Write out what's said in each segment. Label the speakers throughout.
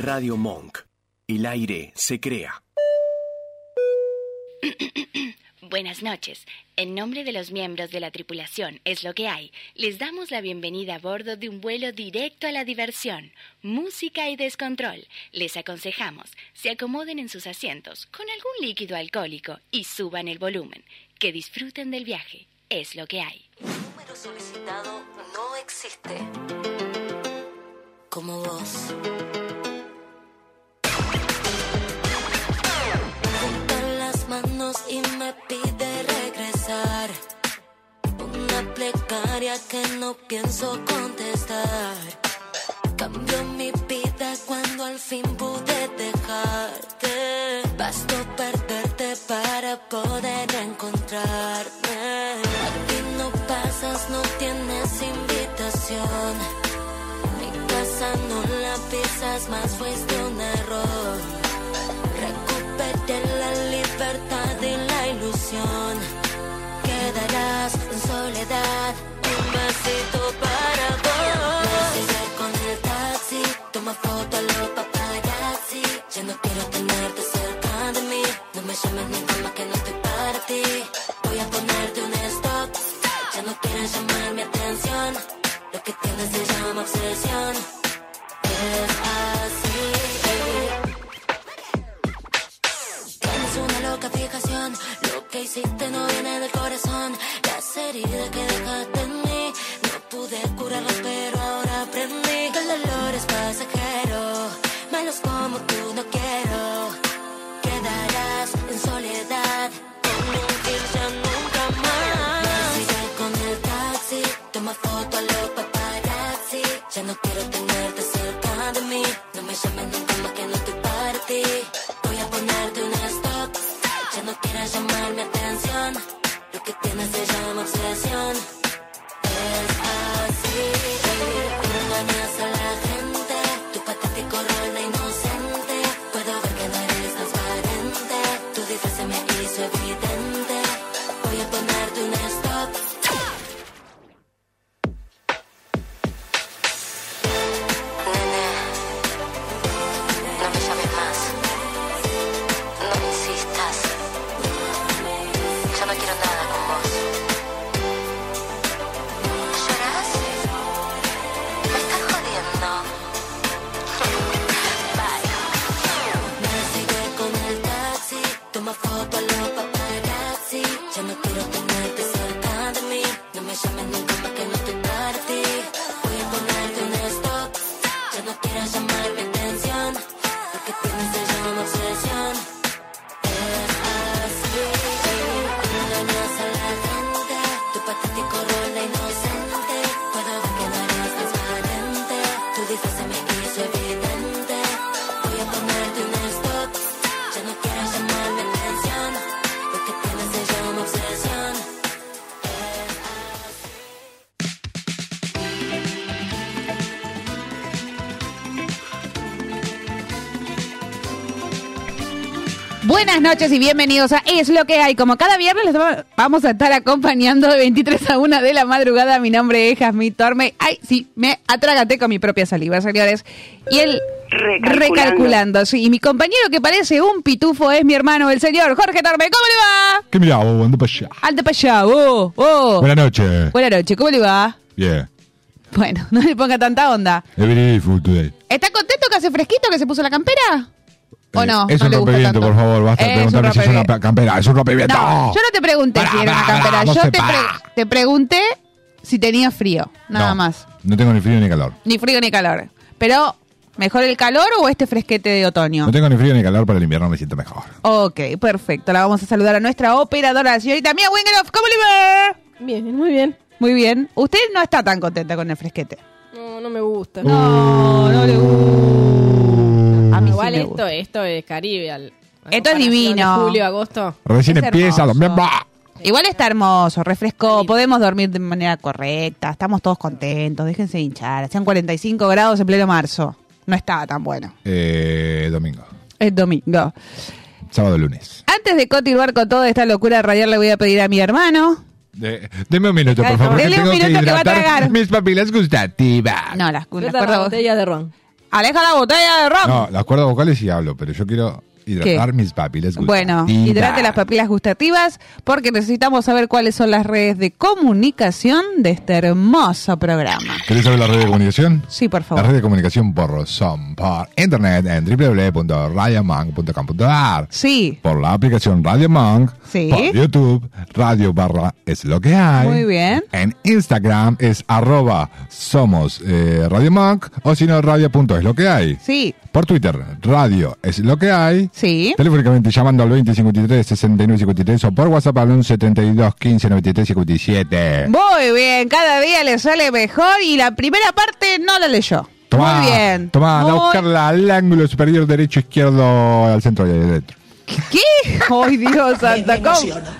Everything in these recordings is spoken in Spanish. Speaker 1: Radio Monk. El aire se crea.
Speaker 2: Buenas noches. En nombre de los miembros de la tripulación, es lo que hay. Les damos la bienvenida a bordo de un vuelo directo a la diversión, música y descontrol. Les aconsejamos, se acomoden en sus asientos con algún líquido alcohólico y suban el volumen. Que disfruten del viaje. Es lo que hay.
Speaker 3: El número solicitado no existe. Como vos. Junta las manos y me pide regresar. Una plegaria que no pienso contestar. Cambió mi vida cuando al fin pude dejarte. Bastó perderte para poder encontrarme. Aquí no pasas, no tienes invitación. Mi casa no la pisas más, fuiste un error. Recuperé la libertad y la ilusión. Quedarás en soledad, un besito para vos. Me sigue con el taxi, toma foto a los paparazzi. Ya no quiero tenerte cerca de mí, no me llames nunca más que no estoy para ti. Voy a ponerte un stop, ya no quieres llamar mi atención. Lo que tienes se llama obsesión. Es así. Tienes una loca fijación, lo que hiciste no viene del corazón. Las heridas que dejaste en mí, no pude curarlas, pero ahora aprendí que el dolor es pasajero. Malos como tú no quiero, quedarás en soledad. Con un kill ya nunca más. Me sigue con el taxi, toma foto a los paparazzi. Ya no quiero tenerte cerca de mí, no me llames nunca más que no estoy para ti. Voy a ponerte un stop, ya no quieras llamar mi atención. Lo que tienes se llama obsesión. Es así, pero engañas a la gente. Tu patético rol de inocente. Puedo ver que no eres transparente. Tu disfraz se me hizo evidente. Voy a ponerte un stop. Nene, no me llames más. No insistas. Yo no quiero nada con vos. ¿Llorás? Me estás jodiendo. Bye. Me sigue con el taxi. Toma foto a los paparazzi. Ya no quiero tenerte cerca de mí. No me llames nunca más que no estoy para ti. Voy a ponerte un stop. Ya no quieras llamar mi atención. Lo que tienes se llama obsesión. Es así. Engañas a la gente. Tu patético rol de inocente. Puedo ver que no eres transparente. Tu disfraz se me hizo evidente. Voy a ponerte un stop. Ya no quieras llamar mi atención. Lo que tienes se llama obsesión.
Speaker 4: Buenas noches y bienvenidos a Es lo que hay. Como cada viernes los va- vamos a estar acompañando de 23 a 1 de la madrugada. Mi nombre es Jasmine Torme. Ay, sí, me atraganté con mi propia saliva, señores. Y él
Speaker 5: Recalculando.
Speaker 4: sí. Y mi compañero que parece un pitufo es mi hermano, el señor Jorge Torme. ¿Cómo le va?
Speaker 6: ¿Qué mirá vos? Anda para allá.
Speaker 4: Anda para allá, oh, oh.
Speaker 6: Buenas noches.
Speaker 4: Buenas noches, ¿cómo le va?
Speaker 6: Yeah.
Speaker 4: Bueno, no le ponga tanta onda.
Speaker 6: Every beautiful today.
Speaker 4: ¿Está contento que hace fresquito, que se puso la campera? ¿O
Speaker 6: Eh,
Speaker 4: no?
Speaker 6: Es
Speaker 4: No
Speaker 6: un
Speaker 4: le gusta
Speaker 6: rompeviento,
Speaker 4: tanto.
Speaker 6: por favor. Basta
Speaker 4: Es
Speaker 6: de
Speaker 4: un
Speaker 6: preguntarme si es una
Speaker 4: rompeviento.
Speaker 6: pa- campera. Es un rompeviento.
Speaker 4: No, yo no te pregunté
Speaker 6: Pará,
Speaker 4: si era una
Speaker 6: pará,
Speaker 4: campera.
Speaker 6: pará,
Speaker 4: yo
Speaker 6: vos
Speaker 4: te,
Speaker 6: separá.
Speaker 4: pre- te pregunté si tenía frío, nada
Speaker 6: No,
Speaker 4: más.
Speaker 6: No tengo ni frío ni calor.
Speaker 4: Ni frío ni calor. Pero, ¿mejor el calor o este fresquete de otoño?
Speaker 6: No tengo ni frío ni calor, para el invierno me siento mejor.
Speaker 4: Ok, perfecto. La vamos a saludar a nuestra operadora, la señorita Mia Wingeroff. ¿Cómo le va?
Speaker 7: Bien, muy bien.
Speaker 4: Muy bien. Usted no está tan contenta con el fresquete.
Speaker 7: No, no me gusta.
Speaker 4: No, no le
Speaker 6: Uh.
Speaker 4: gusta. A mí sí
Speaker 7: Igual
Speaker 4: me
Speaker 7: esto,
Speaker 4: gusta.
Speaker 7: esto es Caribe. al- a
Speaker 4: Esto es
Speaker 7: comparación
Speaker 4: divino.
Speaker 7: de julio, agosto.
Speaker 6: Recién
Speaker 4: Es
Speaker 6: empieza.
Speaker 4: hermoso.
Speaker 6: Bien, bah.
Speaker 4: Igual está hermoso, refrescó, podemos dormir de manera correcta, estamos todos contentos, déjense hinchar. Hacían 45 grados en pleno marzo. No estaba tan bueno.
Speaker 6: Eh, domingo.
Speaker 4: Es domingo.
Speaker 6: Sábado, lunes.
Speaker 4: Antes de continuar con toda esta locura radial, le voy a pedir a mi hermano.
Speaker 6: Eh, deme un minuto, por
Speaker 4: Ay,
Speaker 6: favor.
Speaker 4: dele un
Speaker 6: tengo
Speaker 4: minuto que va a tragar.
Speaker 6: mis papilas gustativas.
Speaker 4: No, las, las
Speaker 7: Flota la
Speaker 4: cuerdas-
Speaker 7: botella de ron.
Speaker 4: ¡Aleja la botella de ron!
Speaker 6: No, las cuerdas vocales sí hablo, pero yo quiero hidratar mis papilas.
Speaker 4: Bueno,
Speaker 6: gustativas.
Speaker 4: hidrate las papilas gustativas porque necesitamos saber cuáles son las redes de comunicación de este hermoso programa.
Speaker 6: ¿Querés saber la red de comunicación?
Speaker 4: Sí, por
Speaker 6: La red
Speaker 4: favor.
Speaker 6: de comunicación por Zoom, por internet en www.radiomonk.com.ar,
Speaker 4: Sí,
Speaker 6: por la aplicación Radio Monk,
Speaker 4: Sí.
Speaker 6: por YouTube, Radio Barra es lo que hay.
Speaker 4: Muy bien.
Speaker 6: En Instagram es arroba somos eh, Radio Monk o si no radio punto es lo que hay.
Speaker 4: sí,
Speaker 6: Por Twitter, radio es lo que hay.
Speaker 4: sí.
Speaker 6: Telefónicamente llamando al 2053 6953 o por WhatsApp al 1132 15 93 57.
Speaker 4: Muy bien, cada día le sale mejor y la primera parte no la leyó.
Speaker 6: Tomá,
Speaker 4: Muy bien.
Speaker 6: Tomá, anda a
Speaker 4: Muy-
Speaker 6: buscarla al ángulo superior derecho, izquierdo, al centro y adentro.
Speaker 4: ¿Qué? ¡Ay, Dios, Santa Com!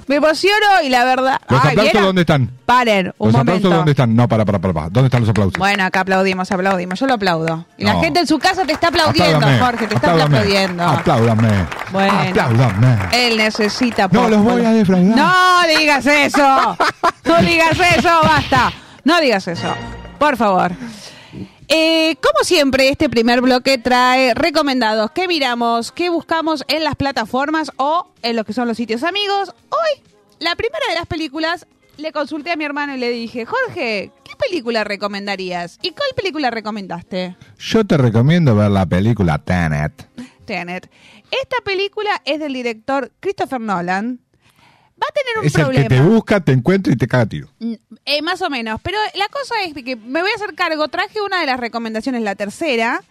Speaker 4: Me emociono y la verdad.
Speaker 6: ¿Los
Speaker 4: Ay,
Speaker 6: aplausos
Speaker 4: ¿vieron?
Speaker 6: dónde están?
Speaker 4: Paren, Ah, un
Speaker 6: ¿Los
Speaker 4: momento.
Speaker 6: aplausos dónde están? No, para, para, para. para. ¿Dónde están los aplausos?
Speaker 4: Bueno, acá aplaudimos, aplaudimos. Yo lo aplaudo. Y la
Speaker 6: No.
Speaker 4: gente en su casa te está aplaudiendo,
Speaker 6: Apláudame,
Speaker 4: Jorge, te está
Speaker 6: apláudame,
Speaker 4: aplaudiendo.
Speaker 6: Ah, Apláudame.
Speaker 4: Bueno.
Speaker 6: Apláudame.
Speaker 4: Él necesita.
Speaker 6: No
Speaker 4: por-
Speaker 6: los voy a defraudar.
Speaker 4: No digas eso. No digas eso, basta. No digas eso. Por favor. Eh, como siempre, este primer bloque trae recomendados que miramos, que buscamos en las plataformas o en los que son los sitios amigos. Hoy, la primera de las películas, le consulté a mi hermano y le dije, Jorge, ¿qué película recomendarías? ¿Y cuál película recomendaste?
Speaker 6: Yo te recomiendo ver la película Tenet.
Speaker 4: Tenet. Esta película es del director Christopher Nolan. Va a tener un
Speaker 6: Es el
Speaker 4: problema.
Speaker 6: que te busca, te encuentra y te caga a tiro.
Speaker 4: Mm, eh, más o menos, pero la cosa es que me voy a hacer cargo. Traje una de las recomendaciones, la tercera,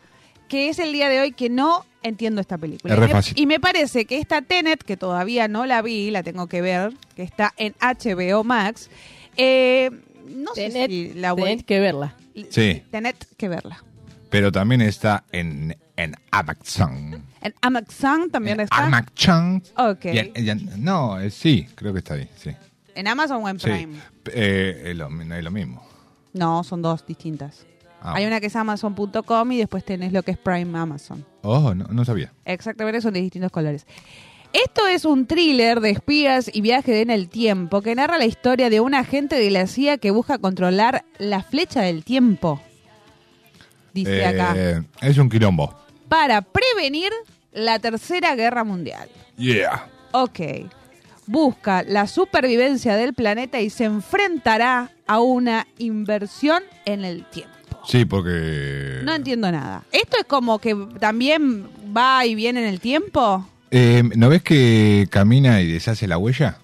Speaker 4: que es el día de hoy que no entiendo esta película.
Speaker 6: Es re
Speaker 4: Y me-
Speaker 6: fácil.
Speaker 4: Y me parece que esta Tenet, que todavía no la vi, la tengo que ver, que está en HBO Max, eh, no sé
Speaker 8: Tenés,
Speaker 4: si la voy
Speaker 8: tenés que verla.
Speaker 6: Sí.
Speaker 4: Tenet que verla.
Speaker 6: Pero también está en, en Amazon.
Speaker 4: En Amazon también
Speaker 6: En
Speaker 4: está.
Speaker 6: Amazon.
Speaker 4: Ok.
Speaker 6: Y en- y en- no, eh, sí, creo que está ahí, sí.
Speaker 4: En Amazon o en
Speaker 6: Sí.
Speaker 4: Prime.
Speaker 6: Eh, es lo, no es lo mismo.
Speaker 4: No, son dos distintas.
Speaker 6: Ah,
Speaker 4: Hay una que es Amazon.com y después tenés lo que es Prime Amazon.
Speaker 6: Oh, no, no sabía.
Speaker 4: Exactamente, son de distintos colores. Esto es un thriller de espías y viaje en el tiempo que narra la historia de un agente de la CIA que busca controlar la flecha del tiempo. Dice
Speaker 6: Eh,
Speaker 4: acá.
Speaker 6: Es un quilombo.
Speaker 4: Para prevenir la Tercera Guerra Mundial.
Speaker 6: Yeah.
Speaker 4: Ok. Busca la supervivencia del planeta y se enfrentará a una inversión en el tiempo.
Speaker 6: Sí, porque...
Speaker 4: No entiendo nada. ¿Esto es como que también va y viene en el tiempo?
Speaker 6: Eh, ¿No ves que camina y deshace la huella?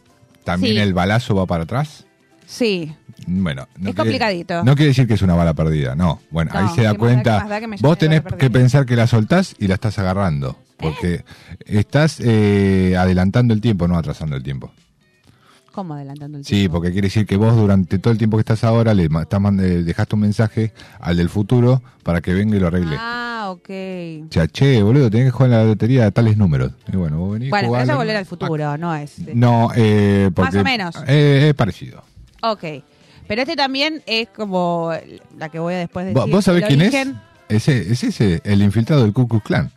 Speaker 6: También
Speaker 4: Sí.
Speaker 6: el balazo va para atrás.
Speaker 4: Sí.
Speaker 6: Bueno, no quiere-
Speaker 4: Es complicadito.
Speaker 6: No quiere decir que es una bala perdida, no. Bueno,
Speaker 4: No,
Speaker 6: ahí se
Speaker 4: que
Speaker 6: da
Speaker 4: más da- que
Speaker 6: cuenta.
Speaker 4: más da que me llame
Speaker 6: Vos
Speaker 4: bala
Speaker 6: tenés
Speaker 4: perdida. ¿Eh?
Speaker 6: que pensar que la soltás y la estás agarrando. Porque estás eh, adelantando el tiempo, no atrasando el tiempo.
Speaker 4: ¿Cómo adelantando el
Speaker 6: Sí,
Speaker 4: tiempo?
Speaker 6: porque quiere decir que vos durante todo el tiempo que estás ahora le ma- estás mand- eh, dejaste un mensaje al del futuro para que venga y lo arregle.
Speaker 4: Ah, ok.
Speaker 6: O sea, che, boludo, tenés que jugar en la lotería de tales números. Y bueno, vos venís
Speaker 4: Bueno, pero
Speaker 6: jugás
Speaker 4: eso
Speaker 6: la-
Speaker 4: es volver al futuro, Ah, no este. es.
Speaker 6: No, eh, porque-
Speaker 4: o menos.
Speaker 6: eh, es parecido.
Speaker 4: Ok. Pero este también es como la que voy a después decir.
Speaker 6: ¿Vos, vos sabés
Speaker 4: el
Speaker 6: quién
Speaker 4: origen.
Speaker 6: es? Ese, es ese, el infiltrado del Ku Klux Klan.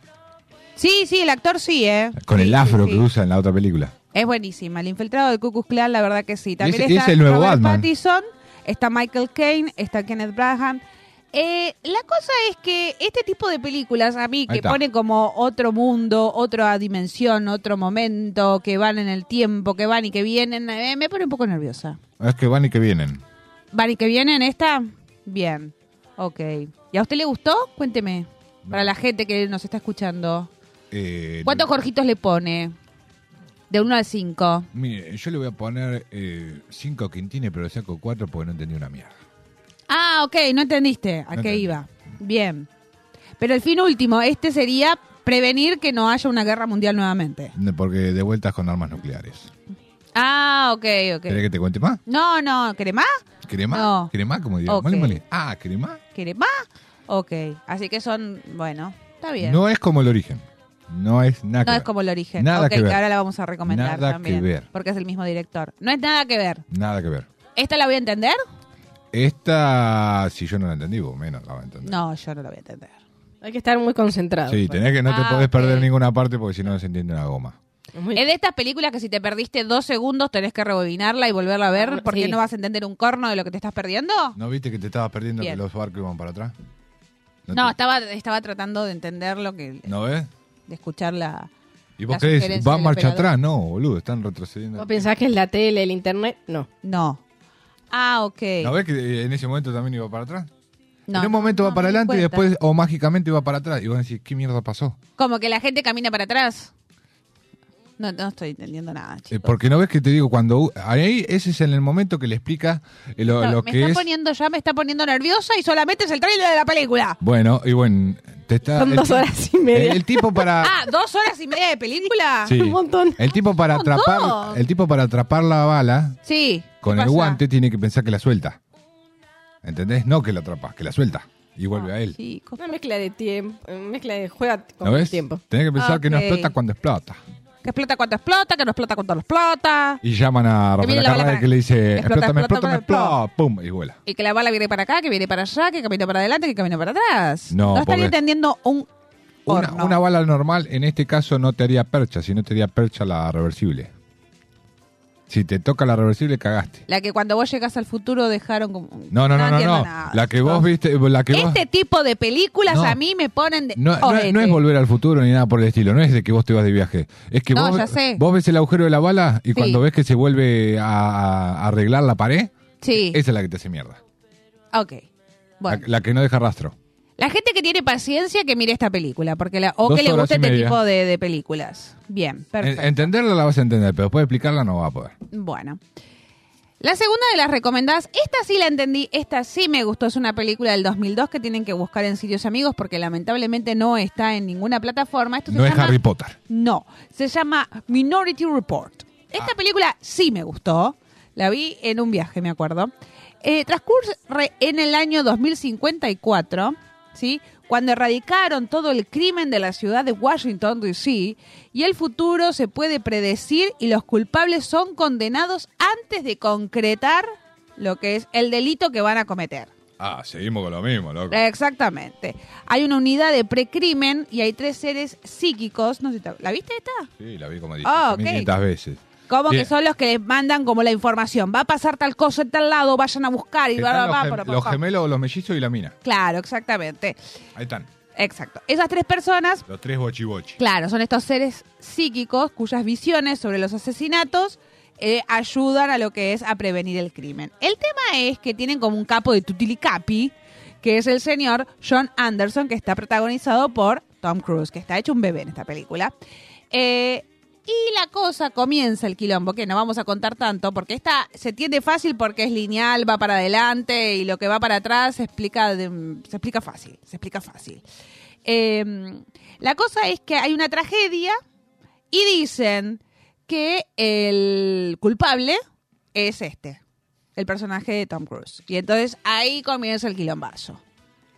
Speaker 4: Sí, sí, el actor sí, ¿eh?
Speaker 6: Con
Speaker 4: Sí,
Speaker 6: el
Speaker 4: sí,
Speaker 6: afro
Speaker 4: sí.
Speaker 6: que usa en la otra película.
Speaker 4: Es buenísima. El infiltrado del Ku Klux Klan, la verdad que sí. También
Speaker 6: Ese-
Speaker 4: está
Speaker 6: ese es el nuevo
Speaker 4: Robert
Speaker 6: Batman.
Speaker 4: Pattinson, está Michael Caine, está Kenneth Branagh. Eh, la cosa es que este tipo de películas a mí que
Speaker 6: está.
Speaker 4: pone como otro mundo, otra dimensión, otro momento, que van en el tiempo, que van y que vienen, eh, me pone un poco nerviosa.
Speaker 6: Es que van y que vienen.
Speaker 4: Van y que vienen esta, bien, ok. ¿Y a usted le gustó? Cuénteme, para la gente que nos está escuchando.
Speaker 6: Eh,
Speaker 4: ¿Cuántos Jorgitos le pone? De 1 al 5.
Speaker 6: Mire, yo le voy a poner eh, cinco quintines, pero le saco cuatro porque no entendí una mierda.
Speaker 4: Ah, ok, no entendiste a
Speaker 6: No
Speaker 4: qué
Speaker 6: entendí.
Speaker 4: iba. Bien. Pero el fin último, este sería prevenir que no haya una guerra mundial nuevamente.
Speaker 6: No, Porque de vueltas con armas nucleares.
Speaker 4: Ah, ok, ok.
Speaker 6: ¿Querés que te cuente más?
Speaker 4: No, no, ¿querés más?
Speaker 6: ¿Querés más?
Speaker 4: No.
Speaker 6: ¿Querés más? Como diría.
Speaker 4: Ok.
Speaker 6: Mole, mole. Ah, ¿querés más?
Speaker 4: ¿Querés más? Ok, así que son, bueno, está bien. No,
Speaker 6: No es como el origen. No es nada que
Speaker 4: es
Speaker 6: ver.
Speaker 4: como el origen.
Speaker 6: Nada
Speaker 4: ok,
Speaker 6: que ver.
Speaker 4: ahora la vamos a recomendar
Speaker 6: Nada que
Speaker 4: también.
Speaker 6: ver.
Speaker 4: Porque es el mismo director. No es nada que ver.
Speaker 6: Nada que ver.
Speaker 4: ¿Esta la voy a entender?
Speaker 6: Esta, si yo no la entendí, vos menos la vas a entender.
Speaker 4: No, yo no la voy a entender.
Speaker 8: Hay que estar muy pues. concentrado.
Speaker 6: Sí, tenés que no te
Speaker 4: Ah,
Speaker 6: podés
Speaker 4: ok.
Speaker 6: perder ninguna parte porque si no, no se entiende una goma.
Speaker 8: Es muy-
Speaker 4: Es de estas películas que si te perdiste dos segundos tenés que rebobinarla y volverla a ver porque
Speaker 8: Ah, Sí.
Speaker 4: no vas a entender un corno de lo que te estás perdiendo.
Speaker 6: ¿No viste que te estabas perdiendo
Speaker 4: Bien.
Speaker 6: que los barcos iban para atrás? No,
Speaker 4: No,
Speaker 6: te-
Speaker 4: estaba, estaba tratando de entender lo que.
Speaker 6: ¿No ves?
Speaker 4: de escuchar la.
Speaker 6: ¿Y vos
Speaker 4: La
Speaker 6: crees?
Speaker 4: sugerencia
Speaker 6: ¿Va
Speaker 4: del
Speaker 6: marcha
Speaker 4: operador.
Speaker 6: atrás? No, boludo, están retrocediendo.
Speaker 3: ¿Vos pensás que es la tele, el internet? No.
Speaker 4: No. Ah, ok.
Speaker 6: ¿No ves que eh, en ese momento también iba para atrás?
Speaker 4: No,
Speaker 6: en un momento
Speaker 4: no,
Speaker 6: va para
Speaker 4: me di
Speaker 6: adelante y
Speaker 4: cuenta.
Speaker 6: después, oh. o mágicamente, va para atrás. Y vos decís, ¿qué mierda pasó?
Speaker 4: Como que la gente camina para atrás. No, no estoy entendiendo nada,
Speaker 6: Eh,
Speaker 4: chicos.
Speaker 6: porque no ves que te digo, cuando. u- Ahí ese es en el momento que le explica eh, lo,
Speaker 4: No,
Speaker 6: lo
Speaker 4: me
Speaker 6: que
Speaker 4: está
Speaker 6: es.
Speaker 4: poniendo ya, me está poniendo nerviosa y solamente es el trailer de la película.
Speaker 6: Bueno, y bueno, te está.
Speaker 3: Son
Speaker 6: el
Speaker 3: dos
Speaker 6: ti-
Speaker 3: horas y media.
Speaker 6: El, el tipo para.
Speaker 4: Ah, dos horas y media de película.
Speaker 6: sí.
Speaker 3: un montón.
Speaker 6: El tipo para
Speaker 4: Ah, Un montón.
Speaker 6: atrapar. El tipo para atrapar la bala
Speaker 4: Sí, ¿qué
Speaker 6: con el
Speaker 4: pasa?
Speaker 6: guante tiene que pensar que la suelta. ¿Entendés? No que la atrapas, que la suelta. Y
Speaker 4: Ah,
Speaker 6: vuelve a él.
Speaker 4: Chicos.
Speaker 3: Una mezcla de tiempo. Mezcla de juega con
Speaker 6: ¿No ves?
Speaker 3: tiempo.
Speaker 6: Tenés que pensar que no
Speaker 4: Ok.
Speaker 6: explota cuando explota.
Speaker 4: Que explota cuando explota, que no explota cuando no explota.
Speaker 6: Y llaman a
Speaker 4: Que viene
Speaker 6: Rafael
Speaker 4: la bala
Speaker 6: Carrera
Speaker 4: para-
Speaker 6: que le dice,
Speaker 4: Explota,
Speaker 6: explota, me
Speaker 4: explota,
Speaker 6: explota, me
Speaker 4: explota.
Speaker 6: explota, pum, y vuela.
Speaker 4: Y que la bala viene para acá, que viene para allá, que camina para adelante, que camina para atrás.
Speaker 6: No,
Speaker 4: no estaría
Speaker 6: porque-
Speaker 4: entendiendo un
Speaker 6: Una,
Speaker 4: horno.
Speaker 6: una bala normal en este caso no te haría percha, sino te haría percha la reversible. Si te toca la reversible, cagaste.
Speaker 4: La que cuando vos llegas al futuro dejaron como...
Speaker 6: No, no, no, no,
Speaker 4: entiendo
Speaker 6: no.
Speaker 4: nada.
Speaker 6: La que vos viste, la que vos...
Speaker 4: Este tipo de películas
Speaker 6: No.
Speaker 4: a mí me ponen de...
Speaker 6: No, no-
Speaker 4: Ojete.
Speaker 6: no es volver al futuro ni nada por el estilo, no es de que vos te vas de viaje. Es que
Speaker 4: No,
Speaker 6: vos,
Speaker 4: ya sé.
Speaker 6: vos ves el agujero de la bala y
Speaker 4: Sí.
Speaker 6: cuando ves que se vuelve a, a arreglar la pared,
Speaker 4: Sí,
Speaker 6: esa es la que te hace mierda.
Speaker 4: ok.
Speaker 6: La-
Speaker 4: Bueno.
Speaker 6: La, que no deja rastro.
Speaker 4: La gente que tiene paciencia que mire esta película, porque la, o
Speaker 6: Dos
Speaker 4: que le
Speaker 6: horas
Speaker 4: guste
Speaker 6: y
Speaker 4: este
Speaker 6: media.
Speaker 4: tipo de, de películas. Bien, perfecto.
Speaker 6: En- Entenderla la vas a entender, pero después de explicarla no va a poder.
Speaker 4: Bueno. La segunda de las recomendadas, esta sí la entendí, esta sí me gustó, es una película del 2002 que tienen que buscar en sitios amigos porque lamentablemente no está en ninguna plataforma. Esto se
Speaker 6: No es
Speaker 4: llama-
Speaker 6: Harry Potter.
Speaker 4: No, se llama Minority Report. Esta película sí me gustó. La vi en un viaje, me acuerdo. Eh, transcurre en el año 2054, ¿sí? cuando erradicaron todo el crimen de la ciudad de Washington, D.C., y el futuro se puede predecir y los culpables son condenados antes de concretar lo que es el delito que van a cometer.
Speaker 6: Ah, seguimos con lo mismo, loco.
Speaker 4: Eh. Exactamente. Hay una unidad de precrimen y hay tres seres psíquicos. No sé si te- ¿La viste esta?
Speaker 6: Sí, la vi como
Speaker 4: Ah, ok.
Speaker 6: 1500 veces.
Speaker 4: Como
Speaker 6: Bien.
Speaker 4: que son los que les mandan como la información. Va a pasar tal cosa en tal lado, vayan a buscar y
Speaker 6: Están
Speaker 4: bla, bla,
Speaker 6: los, gem-
Speaker 4: bla, bla, bla,
Speaker 6: los
Speaker 4: bla.
Speaker 6: gemelos, los mellizos y la mina.
Speaker 4: Claro, exactamente.
Speaker 6: Ahí están,
Speaker 4: Exacto. Esas tres personas,
Speaker 6: los tres bochibochi.
Speaker 4: claro, son estos seres psíquicos cuyas visiones sobre los asesinatos eh, ayudan a lo que es a prevenir el crimen. El tema es que tienen como un capo de Tutilicapi, que es el señor John Anderson, que está protagonizado por Tom Cruise, que está hecho un bebé en esta película. Eh, y la cosa comienza el quilombo, que no vamos a contar tanto, porque esta se tiende fácil porque es lineal, va para adelante y lo que va para atrás se explica, de- se explica fácil, se explica fácil. Eh, la cosa es que hay una tragedia y dicen que el culpable es este, el personaje de Tom Cruise. Y entonces ahí comienza el quilombazo.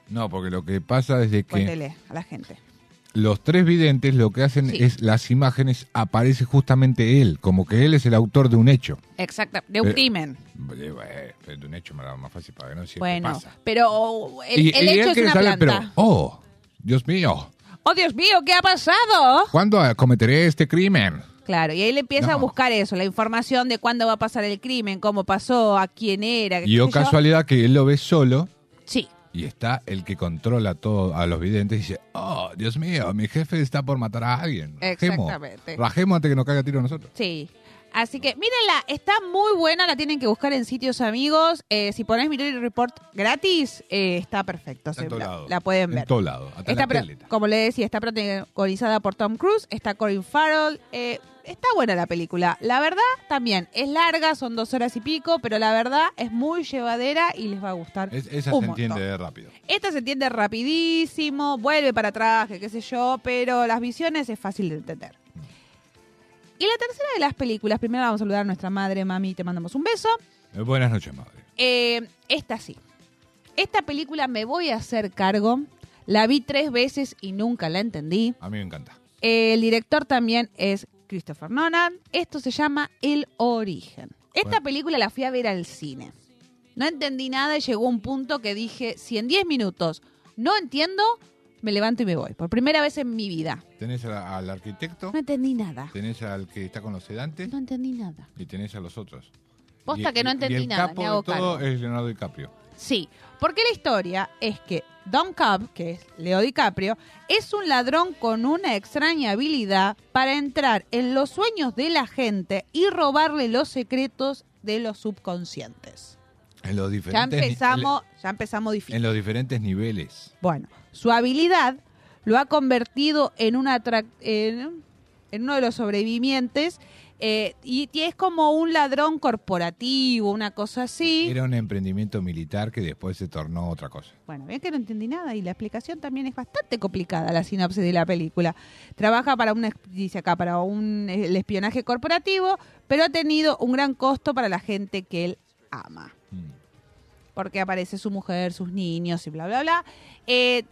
Speaker 6: No, porque lo que pasa es de que
Speaker 4: Cuéntele a la gente.
Speaker 6: los tres videntes lo que hacen
Speaker 4: Sí.
Speaker 6: es las imágenes, aparece justamente él, como que él es el autor de un hecho.
Speaker 4: Exacto, de un
Speaker 6: Eh,
Speaker 4: crimen.
Speaker 6: Eh, eh, De un hecho me la hago más fácil para que no se
Speaker 4: Bueno,
Speaker 6: pasa.
Speaker 4: pero oh, el,
Speaker 6: Y-
Speaker 4: el
Speaker 6: y él
Speaker 4: hecho es
Speaker 6: quiere
Speaker 4: una
Speaker 6: saber,
Speaker 4: planta.
Speaker 6: pero, oh, Dios mío,
Speaker 4: ¡Oh, Dios mío! ¿Qué ha pasado?
Speaker 6: ¿cuándo eh, cometeré este crimen?
Speaker 4: Claro, y ahí le empieza
Speaker 6: No.
Speaker 4: a buscar eso, la información de cuándo va a pasar el crimen, cómo pasó, a quién era. qué
Speaker 6: Y oh,
Speaker 4: sé yo.
Speaker 6: casualidad que él lo ve solo
Speaker 4: Sí,
Speaker 6: y está el que controla todo a los videntes y dice, oh, Dios mío, mi jefe está por matar a alguien. Rajemos.
Speaker 4: Exactamente.
Speaker 6: Rajemos antes que nos caiga tiro a nosotros.
Speaker 4: sí. Así que mírenla, está muy buena, la tienen que buscar en sitios amigos. Eh, si ponés Minority Report gratis, eh, está perfecto.
Speaker 6: Está
Speaker 4: se-
Speaker 6: en todo
Speaker 4: la,
Speaker 6: lado.
Speaker 4: la pueden
Speaker 6: En
Speaker 4: ver.
Speaker 6: todo lado, hasta en
Speaker 4: Está
Speaker 6: la
Speaker 4: pro-
Speaker 6: tele está.
Speaker 4: como le decía, está protagonizada por Tom Cruise, está Corin Farrell. eh, está buena la película. La verdad, también es larga, son dos horas y pico, pero la verdad es muy llevadera y les va a gustar.
Speaker 6: Es- esa
Speaker 4: un
Speaker 6: se
Speaker 4: montón.
Speaker 6: entiende rápido.
Speaker 4: Esta se entiende rapidísimo, vuelve para atrás, que qué sé yo, pero las visiones es fácil de entender. Y la tercera de las películas, primero vamos a saludar a nuestra madre, mami, te mandamos un beso.
Speaker 6: Eh, Buenas noches, madre.
Speaker 4: Eh, esta sí. Esta película me voy a hacer cargo. La vi tres veces y nunca la entendí.
Speaker 6: A mí me encanta.
Speaker 4: El director también es Christopher Nolan. Esto se llama El Origen. Esta
Speaker 6: Bueno.
Speaker 4: película la fui a ver al cine. No entendí nada y llegó un punto que dije, si en 10 minutos no entiendo, me levanto y me voy. Por primera vez en mi vida.
Speaker 6: Tenés a- al arquitecto,
Speaker 4: No entendí nada.
Speaker 6: tenés al que está con los sedantes
Speaker 4: No entendí nada.
Speaker 6: y tenés a los otros.
Speaker 4: Posta
Speaker 6: Y-
Speaker 4: que no
Speaker 6: y-
Speaker 4: entendí
Speaker 6: y el
Speaker 4: nada,
Speaker 6: capo
Speaker 4: me hago
Speaker 6: de todo
Speaker 4: cargo.
Speaker 6: es Leonardo DiCaprio.
Speaker 4: Sí, porque la historia es que Don Cobb, que es Leo DiCaprio, es un ladrón con una extraña habilidad para entrar en los sueños de la gente y robarle los secretos de los subconscientes.
Speaker 6: En los
Speaker 4: Ya
Speaker 6: diferentes, ni-
Speaker 4: empezamos, ya empezamos difícil.
Speaker 6: en los diferentes niveles.
Speaker 4: Bueno, su habilidad lo ha convertido en, un atrac- en, en uno de los sobrevivientes eh, y, y es como un ladrón corporativo, una cosa así.
Speaker 6: Era un emprendimiento militar que después se tornó otra cosa.
Speaker 4: Bueno, bien que no entendí nada y la explicación también es bastante complicada, la sinopsis de la película. Trabaja para un, dice acá, para un, el espionaje corporativo, pero ha tenido un gran costo para la gente que él ama. Porque aparece su mujer, sus niños y bla, bla, bla. Eh,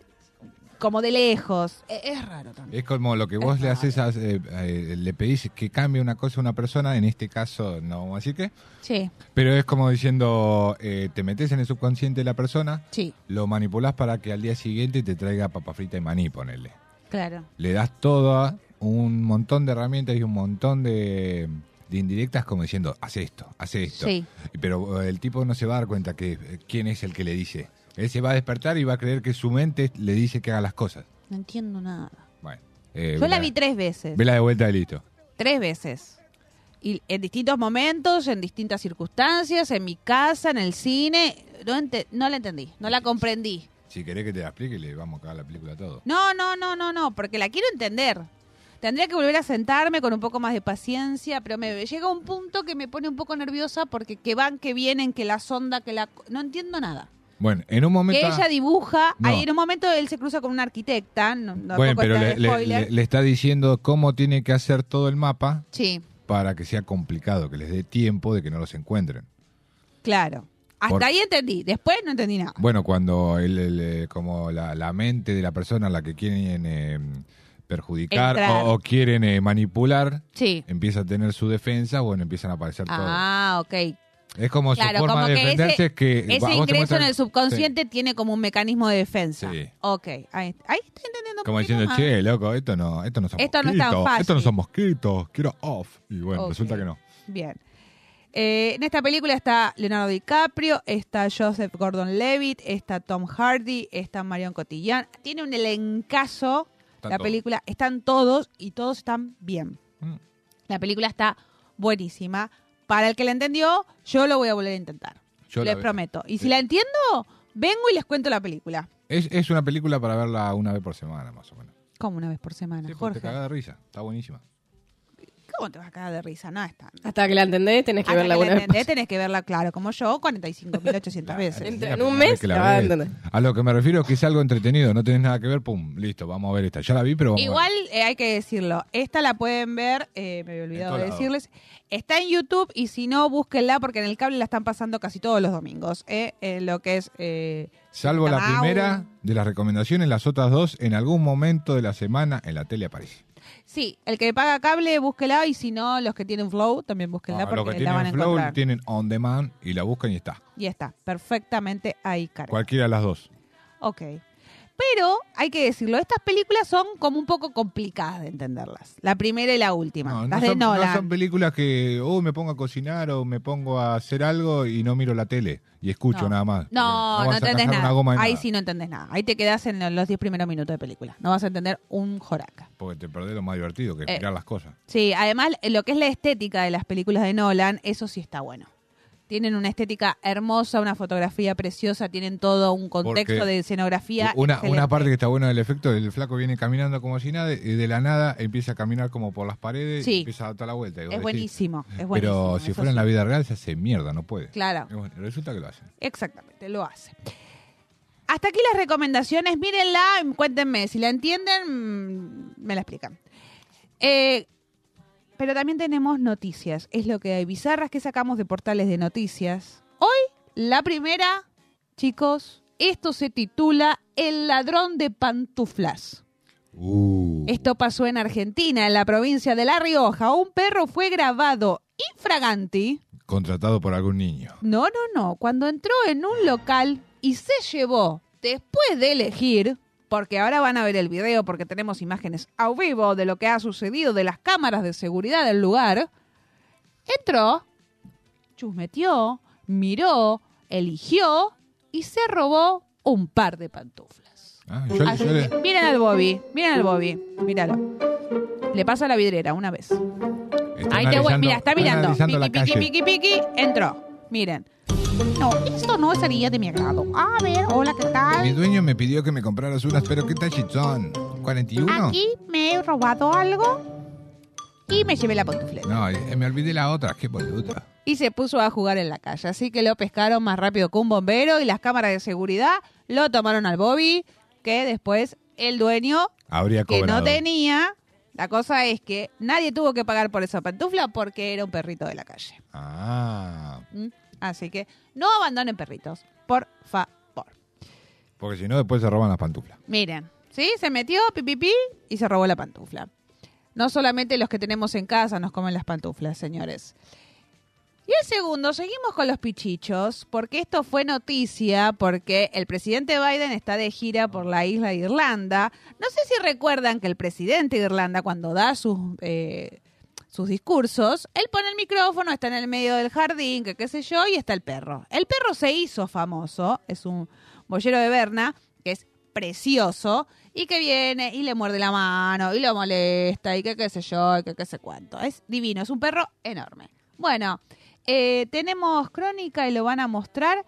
Speaker 4: como de lejos. Eh, es raro también.
Speaker 6: Es como lo que vos le haces, a- eh, eh, le pedís que cambie una cosa a una persona, en este caso no vamos a decir qué,
Speaker 4: Sí,
Speaker 6: pero es como diciendo, eh, te metes en el subconsciente de la persona,
Speaker 4: sí,
Speaker 6: lo manipulás para que al día siguiente te traiga papa frita y maní, ponele.
Speaker 4: claro.
Speaker 6: Le das toda un montón de herramientas y un montón de, de indirectas como diciendo, haz esto, haz esto.
Speaker 4: Sí.
Speaker 6: Pero eh, el tipo no se va a dar cuenta que eh, quién es el que le dice. Él se va a despertar y va a creer que su mente le dice que haga las cosas.
Speaker 4: No entiendo nada.
Speaker 6: Bueno, eh,
Speaker 4: Yo la
Speaker 6: vela-
Speaker 4: vi tres veces.
Speaker 6: Vela de vuelta y listo.
Speaker 4: Tres veces. Y en distintos momentos, en distintas circunstancias, en mi casa, en el cine. No, ente- no la entendí, no la comprendí.
Speaker 6: Si querés que te la explique, le vamos a cagar la película a todo.
Speaker 4: No, no, no, no, no, porque la quiero entender. Tendría que volver a sentarme con un poco más de paciencia, pero me llega un punto que me pone un poco nerviosa porque que van, que vienen, que la sonda, que la... co- No entiendo nada.
Speaker 6: Bueno, en un momento...
Speaker 4: Que ella dibuja,
Speaker 6: No.
Speaker 4: ahí en un momento él se cruza con una arquitecta, no, no
Speaker 6: bueno,
Speaker 4: tampoco
Speaker 6: pero
Speaker 4: está
Speaker 6: le,
Speaker 4: el
Speaker 6: le-
Speaker 4: spoiler.
Speaker 6: le- le está diciendo cómo tiene que hacer todo el mapa
Speaker 4: Sí,
Speaker 6: para que sea complicado, que les dé tiempo de que no los encuentren.
Speaker 4: claro. Hasta
Speaker 6: Por-
Speaker 4: ahí entendí, después no entendí nada.
Speaker 6: Bueno, cuando el, el, eh, como la, la mente de la persona a la que quieren eh, perjudicar
Speaker 4: Entrar.
Speaker 6: o, o quieren eh, manipular,
Speaker 4: Sí.
Speaker 6: empieza a tener su defensa, bueno, empiezan a aparecer
Speaker 4: Ah, ok.
Speaker 6: todo. Es como
Speaker 4: Claro,
Speaker 6: su forma
Speaker 4: como
Speaker 6: de
Speaker 4: que
Speaker 6: defenderse
Speaker 4: ese,
Speaker 6: es que...
Speaker 4: ese
Speaker 6: va- vos te
Speaker 4: ingreso
Speaker 6: muestran-
Speaker 4: en el subconsciente tiene como un mecanismo de defensa.
Speaker 6: Sí.
Speaker 4: Ok, ahí, ahí estoy entendiendo
Speaker 6: Sí,
Speaker 4: un
Speaker 6: Como
Speaker 4: poquito
Speaker 6: diciendo,
Speaker 4: más.
Speaker 6: che, loco, esto no, esto no son
Speaker 4: Esto no es tan
Speaker 6: mosquitos, esto no
Speaker 4: fácil.
Speaker 6: son mosquitos, quiero off. Y bueno,
Speaker 4: Ok.
Speaker 6: resulta que no.
Speaker 4: Bien. Eh, en esta película está Leonardo DiCaprio, está Joseph Gordon-Levitt, está Tom Hardy, está Marion Cotillard. Tiene un elencazo
Speaker 6: Están
Speaker 4: la
Speaker 6: todos.
Speaker 4: película. Están todos y todos están bien.
Speaker 6: Mm.
Speaker 4: La película está buenísima. Para el que la entendió, yo lo voy a volver a intentar.
Speaker 6: Yo
Speaker 4: les
Speaker 6: la-
Speaker 4: prometo. Y si la entiendo, vengo y les cuento la película.
Speaker 6: Es, es una película para verla una vez por semana, más o menos.
Speaker 4: Como una vez por semana,
Speaker 6: Sí, porque
Speaker 4: Jorge.
Speaker 6: te cagas de risa, está buenísima.
Speaker 4: ¿Cómo te vas a cagar de risa? No, está.
Speaker 2: Hasta que la entendés, tenés que
Speaker 4: Hasta
Speaker 2: verla
Speaker 4: que
Speaker 2: una
Speaker 4: la
Speaker 2: vez.
Speaker 4: entendés, tenés que verla, claro, como yo, 45.800 veces.
Speaker 2: Entre-
Speaker 6: Es la
Speaker 2: en un
Speaker 6: primera
Speaker 2: mes
Speaker 6: vez que la
Speaker 2: la vas a
Speaker 6: ves.
Speaker 2: entender.
Speaker 6: A lo que me refiero es que es algo entretenido, no tenés nada que ver, pum, listo, vamos a ver esta. Ya la vi, pero vamos a
Speaker 4: Igual
Speaker 6: ver.
Speaker 4: eh, hay que decirlo, esta la pueden ver, eh, me había olvidado
Speaker 6: todos
Speaker 4: de
Speaker 6: lados.
Speaker 4: decirles, está en YouTube y si no, búsquenla porque en el cable la están pasando casi todos los domingos, eh, eh, lo que es... eh,
Speaker 6: Salvo la
Speaker 4: Tamau.
Speaker 6: primera de las recomendaciones, las otras dos en algún momento de la semana en la tele aparece.
Speaker 4: Sí, el que paga cable, búsquela y si no, los que tienen Flow, también búsquenla
Speaker 6: Ah,
Speaker 4: porque
Speaker 6: los que
Speaker 4: la van a
Speaker 6: tienen Flow
Speaker 4: encontrar.
Speaker 6: tienen On Demand y la buscan y está.
Speaker 4: Y está, perfectamente ahí, cara.
Speaker 6: Cualquiera de las dos.
Speaker 4: Ok. Pero hay que decirlo, estas películas son como un poco complicadas de entenderlas. La primera y la última.
Speaker 6: No, no
Speaker 4: las de
Speaker 6: son, no
Speaker 4: Nolan.
Speaker 6: son películas que oh, me pongo a cocinar o me pongo a hacer algo y no miro la tele y escucho
Speaker 4: No.
Speaker 6: nada más.
Speaker 4: No, no,
Speaker 6: vas a
Speaker 4: entendés
Speaker 6: cazar una
Speaker 4: nada.
Speaker 6: goma de
Speaker 4: Ahí
Speaker 6: nada,
Speaker 4: sí no entendés nada. Ahí te quedás en lo- los 10 primeros minutos de película. No vas a entender un joraca.
Speaker 6: Porque te perdés lo más divertido, que es
Speaker 4: Eh.
Speaker 6: mirar las cosas.
Speaker 4: Sí, además eh, lo que es la estética de las películas de Nolan, eso sí está bueno. Tienen una estética hermosa, una fotografía preciosa, tienen todo un contexto
Speaker 6: Porque
Speaker 4: de escenografía.
Speaker 6: Una, una
Speaker 4: excelente.
Speaker 6: parte que está buena del efecto, el flaco viene caminando como si nada y de la nada empieza a caminar como por las paredes
Speaker 4: Sí.
Speaker 6: y empieza a dar toda la vuelta. Y vos
Speaker 4: Es
Speaker 6: decís,
Speaker 4: buenísimo, es buenísimo.
Speaker 6: Pero si
Speaker 4: eso
Speaker 6: fuera en
Speaker 4: sí.
Speaker 6: la vida real se hace mierda, no puede.
Speaker 4: Claro.
Speaker 6: Y bueno, resulta que lo hacen.
Speaker 4: Exactamente, lo hace. Hasta aquí las recomendaciones. Mírenla, em, cuéntenme. Si la entienden, mm, me la explican. Eh, pero también tenemos noticias. Es lo que hay. Bizarras que sacamos de portales de noticias. Hoy, la primera, chicos, esto se titula El ladrón de pantuflas.
Speaker 6: Uh.
Speaker 4: Esto pasó en Argentina, en la provincia de La Rioja. Un perro fue grabado infraganti.
Speaker 6: Contratado por algún niño.
Speaker 4: No, no, no. Cuando entró en un local y se llevó, después de elegir, porque ahora van a ver el video porque tenemos imágenes a vivo de lo que ha sucedido, de las cámaras de seguridad del lugar, entró, chusmeteó, miró, eligió y se robó un par de pantuflas.
Speaker 6: Ah, yo,
Speaker 4: Así
Speaker 6: yo le-
Speaker 4: que miren al Bobby, miren al Bobby, míralo. Le pasa la vidriera una vez.
Speaker 6: está
Speaker 4: Ahí te voy,
Speaker 6: analizando-
Speaker 4: mira, está mirando.
Speaker 6: analizando
Speaker 4: Piqui,
Speaker 6: la
Speaker 4: piqui,
Speaker 6: calle.
Speaker 4: piqui, piqui, entró. Miren. No, esto no sería de mi agrado. A ver, hola, ¿qué
Speaker 6: Mi
Speaker 4: tal?
Speaker 6: dueño me pidió que me compraras unas, pero ¿qué tal son? ¿41?
Speaker 4: Aquí me he robado algo y me llevé la pantufleta.
Speaker 6: No, eh, me olvidé la otra, qué boludo.
Speaker 4: y se puso a jugar en la calle. Así que lo pescaron más rápido que un bombero y las cámaras de seguridad lo tomaron al Bobby, que después el dueño,
Speaker 6: Habría
Speaker 4: que
Speaker 6: cobrado.
Speaker 4: no tenía, la cosa es que nadie tuvo que pagar por esa pantufla porque era un perrito de la calle.
Speaker 6: Ah,
Speaker 4: ¿Mm? Así que no abandonen perritos, por favor.
Speaker 6: porque si no después se roban las pantuflas.
Speaker 4: Miren, ¿sí? Se metió, pipipi, y se robó la pantufla. No solamente los que tenemos en casa nos comen las pantuflas, señores. Y el segundo, seguimos con los pichichos, porque esto fue noticia, porque el presidente Biden está de gira por la isla de Irlanda. No sé si recuerdan que el presidente de Irlanda, cuando da sus, eh, sus discursos, él pone el micrófono, está en el medio del jardín, que qué sé yo, y está el perro. El perro se hizo famoso, es un boyero de Berna, que es precioso, y que viene y le muerde la mano, y lo molesta, y que qué sé yo, y que qué sé cuánto. Es divino, es un perro enorme. Bueno, eh, tenemos crónica y lo van a mostrar.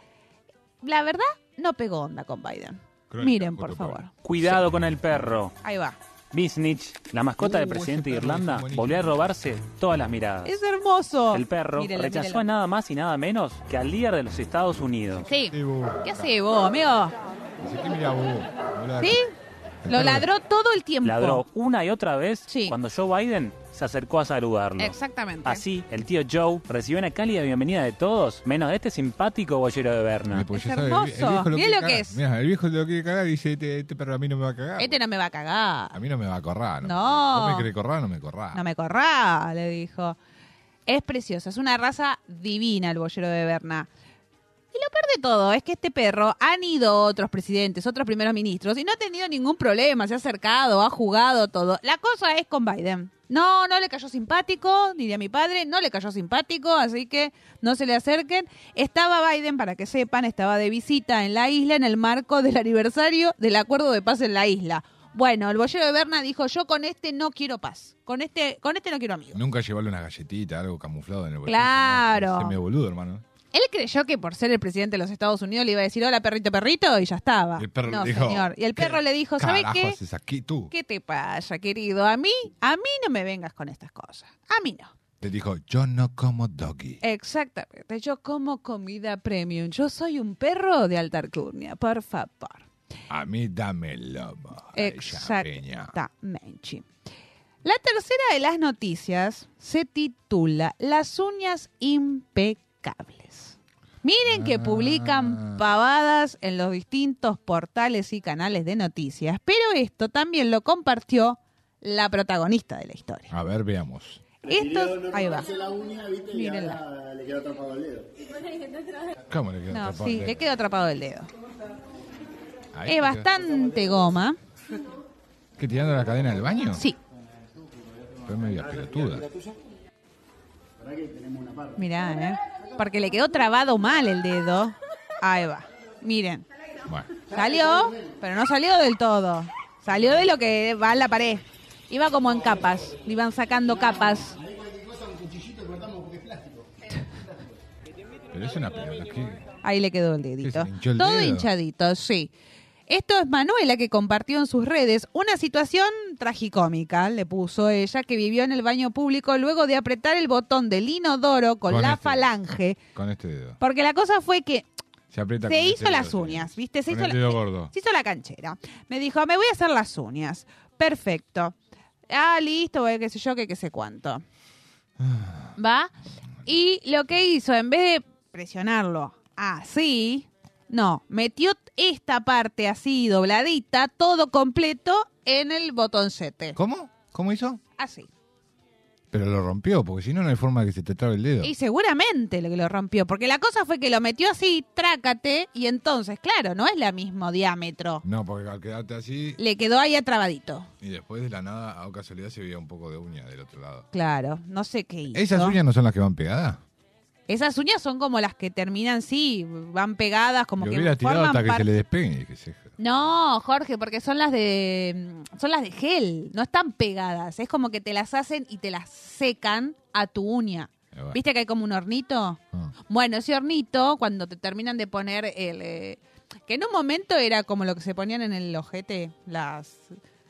Speaker 4: La verdad, no pegó onda con Biden.
Speaker 6: Crónica,
Speaker 4: Miren, por
Speaker 6: justo
Speaker 4: favor.
Speaker 6: para.
Speaker 9: Cuidado con el perro.
Speaker 4: Ahí va.
Speaker 9: Bisnich, la mascota del
Speaker 6: Uh,
Speaker 9: presidente de
Speaker 6: ese perro es
Speaker 9: Irlanda,
Speaker 6: buenísimo.
Speaker 9: volvió a robarse todas las miradas.
Speaker 4: Es hermoso.
Speaker 9: El perro
Speaker 4: Mírenlo,
Speaker 9: rechazó
Speaker 4: mírenlo.
Speaker 9: a nada más y nada menos que al líder de los Estados Unidos.
Speaker 4: Sí.
Speaker 6: Sí, vos.
Speaker 4: ¿Qué hace vos, amigo?
Speaker 6: Dice que mira vos. boludo.
Speaker 4: ¿Sí?
Speaker 6: El
Speaker 4: Lo
Speaker 6: perro-
Speaker 4: ladró todo el tiempo.
Speaker 9: Ladró una y otra vez
Speaker 4: Sí.
Speaker 9: cuando Joe Biden se acercó a saludarlo.
Speaker 4: Exactamente.
Speaker 9: Así, el tío Joe recibió una cálida bienvenida de todos, menos de este simpático boyero de Berna.
Speaker 6: Ay, pues
Speaker 4: Es
Speaker 6: ya sabe, el vie- el
Speaker 4: hermoso.
Speaker 6: viejo
Speaker 4: Mirá
Speaker 6: quiere
Speaker 4: lo que
Speaker 6: cagar.
Speaker 4: es.
Speaker 6: Mirá, el viejo lo quiere cagar y dice, este, este perro a mí no me va a cagar.
Speaker 4: Este no me va a
Speaker 6: A
Speaker 4: cagar.
Speaker 6: mí no me va a corrar.
Speaker 4: No.
Speaker 6: ¿Vos me querés corrar o no me corrás?
Speaker 4: No me corra, le dijo. Es preciosa, es una raza divina el boyero de Berna. Y lo peor de todo es que este perro han ido otros presidentes, otros primeros ministros y no ha tenido ningún problema, se ha acercado, ha jugado todo. La cosa es con Biden. No, no le cayó simpático, diría mi padre, no le cayó simpático, así que no se le acerquen. Estaba Biden, para que sepan, estaba de visita en la isla en el marco del aniversario del acuerdo de paz en la isla. Bueno, el bollero de Berna dijo, yo con este no quiero paz, con este, con este no quiero amigos.
Speaker 6: Nunca llevarle una galletita, algo camuflado en el bolsillo.
Speaker 4: Claro.
Speaker 6: Se me boludo, hermano.
Speaker 4: Él creyó que por ser el presidente de los Estados Unidos le iba a decir hola perrito perrito y ya estaba.
Speaker 6: Y el perro
Speaker 4: no,
Speaker 6: le dijo,
Speaker 4: señor. Y el
Speaker 6: "¿Qué
Speaker 4: perro le dijo, ¿sabe
Speaker 6: carajo
Speaker 4: qué?
Speaker 6: haces aquí tú?
Speaker 4: ¿Qué te pasa, querido? A mí, a mí no me vengas con estas cosas. A mí no.
Speaker 6: Le dijo, yo no como doggy.
Speaker 4: Exactamente. Yo como comida premium. Yo soy un perro de alta alcurnia, por favor.
Speaker 6: A mí dame el lobo. Ay, champiña.
Speaker 4: Exactamente. La tercera de las noticias se titula Las uñas impecables. Miren que
Speaker 6: Ah.
Speaker 4: publican pavadas en los distintos portales y canales de noticias, pero esto también lo compartió la protagonista de la historia.
Speaker 6: A ver, veamos.
Speaker 4: Estos, ahí va. Mírenla.
Speaker 6: ¿Cómo le quedó
Speaker 4: No,
Speaker 6: atrapado
Speaker 4: sí,
Speaker 6: el
Speaker 4: le
Speaker 6: dedo?
Speaker 4: quedó atrapado el dedo.
Speaker 6: Ahí
Speaker 4: Es
Speaker 6: le
Speaker 4: bastante goma.
Speaker 6: quedó. ¿Qué, tirando la cadena del baño?
Speaker 4: Sí,
Speaker 6: Fue media pelotuda.
Speaker 4: mirá, ¿eh? Porque le quedó trabado mal el dedo. Ahí va. Miren.
Speaker 6: Bueno,
Speaker 4: Salió, pero no salió del todo. Salió de lo que va en la pared. Iba como en capas, le iban sacando capas.
Speaker 6: pero es una pelota. ¿qué?
Speaker 4: Ahí le quedó el
Speaker 6: ¿Qué, se
Speaker 4: dedito.
Speaker 6: le hinchó el
Speaker 4: Todo
Speaker 6: dedo?
Speaker 4: hinchadito, sí. Esto es Manuela que compartió en sus redes una situación tragicómica, le puso ella, que vivió en el baño público luego de apretar el botón del inodoro con,
Speaker 6: Con
Speaker 4: la
Speaker 6: este.
Speaker 4: falange.
Speaker 6: Con este dedo.
Speaker 4: Porque la cosa fue que
Speaker 6: Se aprieta
Speaker 4: Se
Speaker 6: con este
Speaker 4: hizo
Speaker 6: dedo,
Speaker 4: las
Speaker 6: señor.
Speaker 4: uñas, ¿viste? Se
Speaker 6: Con
Speaker 4: hizo
Speaker 6: el
Speaker 4: la-
Speaker 6: dedo gordo.
Speaker 4: Se hizo la canchera. Me dijo, me voy a hacer las uñas. Perfecto. Ah, listo, voy, qué sé yo, que qué sé cuánto.
Speaker 10: אה,
Speaker 4: ¿Va? Y lo que hizo, en vez de presionarlo así, no, metió esta parte así, dobladita, todo completo, en el botoncete.
Speaker 6: ¿Cómo? ¿Cómo hizo?
Speaker 4: Así.
Speaker 6: Pero lo rompió, porque si no, no hay forma que se te trabe el dedo.
Speaker 4: Y seguramente lo que lo rompió, porque la cosa fue que lo metió así, trácate, y entonces, claro, no es la mismo diámetro.
Speaker 6: No, porque al quedarte así
Speaker 4: Le quedó ahí atrabadito.
Speaker 6: y después de la nada, a oh, casualidad, se veía un poco de uña del otro lado.
Speaker 4: Claro, no sé qué hizo.
Speaker 6: ¿Esas uñas no son las que van pegadas?
Speaker 4: Esas uñas son como las que terminan, sí, van pegadas, como
Speaker 6: Lo
Speaker 4: que
Speaker 6: hubiera tirado
Speaker 4: forman
Speaker 6: hasta que
Speaker 4: parte-
Speaker 6: se le despegue. que se-
Speaker 4: No, Jorge, porque son las de mm, son las de gel, no están pegadas, es como que te las hacen y te las secan a tu uña.
Speaker 6: Ah, va.
Speaker 4: ¿Viste que hay como un hornito?
Speaker 6: Ah.
Speaker 4: Bueno, ese hornito cuando te terminan de poner el eh, que en un momento era como lo que se ponían en el ojete, las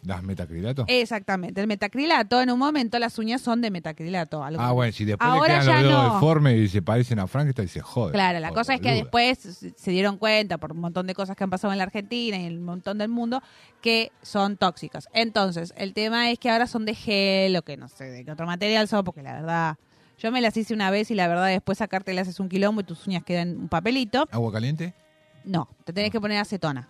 Speaker 6: ¿Las metacrilatos?
Speaker 4: Eh, Exactamente, el metacrilato, en un momento las uñas son de metacrilato, algo.
Speaker 6: ah, bueno, si después
Speaker 4: Ahora
Speaker 6: le quedan los
Speaker 4: ya
Speaker 6: dedos
Speaker 4: no.
Speaker 6: deformes y se parecen a Frankenstein, se jode. Oh,
Speaker 4: Claro, la
Speaker 6: Joder,
Speaker 4: cosa es que
Speaker 6: boluda.
Speaker 4: después se se dieron cuenta por un montón de cosas que han pasado en la Argentina y en un montón del mundo que son tóxicas. Entonces, el tema es que ahora son de gel o que no sé, de qué otro material son, porque la verdad, yo me las hice una vez y la verdad después sacártelas es un quilombo y tus uñas quedan un papelito.
Speaker 6: ¿Agua caliente?
Speaker 4: No, te tenés que poner acetona.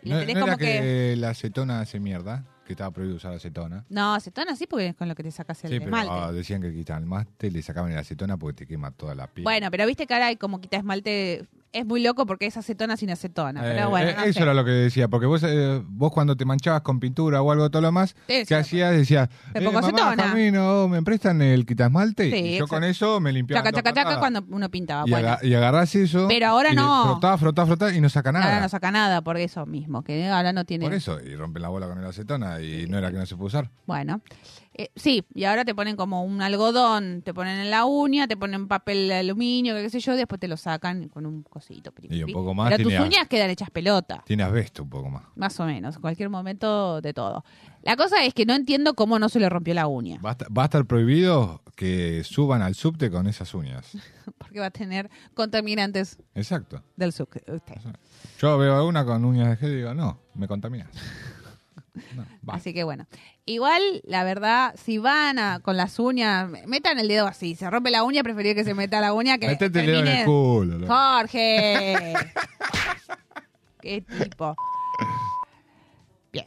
Speaker 4: Y le
Speaker 6: ¿No,
Speaker 4: tenés
Speaker 6: no
Speaker 4: como
Speaker 6: era
Speaker 4: que...
Speaker 6: que, la acetona hace mierda? Que estaba prohibido usar acetona.
Speaker 4: No, acetona sí porque es con lo que te sacas el
Speaker 6: Sí, pero
Speaker 4: esmalte.
Speaker 6: ah, decían que quitaban el mate, le sacaban la acetona porque te quema toda la piel.
Speaker 4: Bueno, pero viste que ahora hay como quita esmalte. Es muy loco porque es acetona sin acetona.
Speaker 6: Eh,
Speaker 4: pero bueno,
Speaker 6: eh,
Speaker 4: no
Speaker 6: eso
Speaker 4: sé.
Speaker 6: era lo que decía, porque vos eh, vos cuando te manchabas con pintura o algo todo lo más,
Speaker 4: Sí, sí,
Speaker 6: ¿qué hacías? Decías,
Speaker 4: Me
Speaker 6: eh,
Speaker 4: pongo
Speaker 6: mamá,
Speaker 4: acetona".
Speaker 6: Jamino, oh, ¿me prestan el quitasmalte?
Speaker 4: Sí,
Speaker 6: y yo
Speaker 4: exacto.
Speaker 6: con eso me limpiaba.
Speaker 4: Chaca,
Speaker 6: dos
Speaker 4: chaca, chaca
Speaker 6: patadas.
Speaker 4: cuando uno pintaba. pues,
Speaker 6: Y,
Speaker 4: bueno,
Speaker 6: aga- y agarrás eso.
Speaker 4: Pero ahora
Speaker 6: y le
Speaker 4: no.
Speaker 6: Frotás, frotás, frotás y no saca nada.
Speaker 4: ahora no saca nada por eso mismo, que ahora no tiene...
Speaker 6: Por eso, y rompen la bola con el acetona y no era que no se pudo usar.
Speaker 4: Bueno, Eh, sí, y ahora te ponen como un algodón, te ponen en la uña, te ponen papel de aluminio, qué sé yo, después te lo sacan con un cosito. piri,
Speaker 6: Y un
Speaker 4: piri.
Speaker 6: poco más
Speaker 4: Pero tus
Speaker 6: tenía-
Speaker 4: uñas quedan hechas pelota.
Speaker 6: Tiene asbesto un poco más.
Speaker 4: Más o menos, en cualquier momento de todo. La cosa es que no entiendo cómo no se le rompió la uña.
Speaker 6: Va a, esta- va a estar prohibido que suban al subte con esas uñas.
Speaker 4: Porque va a tener contaminantes
Speaker 6: Exacto.
Speaker 4: del suc- usted.
Speaker 6: Yo veo a una con uñas de gel y digo, no, me contaminas. No, va.
Speaker 4: Así que bueno. Igual, la verdad, si van a, con las uñas, metan el dedo así. Se rompe la uña, preferiría que se meta la uña que.
Speaker 6: Metete el dedo en el
Speaker 4: termine-
Speaker 10: לא.
Speaker 6: culo, loco.
Speaker 4: ¡Jorge! ¡Qué tipo! Bien.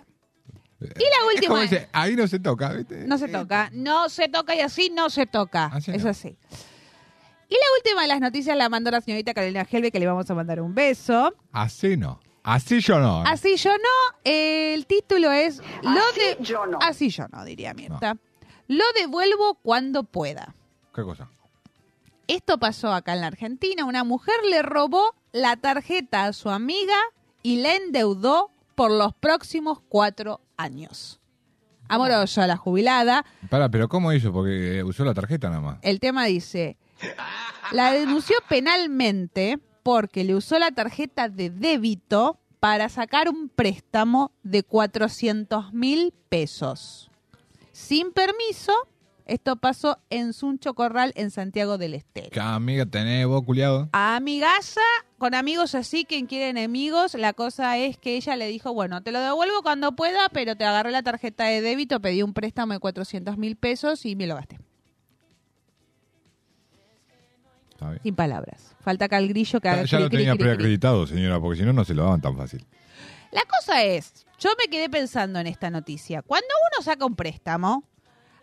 Speaker 4: Y la
Speaker 6: Eh, Es como
Speaker 4: última.
Speaker 6: dice, ahí no se toca, ¿viste?
Speaker 4: No se toca. No se toca y así no se toca.
Speaker 6: Así
Speaker 4: es
Speaker 6: no.
Speaker 4: así. Y la última de las noticias la mandó la señorita Carolina Helve, que le vamos a mandar un beso.
Speaker 6: Así no. Así yo no.
Speaker 4: Así yo no, eh, el título es lo de, yo no. Así yo no, diría Mirta. Lo devuelvo cuando pueda.
Speaker 6: ¿Qué cosa?
Speaker 4: Esto pasó acá en la Argentina. Una mujer le robó la tarjeta a su amiga y la endeudó por los próximos cuatro años. Amorosa la jubilada.
Speaker 6: Pará, pero ¿cómo hizo? Porque eh, usó la tarjeta nada más.
Speaker 4: El tema dice, la denunció penalmente porque le usó la tarjeta de débito para sacar un préstamo de 400 mil pesos. Sin permiso, esto pasó en Suncho Corral, en Santiago del
Speaker 6: ¿Qué
Speaker 4: Estero.
Speaker 6: amiga tenés vos, culiado?
Speaker 4: A amigaza, con amigos así, quien quiere enemigos, la cosa es que ella le dijo, bueno, te lo devuelvo cuando pueda, pero te agarré la tarjeta de débito, pedí un préstamo de 400 mil pesos y me lo gasté.
Speaker 6: Está bien.
Speaker 4: Sin palabras. Falta acá el grillo que haga
Speaker 6: Ya
Speaker 4: cri,
Speaker 6: lo
Speaker 4: cri,
Speaker 6: tenía
Speaker 4: cri, cri.
Speaker 6: preacreditado, señora, porque si no, no se lo daban tan fácil.
Speaker 4: La cosa es, yo me quedé pensando en esta noticia. Cuando uno saca un préstamo,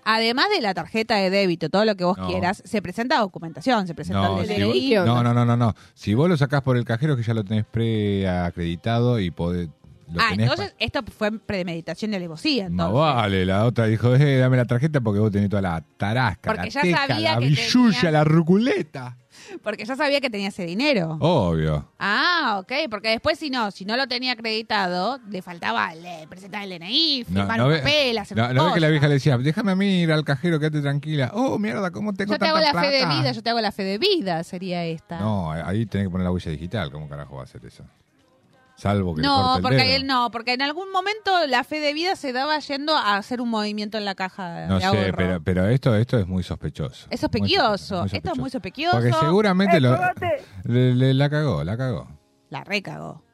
Speaker 4: además de la tarjeta de débito, todo lo que vos
Speaker 6: No.
Speaker 4: quieras, se presenta documentación, se presenta
Speaker 6: No,
Speaker 4: el
Speaker 6: si
Speaker 4: DNI.
Speaker 6: vos-
Speaker 2: ¿Qué onda?
Speaker 6: no, no, no, no, no. Si vos lo sacás por el cajero, que ya lo tenés preacreditado y podés. Lo
Speaker 4: Ah,
Speaker 6: tenés
Speaker 4: entonces esto fue premeditación de alevosía.
Speaker 6: pa- Más
Speaker 4: Entonces.
Speaker 6: Ah, vale, la otra dijo, eh, dame la tarjeta porque vos tenés toda la tarasca,
Speaker 4: Porque
Speaker 6: la
Speaker 4: ya
Speaker 6: teca,
Speaker 4: sabía
Speaker 6: la
Speaker 4: que
Speaker 6: billulla,
Speaker 4: tenía-
Speaker 6: la ruculeta.
Speaker 4: Porque ya sabía que tenía ese
Speaker 6: Oh.
Speaker 4: dinero.
Speaker 6: Obvio.
Speaker 4: Ah, ok, porque después si no, si no lo tenía acreditado, le faltaba eh, presentar el DNI, firmar un
Speaker 6: ve-
Speaker 4: papel, hacer
Speaker 6: no,
Speaker 4: una
Speaker 6: no ve que la
Speaker 4: cosa.
Speaker 6: vieja le decía, déjame a mí ir al cajero, quédate tranquila. Oh, mierda, ¿cómo tengo
Speaker 4: Yo te
Speaker 6: tanta
Speaker 4: hago la
Speaker 6: plata?
Speaker 4: fe de vida, yo te hago la fe de vida, sería esta.
Speaker 6: No, ahí tenés que poner la huella digital. ¿Cómo carajo va a hacer eso? Salvo que le corte
Speaker 4: No,
Speaker 6: el
Speaker 4: porque
Speaker 6: dedo.
Speaker 4: él no, porque en algún momento la fe de vida se daba yendo a hacer un movimiento en la caja
Speaker 6: No
Speaker 4: de
Speaker 6: sé,
Speaker 4: ahorro.
Speaker 6: pero, pero esto, esto es muy sospechoso.
Speaker 4: Es sospechoso.
Speaker 6: Muy
Speaker 4: Esto es muy sospechoso.
Speaker 6: Porque seguramente lo, le- le- la cagó, la cagó.
Speaker 4: La recagó.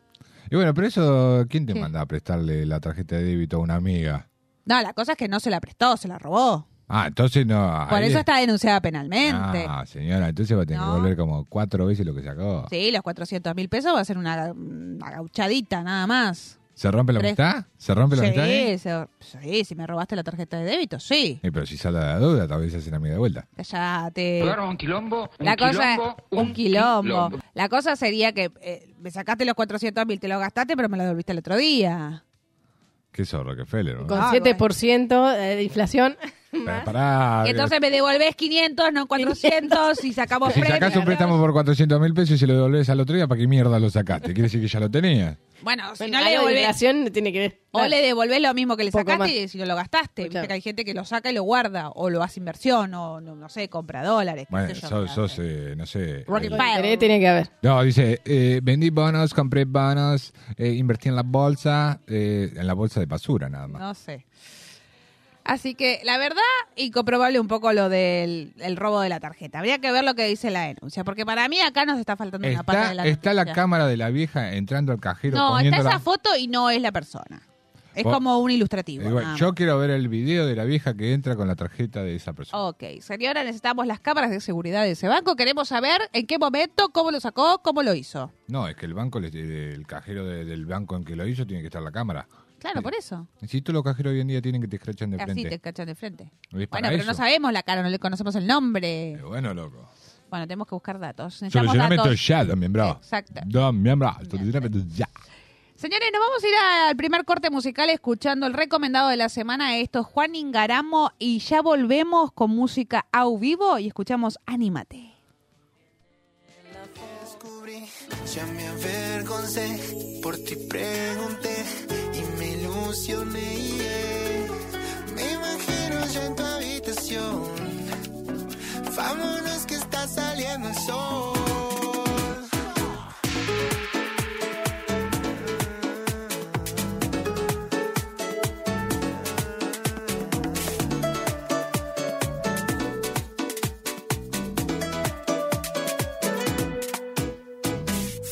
Speaker 6: Y bueno, pero eso, ¿quién te
Speaker 4: ¿Qué?
Speaker 6: manda a prestarle la tarjeta de débito a una amiga?
Speaker 4: No, la cosa es que no se la prestó, se la robó.
Speaker 6: Ah, entonces no.
Speaker 4: Por
Speaker 6: ahí
Speaker 4: eso
Speaker 6: es-
Speaker 4: está denunciada penalmente.
Speaker 6: Ah, señora, entonces va a tener
Speaker 4: No.
Speaker 6: que volver como cuatro veces lo que sacó.
Speaker 4: Sí, los 400 mil pesos va a ser una, una gauchadita nada más.
Speaker 6: ¿Se rompe la
Speaker 4: Tres.
Speaker 6: amistad? ¿Se rompe la
Speaker 4: sí,
Speaker 6: amistad? ahí?
Speaker 4: se- sí, si me robaste la tarjeta de débito, sí.
Speaker 6: Eh, pero si sale la duda, tal vez se hacen amiga de vuelta.
Speaker 4: Cállate.
Speaker 11: un quilombo,
Speaker 4: La cosa un quilombo. La cosa sería que eh, me sacaste los 400 mil, te lo gastaste, pero me lo devolviste el otro día.
Speaker 6: Ah, Qué zorro, qué felo, ¿no?
Speaker 2: Con
Speaker 4: Ah,
Speaker 2: 7% eh, de inflación.
Speaker 6: Pero pará.
Speaker 4: Entonces me devolvés 500, no 400 y sacamos
Speaker 6: si
Speaker 4: premios.
Speaker 6: sacás un préstamo por 400 mil pesos y se lo devolvés al otro día, ¿para qué mierda lo sacaste? Quiere decir que ya lo tenías.
Speaker 4: Bueno, si
Speaker 2: Bueno,
Speaker 4: no
Speaker 2: algo
Speaker 4: le
Speaker 2: de
Speaker 4: devolvés
Speaker 2: inflación tiene que ver.
Speaker 4: O le devolvés lo mismo que le
Speaker 2: Poco
Speaker 4: sacaste
Speaker 2: más.
Speaker 4: y si no lo gastaste. Viste
Speaker 2: Claro.
Speaker 4: que hay gente que lo saca y lo guarda, o lo hace inversión, o no, no sé, compra dólares. qué
Speaker 6: Bueno,
Speaker 4: sé yo,
Speaker 6: sos,
Speaker 4: mira.
Speaker 6: sos, eh, no sé.
Speaker 4: Rocky
Speaker 6: eh,
Speaker 2: Con
Speaker 4: Pile.
Speaker 2: interés tiene que haber.
Speaker 6: No, dice, eh, vendí bonos, compré bonos, eh, invertí en la bolsa, eh, en la bolsa de basura nada más.
Speaker 4: No sé. Así que la verdad, incomprobable un poco lo del el robo de la tarjeta. Habría que ver lo que dice la denuncia, porque para mí acá nos está faltando una parte
Speaker 6: Está,
Speaker 4: de la
Speaker 6: está la
Speaker 4: noticia.
Speaker 6: cámara de la vieja entrando al cajero
Speaker 4: No, está
Speaker 6: poniendo la-
Speaker 4: esa foto y no es la persona. Es
Speaker 6: Vos-
Speaker 4: como un ilustrativo.
Speaker 6: Eh, bueno,
Speaker 4: nada
Speaker 6: yo
Speaker 4: más.
Speaker 6: quiero ver el video de la vieja que entra con la tarjeta de esa persona.
Speaker 4: Ok, señora, necesitamos las cámaras de seguridad de ese banco. Queremos saber en qué momento, cómo lo sacó, cómo lo hizo.
Speaker 6: No, es que el banco, les- el cajero de- del banco en que lo hizo tiene que estar la cámara.
Speaker 4: Claro, por eso.
Speaker 6: Si todos los cajeros hoy en día tienen que te escrachan de
Speaker 4: Así te
Speaker 6: frente.
Speaker 4: cachan de frente.
Speaker 6: Es
Speaker 4: Bueno,
Speaker 6: para
Speaker 4: pero
Speaker 6: eso.
Speaker 4: no sabemos la cara, no le conocemos el nombre.
Speaker 6: Eh, bueno, loco.
Speaker 4: Bueno, tenemos que buscar datos. Necesitamos
Speaker 6: Solucionamiento
Speaker 4: datos.
Speaker 6: ya, también bravo.
Speaker 4: Exacto.
Speaker 6: También bravo. Solucionamiento ya.
Speaker 4: Señores, nos vamos a ir al primer corte musical escuchando el recomendado de la semana. Esto es Juan Ingaramo y ya volvemos con música a vivo y escuchamos Anímate.
Speaker 11: descubrí, ya me avergoncé, por ti pregunté y me ilusioné. yeah. Me imagino ya en tu habitación, vámonos que está saliendo el sol.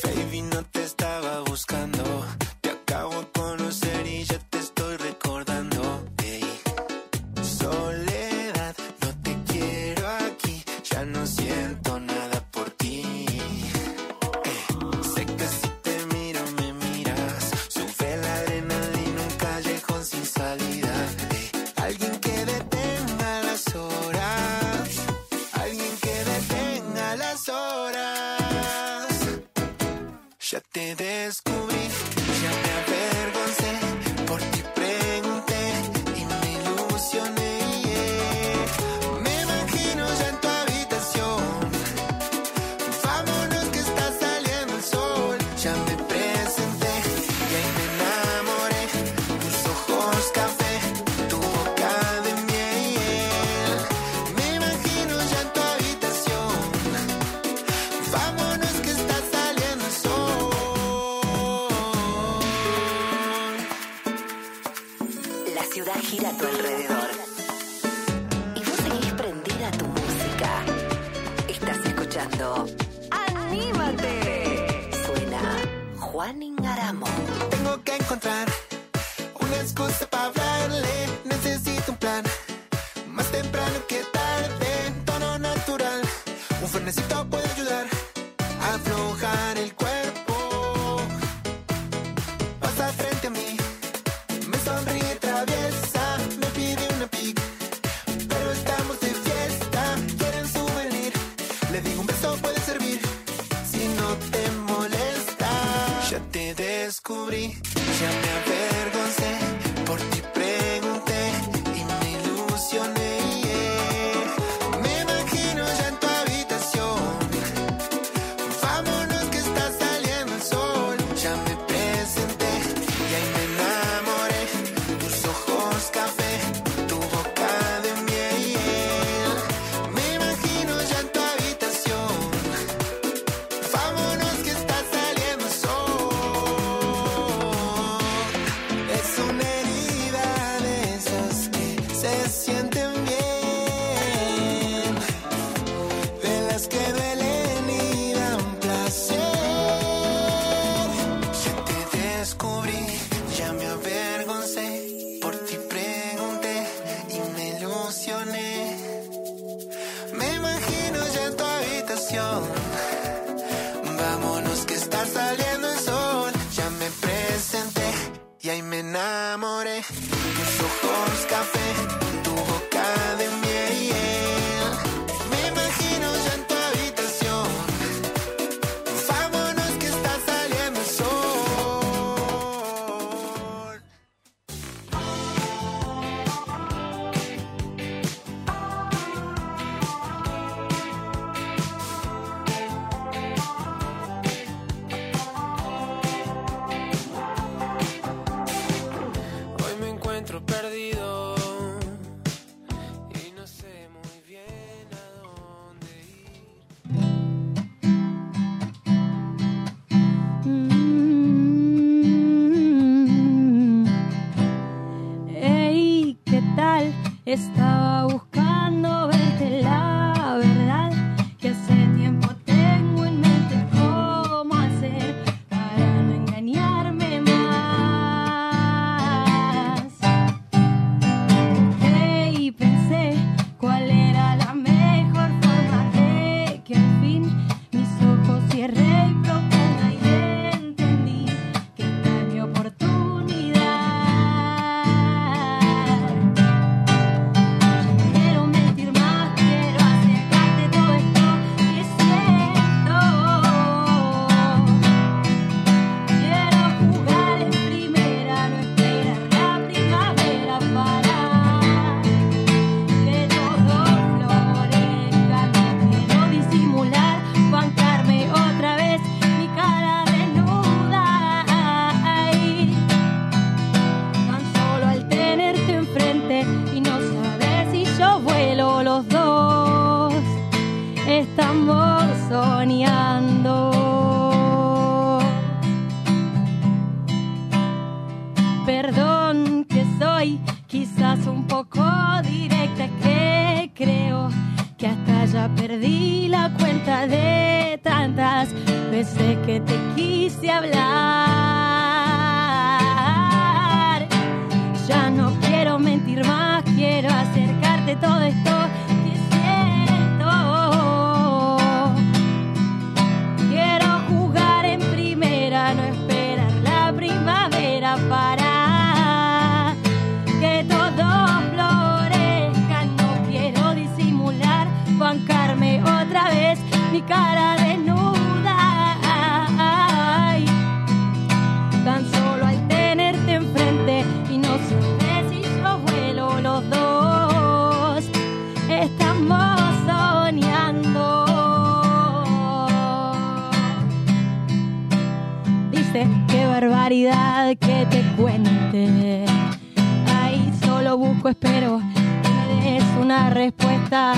Speaker 11: Baby, no te estaba buscando. Te acabo de conocer y ya te estoy recordando. Ey. Soledad, no te quiero aquí. Ya no siento nada por ti. Eh, Sé que si te miro, me miras. Sube la adrenalina, un callejón sin salida. Eh, Alguien que detenga las horas. Alguien que detenga las horas. Ya te descubrí, ya me avergoncé, por ti pregunté y me ilusioné. yeah. Me imagino ya en tu habitación, vámonos que está saliendo el sol. Ya me presenté y ahí me enamoré, tus ojos café, tu boca de miel. Me imagino ya en tu habitación. Vámonos que está saliendo el sol.
Speaker 3: La ciudad gira a tu alrededor. Y vos seguís prendida a tu música. Estás escuchando. ¡Anímate! Suena Juan Ingaramo.
Speaker 11: Tengo que encontrar una excusa para hablarle. Necesito un plan. Más temprano que tarde, en tono natural. Un fernecito puede ayudar a aflojar el cuerpo. Pasa frente a mí, me sonríe traviesa, me pide una pic. Pero estamos de fiesta, quieren souvenir. Le digo un beso puede servir si no te molesta. Ya te descubrí, ya me avergoncé. Por ti pregunté y me ilusioné. yeah. Me imagino ya en tu habitación. Vámonos que está saliendo el sol. Ya me presenté y ahí me enamoré. Tus ojos café, tu boca de miel. Me imagino ya en tu habitación. Vámonos que está saliendo el sol. Es una herida de esas que se sienten bien de las que duelen y dan placer. Ya te descubrí, ya me avergoncé, por ti pregunté y me ilusioné. Me imagino ya en tu habitación. Vámonos que está saliendo el sol. Ya me presenté y ahí me enamoré. Tus ojos café, tu boca de miel. Me imagino ya en tu habitación. Vámonos que está saliendo el sol.
Speaker 12: Estaba buscando verte la verdad que hace tiempo tengo en mente cómo hacer para no engañarme más. Busqué y pensé cuál era la mejor forma de que al fin mis ojos cierren y proponga y entendí que era mi oportunidad. Quiero mentir más, quiero acercarte todo esto que siento. Quiero jugar en primera, no esperar la primavera para que todo florezca. Quiero disimular, bancarme otra vez mi cara desnuda. Ay, Tan solo al tenerte enfrente y no saber si yo vuelo los dos. Estamos soñando. Perdón que soy quizás un poco directa que creo que hasta ya perdí la cuenta de tantas veces que te quise hablar. Ya no quiero mentir más, quiero acercarte todo esto que siento. Quiero jugar en primera, no esperar la primavera para que todo florezca. No quiero disimular, bancarme otra vez mi cara desnuda. Ay, tan solo al tenerte enfrente y no saber si yo vuelo los dos. Estamos soñando. Dice, qué barbaridad que te cuente. Ahí solo busco, espero que me des una respuesta.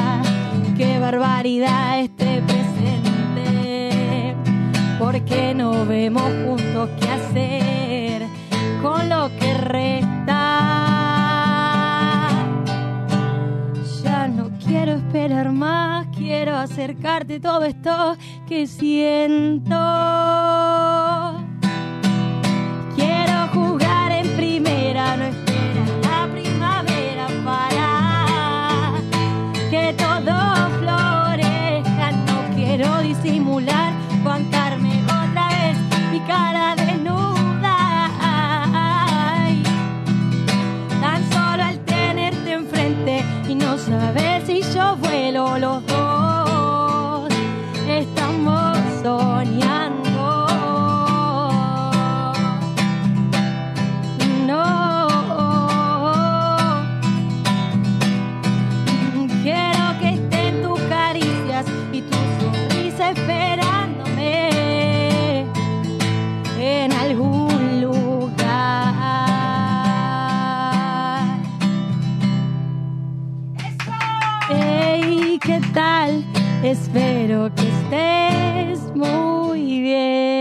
Speaker 12: Qué barbaridad este presente. Porque no vemos juntos qué hacer con lo que resta. Ya no quiero esperar más, quiero acercarte todo esto que siento. Quiero jugar en primera, no esperar la primavera para que todo florezca. No quiero disimular, bancarme otra vez mi cara desnuda. Ay, Tan solo al tenerte enfrente y no saber si yo vuelo los dos. Estamos soñando. No. Quiero que estén tus caricias y tu sonrisa esperándome en algún lugar. Hey, ¿qué tal? Espero que estés muy bien.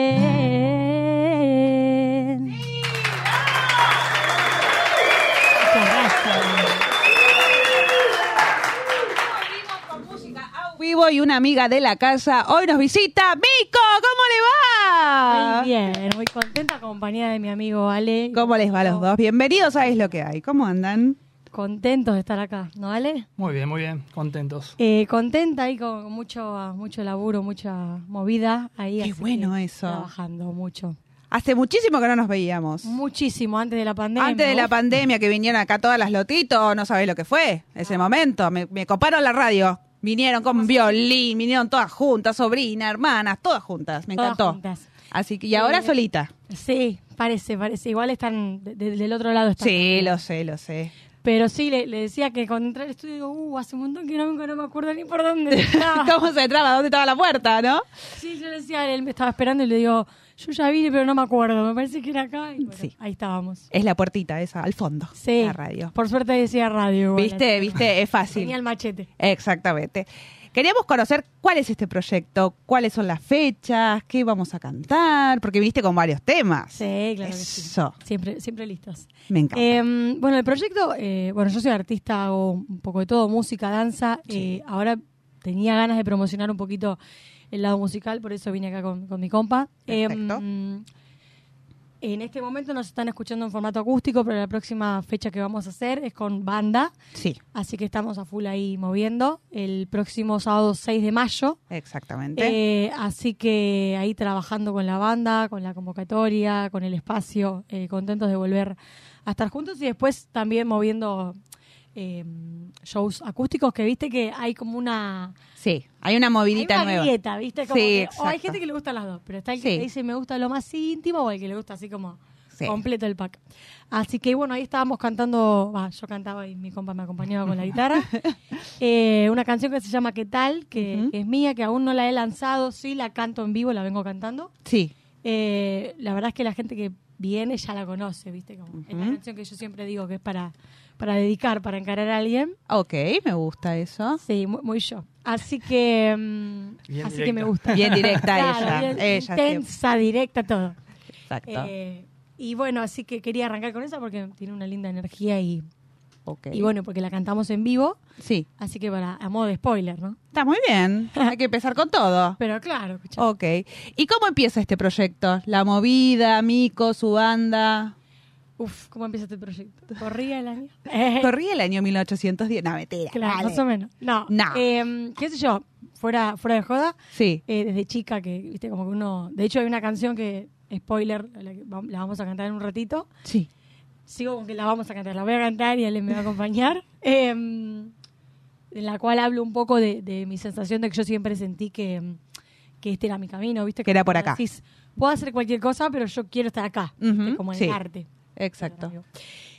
Speaker 4: Vivo y una amiga de la casa hoy nos visita. ¡Mico! ¿Cómo le va?
Speaker 12: Muy bien, muy contenta compañía de mi amigo Ale.
Speaker 4: Ah. ¿Cómo les va a los dos? Bienvenidos a Es lo que hay. ¿Cómo andan?
Speaker 12: Contentos de estar acá, ¿no Ale?
Speaker 13: Muy bien, muy bien, contentos.
Speaker 12: Eh, contenta ahí con mucho, mucho laburo, mucha movida ahí.
Speaker 4: Qué
Speaker 12: así
Speaker 4: bueno
Speaker 12: que
Speaker 4: eso.
Speaker 12: Trabajando mucho.
Speaker 4: Hace muchísimo que no nos veíamos.
Speaker 12: Muchísimo, antes de la pandemia.
Speaker 4: Antes de la
Speaker 12: Uf.
Speaker 4: pandemia que vinieron acá todas las lotitos, no sabéis lo que fue ese momento. Me, me coparon la radio. Vinieron con violín, vinieron todas juntas, sobrina, hermanas, todas juntas. Me
Speaker 12: Todas
Speaker 4: encantó.
Speaker 12: juntas.
Speaker 4: Así que, y ahora
Speaker 12: Eh,
Speaker 4: solita.
Speaker 12: Sí, parece, parece. Igual están de- de- del otro lado. Están
Speaker 4: Sí, lo sé, lo sé.
Speaker 12: Pero sí, le, le decía que cuando entré al estudio, digo, uh, hace un montón que no, vengo, no me acuerdo ni por dónde estaba.
Speaker 4: ¿Cómo se traba? ¿Dónde estaba la puerta, no?
Speaker 12: Sí, yo le decía, él me estaba esperando y le digo, yo ya vine, pero no me acuerdo. Me parece que era acá. Y bueno, Ahí estábamos.
Speaker 4: Es la puertita esa, al fondo.
Speaker 12: Sí.
Speaker 4: La radio.
Speaker 12: Por suerte decía radio. igual. este.
Speaker 4: ¿Viste? ¿Viste? Es fácil.
Speaker 12: Tenía el machete.
Speaker 4: Exactamente. Queríamos conocer cuál es este proyecto, cuáles son las fechas, qué vamos a cantar, porque viniste con varios temas.
Speaker 5: Sí, claro que sí.
Speaker 4: Eso.
Speaker 5: Siempre, siempre listas.
Speaker 4: Me encanta.
Speaker 5: Eh, bueno, el proyecto, eh, bueno, yo soy artista, hago un poco de todo, música, danza. eh, ahora tenía ganas de promocionar un poquito el lado musical, por eso vine acá con, con mi compa. Eh,
Speaker 4: Perfecto.
Speaker 5: en este momento nos están escuchando en formato acústico, pero la próxima fecha que vamos a hacer es con banda.
Speaker 4: Sí.
Speaker 5: Así que estamos a full ahí moviendo. El próximo sábado 6 de mayo.
Speaker 4: Exactamente.
Speaker 5: Eh, así que ahí trabajando con la banda, con la convocatoria, con el espacio, eh, contentos de volver a estar juntos y después también moviendo eh, shows acústicos que viste que hay como una,
Speaker 4: sí, hay una
Speaker 5: hay
Speaker 4: movidita
Speaker 5: una
Speaker 4: nueva.
Speaker 5: grieta, viste como
Speaker 4: Sí,
Speaker 5: que- o
Speaker 4: exacto.
Speaker 5: hay gente que le gustan las dos, pero está el que
Speaker 4: Sí.
Speaker 5: te dice me gusta lo más íntimo o el que le gusta así como
Speaker 4: Sí.
Speaker 5: completo el pack. Así que bueno, ahí estábamos cantando, va, yo cantaba y mi compa me acompañaba con la guitarra. Eh, una canción que se llama ¿Qué tal? Que, que es mía, que aún no la he lanzado, sí la canto en vivo, la vengo cantando.
Speaker 4: Sí.
Speaker 5: Eh, la verdad es que la gente que viene ya la conoce, ¿viste? Como Es la
Speaker 4: Ujú.
Speaker 5: canción que yo siempre digo que es para, para dedicar, para encarar a alguien.
Speaker 4: Ok, me gusta eso.
Speaker 5: Sí, muy, muy yo. Así que, mm,
Speaker 4: Bien
Speaker 5: así
Speaker 4: directa.
Speaker 5: que me gusta.
Speaker 4: Bien directa ella,
Speaker 5: Claro, bien
Speaker 4: ella
Speaker 5: intensa, directa, todo.
Speaker 4: Exacto.
Speaker 5: Eh, y bueno, así que quería arrancar con esa porque tiene una linda energía y,
Speaker 4: Ok.
Speaker 5: y bueno, porque la cantamos en vivo.
Speaker 4: Sí.
Speaker 5: Así que para, a modo de spoiler, ¿no?
Speaker 4: Está muy bien. Hay que empezar con todo.
Speaker 5: Pero claro, escucha.
Speaker 4: Ok. ¿Y cómo empieza este proyecto? La movida, Mico, su banda.
Speaker 5: Uf, ¿cómo empieza este proyecto? Corría el año.
Speaker 4: Corría el año 1810. No, mentira.
Speaker 5: Eh. Claro,
Speaker 4: dale.
Speaker 5: más o menos. No,
Speaker 4: No.
Speaker 5: eh, qué sé yo, fuera, fuera de joda.
Speaker 4: Sí.
Speaker 5: eh, desde chica que, viste, como que uno... De hecho, hay una canción que, spoiler, la, que va- la vamos a cantar en un ratito.
Speaker 4: Sí.
Speaker 5: Sigo con que la vamos a cantar. La voy a cantar y él me va a acompañar. eh, en la cual hablo un poco de, de mi sensación de que yo siempre sentí que, que este era mi camino, viste.
Speaker 4: Que era por
Speaker 5: cuando
Speaker 4: acá.
Speaker 5: decís, puedo hacer cualquier cosa, pero yo quiero estar acá.
Speaker 4: Ujú,
Speaker 5: ¿viste? Como en
Speaker 4: sí.
Speaker 5: el arte.
Speaker 4: Exacto.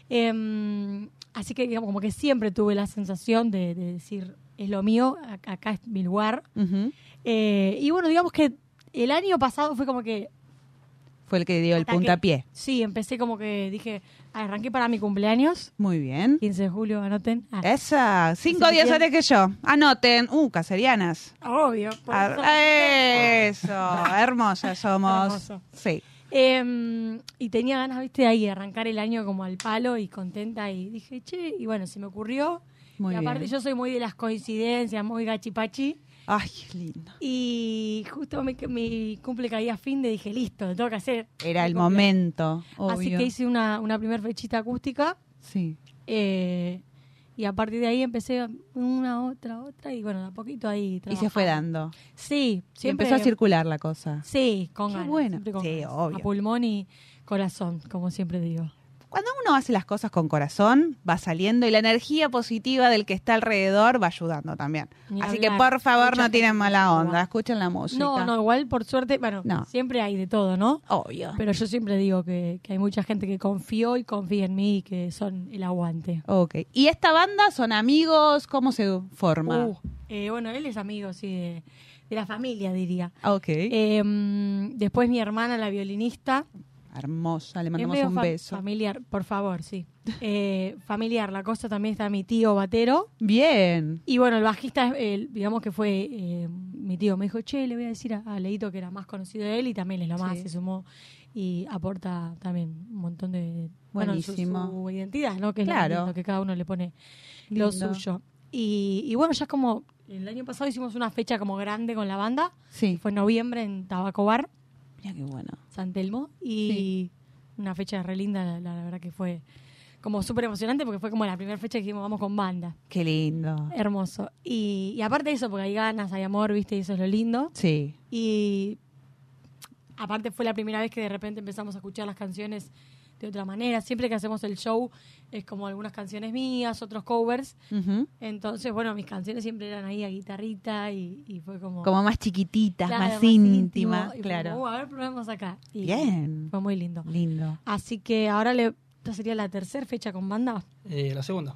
Speaker 5: Eh, así que, digamos, como que siempre tuve la sensación de, de decir, es lo mío, ac- acá es mi lugar.
Speaker 4: Ujú.
Speaker 5: Eh, y bueno, digamos que el año pasado fue como que...
Speaker 4: Fue el que dio el
Speaker 5: hasta que-
Speaker 4: puntapié.
Speaker 5: sí, empecé como que dije, arranqué para mi cumpleaños,
Speaker 4: Muy bien.
Speaker 5: 15 de julio, anoten. Ah,
Speaker 4: Esa. Cinco
Speaker 5: Ese
Speaker 4: días
Speaker 5: bien.
Speaker 4: antes que yo. Anoten. Uh, caserianas.
Speaker 5: Obvio. por
Speaker 4: Ah,
Speaker 5: eso.
Speaker 4: eso. Hermosas somos.
Speaker 5: Hermoso.
Speaker 4: Sí.
Speaker 5: Eh, y tenía ganas, viste, de ahí de arrancar el año como al palo y contenta y dije, che, y bueno, se me ocurrió.
Speaker 4: Muy
Speaker 5: y aparte
Speaker 4: bien.
Speaker 5: yo soy muy de las coincidencias, muy gachipachi.
Speaker 4: Ay, qué lindo.
Speaker 5: Y justo mi, mi cumple caía fin de dije, listo, lo tengo que hacer.
Speaker 4: Era
Speaker 5: Mi
Speaker 4: el
Speaker 5: cumple.
Speaker 4: momento.
Speaker 5: Así
Speaker 4: obvio.
Speaker 5: que hice una, una primera fechita acústica
Speaker 4: Sí.
Speaker 5: eh, y a partir de ahí empecé una, otra, otra y bueno, de a poquito ahí
Speaker 4: Y se
Speaker 5: trabajando.
Speaker 4: fue dando.
Speaker 5: Sí,
Speaker 4: Y
Speaker 5: siempre.
Speaker 4: empezó a circular la cosa.
Speaker 5: Sí, con
Speaker 4: Qué
Speaker 5: ganas.
Speaker 4: bueno.
Speaker 5: siempre con
Speaker 4: Sí,
Speaker 5: ganas.
Speaker 4: obvio.
Speaker 5: A pulmón y corazón, como siempre digo.
Speaker 4: Cuando uno hace las cosas con corazón, va saliendo y la energía positiva del que está alrededor va ayudando también.
Speaker 5: Ni
Speaker 4: Así que
Speaker 5: hablar.
Speaker 4: por favor
Speaker 5: Mucha
Speaker 4: no tienen
Speaker 5: gente
Speaker 4: mala
Speaker 5: ayuda.
Speaker 4: onda, escuchen la música.
Speaker 5: No, no, igual por suerte, bueno,
Speaker 4: No.
Speaker 5: siempre hay de todo, ¿no?
Speaker 4: Obvio.
Speaker 5: Pero yo siempre digo que, que hay mucha gente que confió y confía en mí y que son el aguante.
Speaker 4: Ok. ¿Y esta banda son amigos? ¿Cómo se forma?
Speaker 5: Uh, eh, bueno, él es amigo, sí, de, de la familia, diría.
Speaker 4: ok.
Speaker 5: Eh, mm, después mi hermana, la violinista.
Speaker 4: Hermosa, le
Speaker 5: Es
Speaker 4: mandamos
Speaker 5: medio
Speaker 4: un
Speaker 5: fa-
Speaker 4: beso.
Speaker 5: Familiar, por favor, sí. Eh, familiar, la cosa también está mi tío Batero.
Speaker 4: Bien.
Speaker 5: Y bueno, el bajista, eh, digamos que fue eh, mi tío, me dijo, che, le voy a decir a, a Leito que era más conocido de él y también es lo más,
Speaker 4: Sí.
Speaker 5: se sumó y aporta también un montón de bueno, su-
Speaker 4: Buenísimo.
Speaker 5: su, identidad, ¿no? Que es lo
Speaker 4: Claro.
Speaker 5: lindo, que cada uno le pone lo
Speaker 4: Lindo.
Speaker 5: suyo. Y, y bueno, ya es como, el año pasado hicimos una fecha como grande con la banda,
Speaker 4: Sí. Ah.
Speaker 5: fue en noviembre en Tabaco Bar,
Speaker 4: Mira qué bueno.
Speaker 5: San Telmo, y una fecha re linda, la, la- la verdad que fue como súper emocionante porque fue como la primera fecha que dijimos, vamos con banda.
Speaker 4: Qué lindo.
Speaker 5: Hermoso. Y, y aparte de eso, porque hay ganas, hay amor, ¿viste? Y eso es lo lindo.
Speaker 4: Sí.
Speaker 5: Y aparte fue la primera vez que de repente empezamos a escuchar las canciones de otra manera. Siempre que hacemos el show es como algunas canciones mías, otros covers.
Speaker 4: Ujú.
Speaker 5: Entonces, bueno, mis canciones siempre eran ahí a guitarrita y, y fue como...
Speaker 4: Como más chiquititas,
Speaker 5: Claro,
Speaker 4: más,
Speaker 5: íntimo.
Speaker 4: íntima.
Speaker 5: Y fue como,
Speaker 4: Claro.
Speaker 5: "Uh, a ver, probemos acá. Y
Speaker 4: Bien.
Speaker 5: Fue muy lindo.
Speaker 4: Lindo.
Speaker 5: Así que ahora le... Esta sería la tercera fecha con banda.
Speaker 12: Eh, la segunda.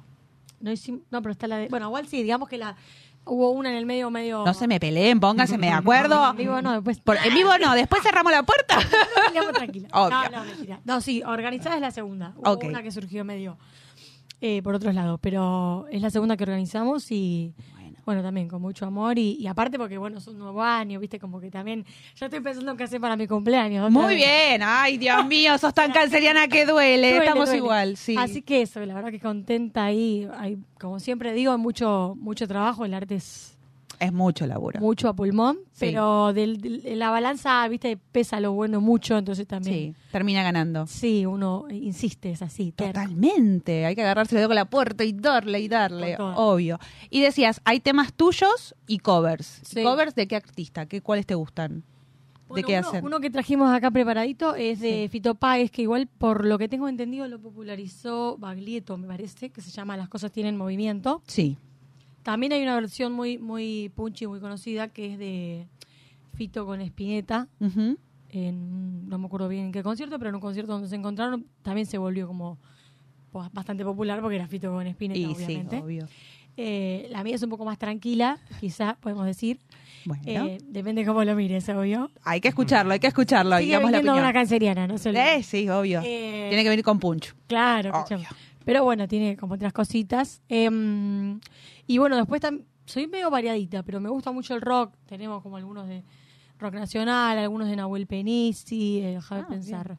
Speaker 5: No, hicim- no, pero está la de... Bueno, igual sí, digamos que la... Hubo una en el medio, medio...
Speaker 4: No se me peleen, pónganse de acuerdo.
Speaker 5: En vivo no, después.
Speaker 4: Por- en vivo no, después cerramos la puerta.
Speaker 5: Digamos tranquila.
Speaker 4: Obvio.
Speaker 5: No, no, mentira. No, sí, organizada es la segunda. Hubo
Speaker 4: Ok.
Speaker 5: una que surgió medio eh, por otros lados, pero es la segunda que organizamos y Bueno, también con mucho amor y, y aparte porque, bueno, es un nuevo año, viste, como que también ya estoy pensando qué hacer para mi cumpleaños. otra
Speaker 4: Muy
Speaker 5: vez.
Speaker 4: bien, ay Dios mío, sos tan canceriana que duele,
Speaker 5: Duele,
Speaker 4: estamos
Speaker 5: duele.
Speaker 4: igual, sí.
Speaker 5: Así que eso, la verdad que contenta ahí. Hay, como siempre digo, hay mucho, mucho trabajo, el arte es
Speaker 4: es mucho laburo.
Speaker 5: mucho a pulmón, pero del- del- de la balanza, viste, pesa lo bueno mucho, entonces también.
Speaker 4: Sí, termina ganando.
Speaker 5: Sí, uno insiste, es así.
Speaker 4: Totalmente, hay que agarrarse el dedo con la puerta y darle y darle,
Speaker 5: Con todo.
Speaker 4: obvio. Y decías, hay temas tuyos y covers.
Speaker 5: Sí.
Speaker 4: ¿Covers de qué artista? ¿Qué, ¿Cuáles te gustan? ¿De
Speaker 5: Bueno,
Speaker 4: qué
Speaker 5: uno,
Speaker 4: hacen?
Speaker 5: uno que trajimos acá preparadito es de Fito Páez, que igual por lo que tengo entendido lo popularizó Baglietto, me parece, que se llama Las cosas tienen movimiento.
Speaker 4: Sí.
Speaker 5: También hay una versión muy, muy punchy, muy conocida, que es de Fito con Espineta.
Speaker 4: Ujú.
Speaker 5: en- no me acuerdo bien en qué concierto, pero en un concierto donde se encontraron también se volvió como pues, bastante popular porque era Fito con Spinetta,
Speaker 4: Y sí,
Speaker 5: obviamente.
Speaker 4: obvio.
Speaker 5: Eh, la mía es un poco más tranquila, quizá podemos decir.
Speaker 4: Bueno.
Speaker 5: Eh, depende cómo lo mires, obvio.
Speaker 4: Hay que escucharlo, hay que escucharlo,
Speaker 5: Sigue
Speaker 4: digamos la
Speaker 5: vendiendo
Speaker 4: opinión.
Speaker 5: una canceriana, no se olviden.
Speaker 4: Eh, sí, obvio.
Speaker 5: Eh,
Speaker 4: Tiene que venir con punch.
Speaker 5: Claro, escuchame. pero bueno, tiene como otras cositas. Em, y bueno, después tam- soy medio variadita, pero me gusta mucho el rock. Tenemos como algunos de rock nacional, algunos de Nahuel Penisi, eh, deja
Speaker 4: Ah,
Speaker 5: de pensar.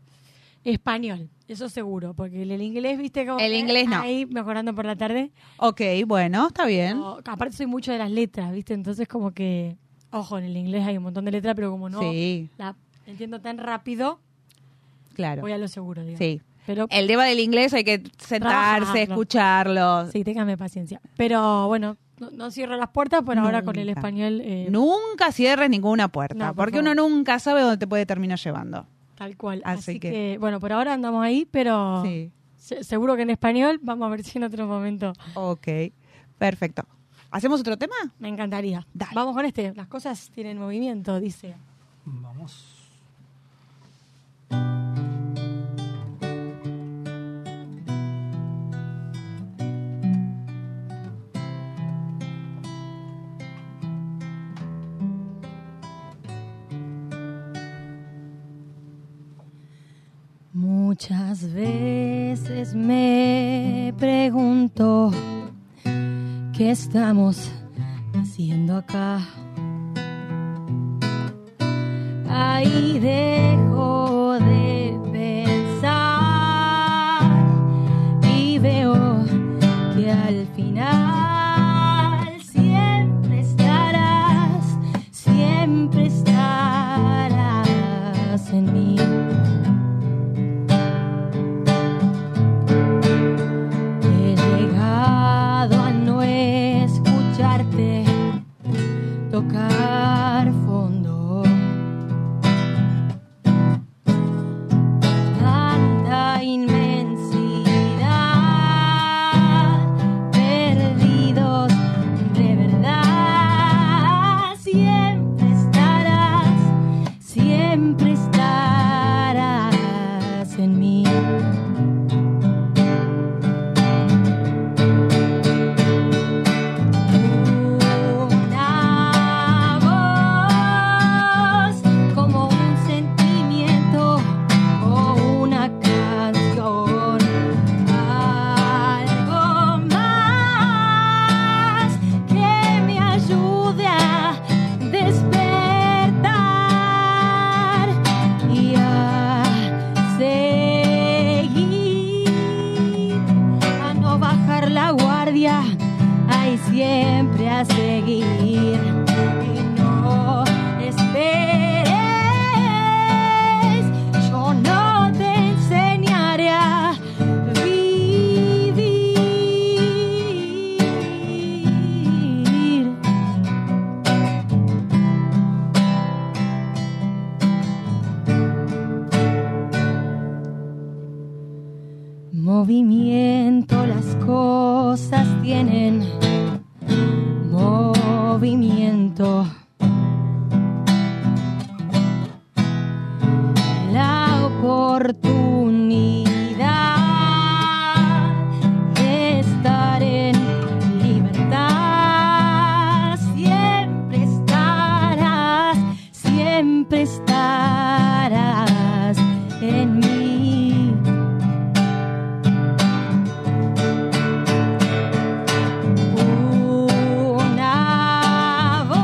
Speaker 5: Español, eso seguro, porque el, el inglés, viste, como
Speaker 4: El
Speaker 5: que
Speaker 4: inglés no.
Speaker 5: ahí mejorando por la tarde.
Speaker 4: Ok, bueno, está bien.
Speaker 5: O- aparte soy mucho de las letras, viste, entonces como que, ojo, en el inglés hay un montón de letras, pero como no
Speaker 4: Sí.
Speaker 5: la entiendo tan rápido,
Speaker 4: Claro.
Speaker 5: voy a lo seguro, digamos.
Speaker 4: Sí.
Speaker 5: Pero
Speaker 4: El tema del inglés hay que sentarse,
Speaker 5: Trabajarlo.
Speaker 4: escucharlo.
Speaker 5: Sí, téngame paciencia. Pero bueno, no, no cierro las puertas, pero ahora con el
Speaker 4: Nunca.
Speaker 5: español eh,
Speaker 4: Nunca cierres ninguna puerta,
Speaker 5: No, por
Speaker 4: porque
Speaker 5: favor.
Speaker 4: uno nunca sabe dónde te puede terminar llevando.
Speaker 5: tal cual.
Speaker 4: Así
Speaker 5: Así,
Speaker 4: que-
Speaker 5: que... bueno, por ahora andamos ahí, pero
Speaker 4: Sí.
Speaker 5: se- seguro que en español vamos a ver si en otro momento.
Speaker 4: Ok, perfecto. ¿Hacemos otro tema?
Speaker 5: Me encantaría. Vamos con este. Las cosas tienen movimiento, dice.
Speaker 13: Vamos.
Speaker 5: Muchas
Speaker 13: veces
Speaker 5: me pregunto qué estamos
Speaker 12: haciendo acá.
Speaker 5: Ahí dejo de pensar y veo que al final siempre estarás, siempre estarás en mí.
Speaker 12: He llegado a no escucharte tocar fondo.
Speaker 5: Tanta inmensidad, perdidos de verdad, siempre estarás, siempre estarás en mí.
Speaker 12: Una voz como un sentimiento o una canción. Algo más que me ayude a despertar y a seguir, a no bajar la guardia. Hay siempre a seguir y no esperes. Yo no te enseñaré a vivir.
Speaker 5: Movimiento, las
Speaker 12: cosas tienen movimiento. La oportunidad de estar en libertad siempre estarás, siempre estarás en mí. Una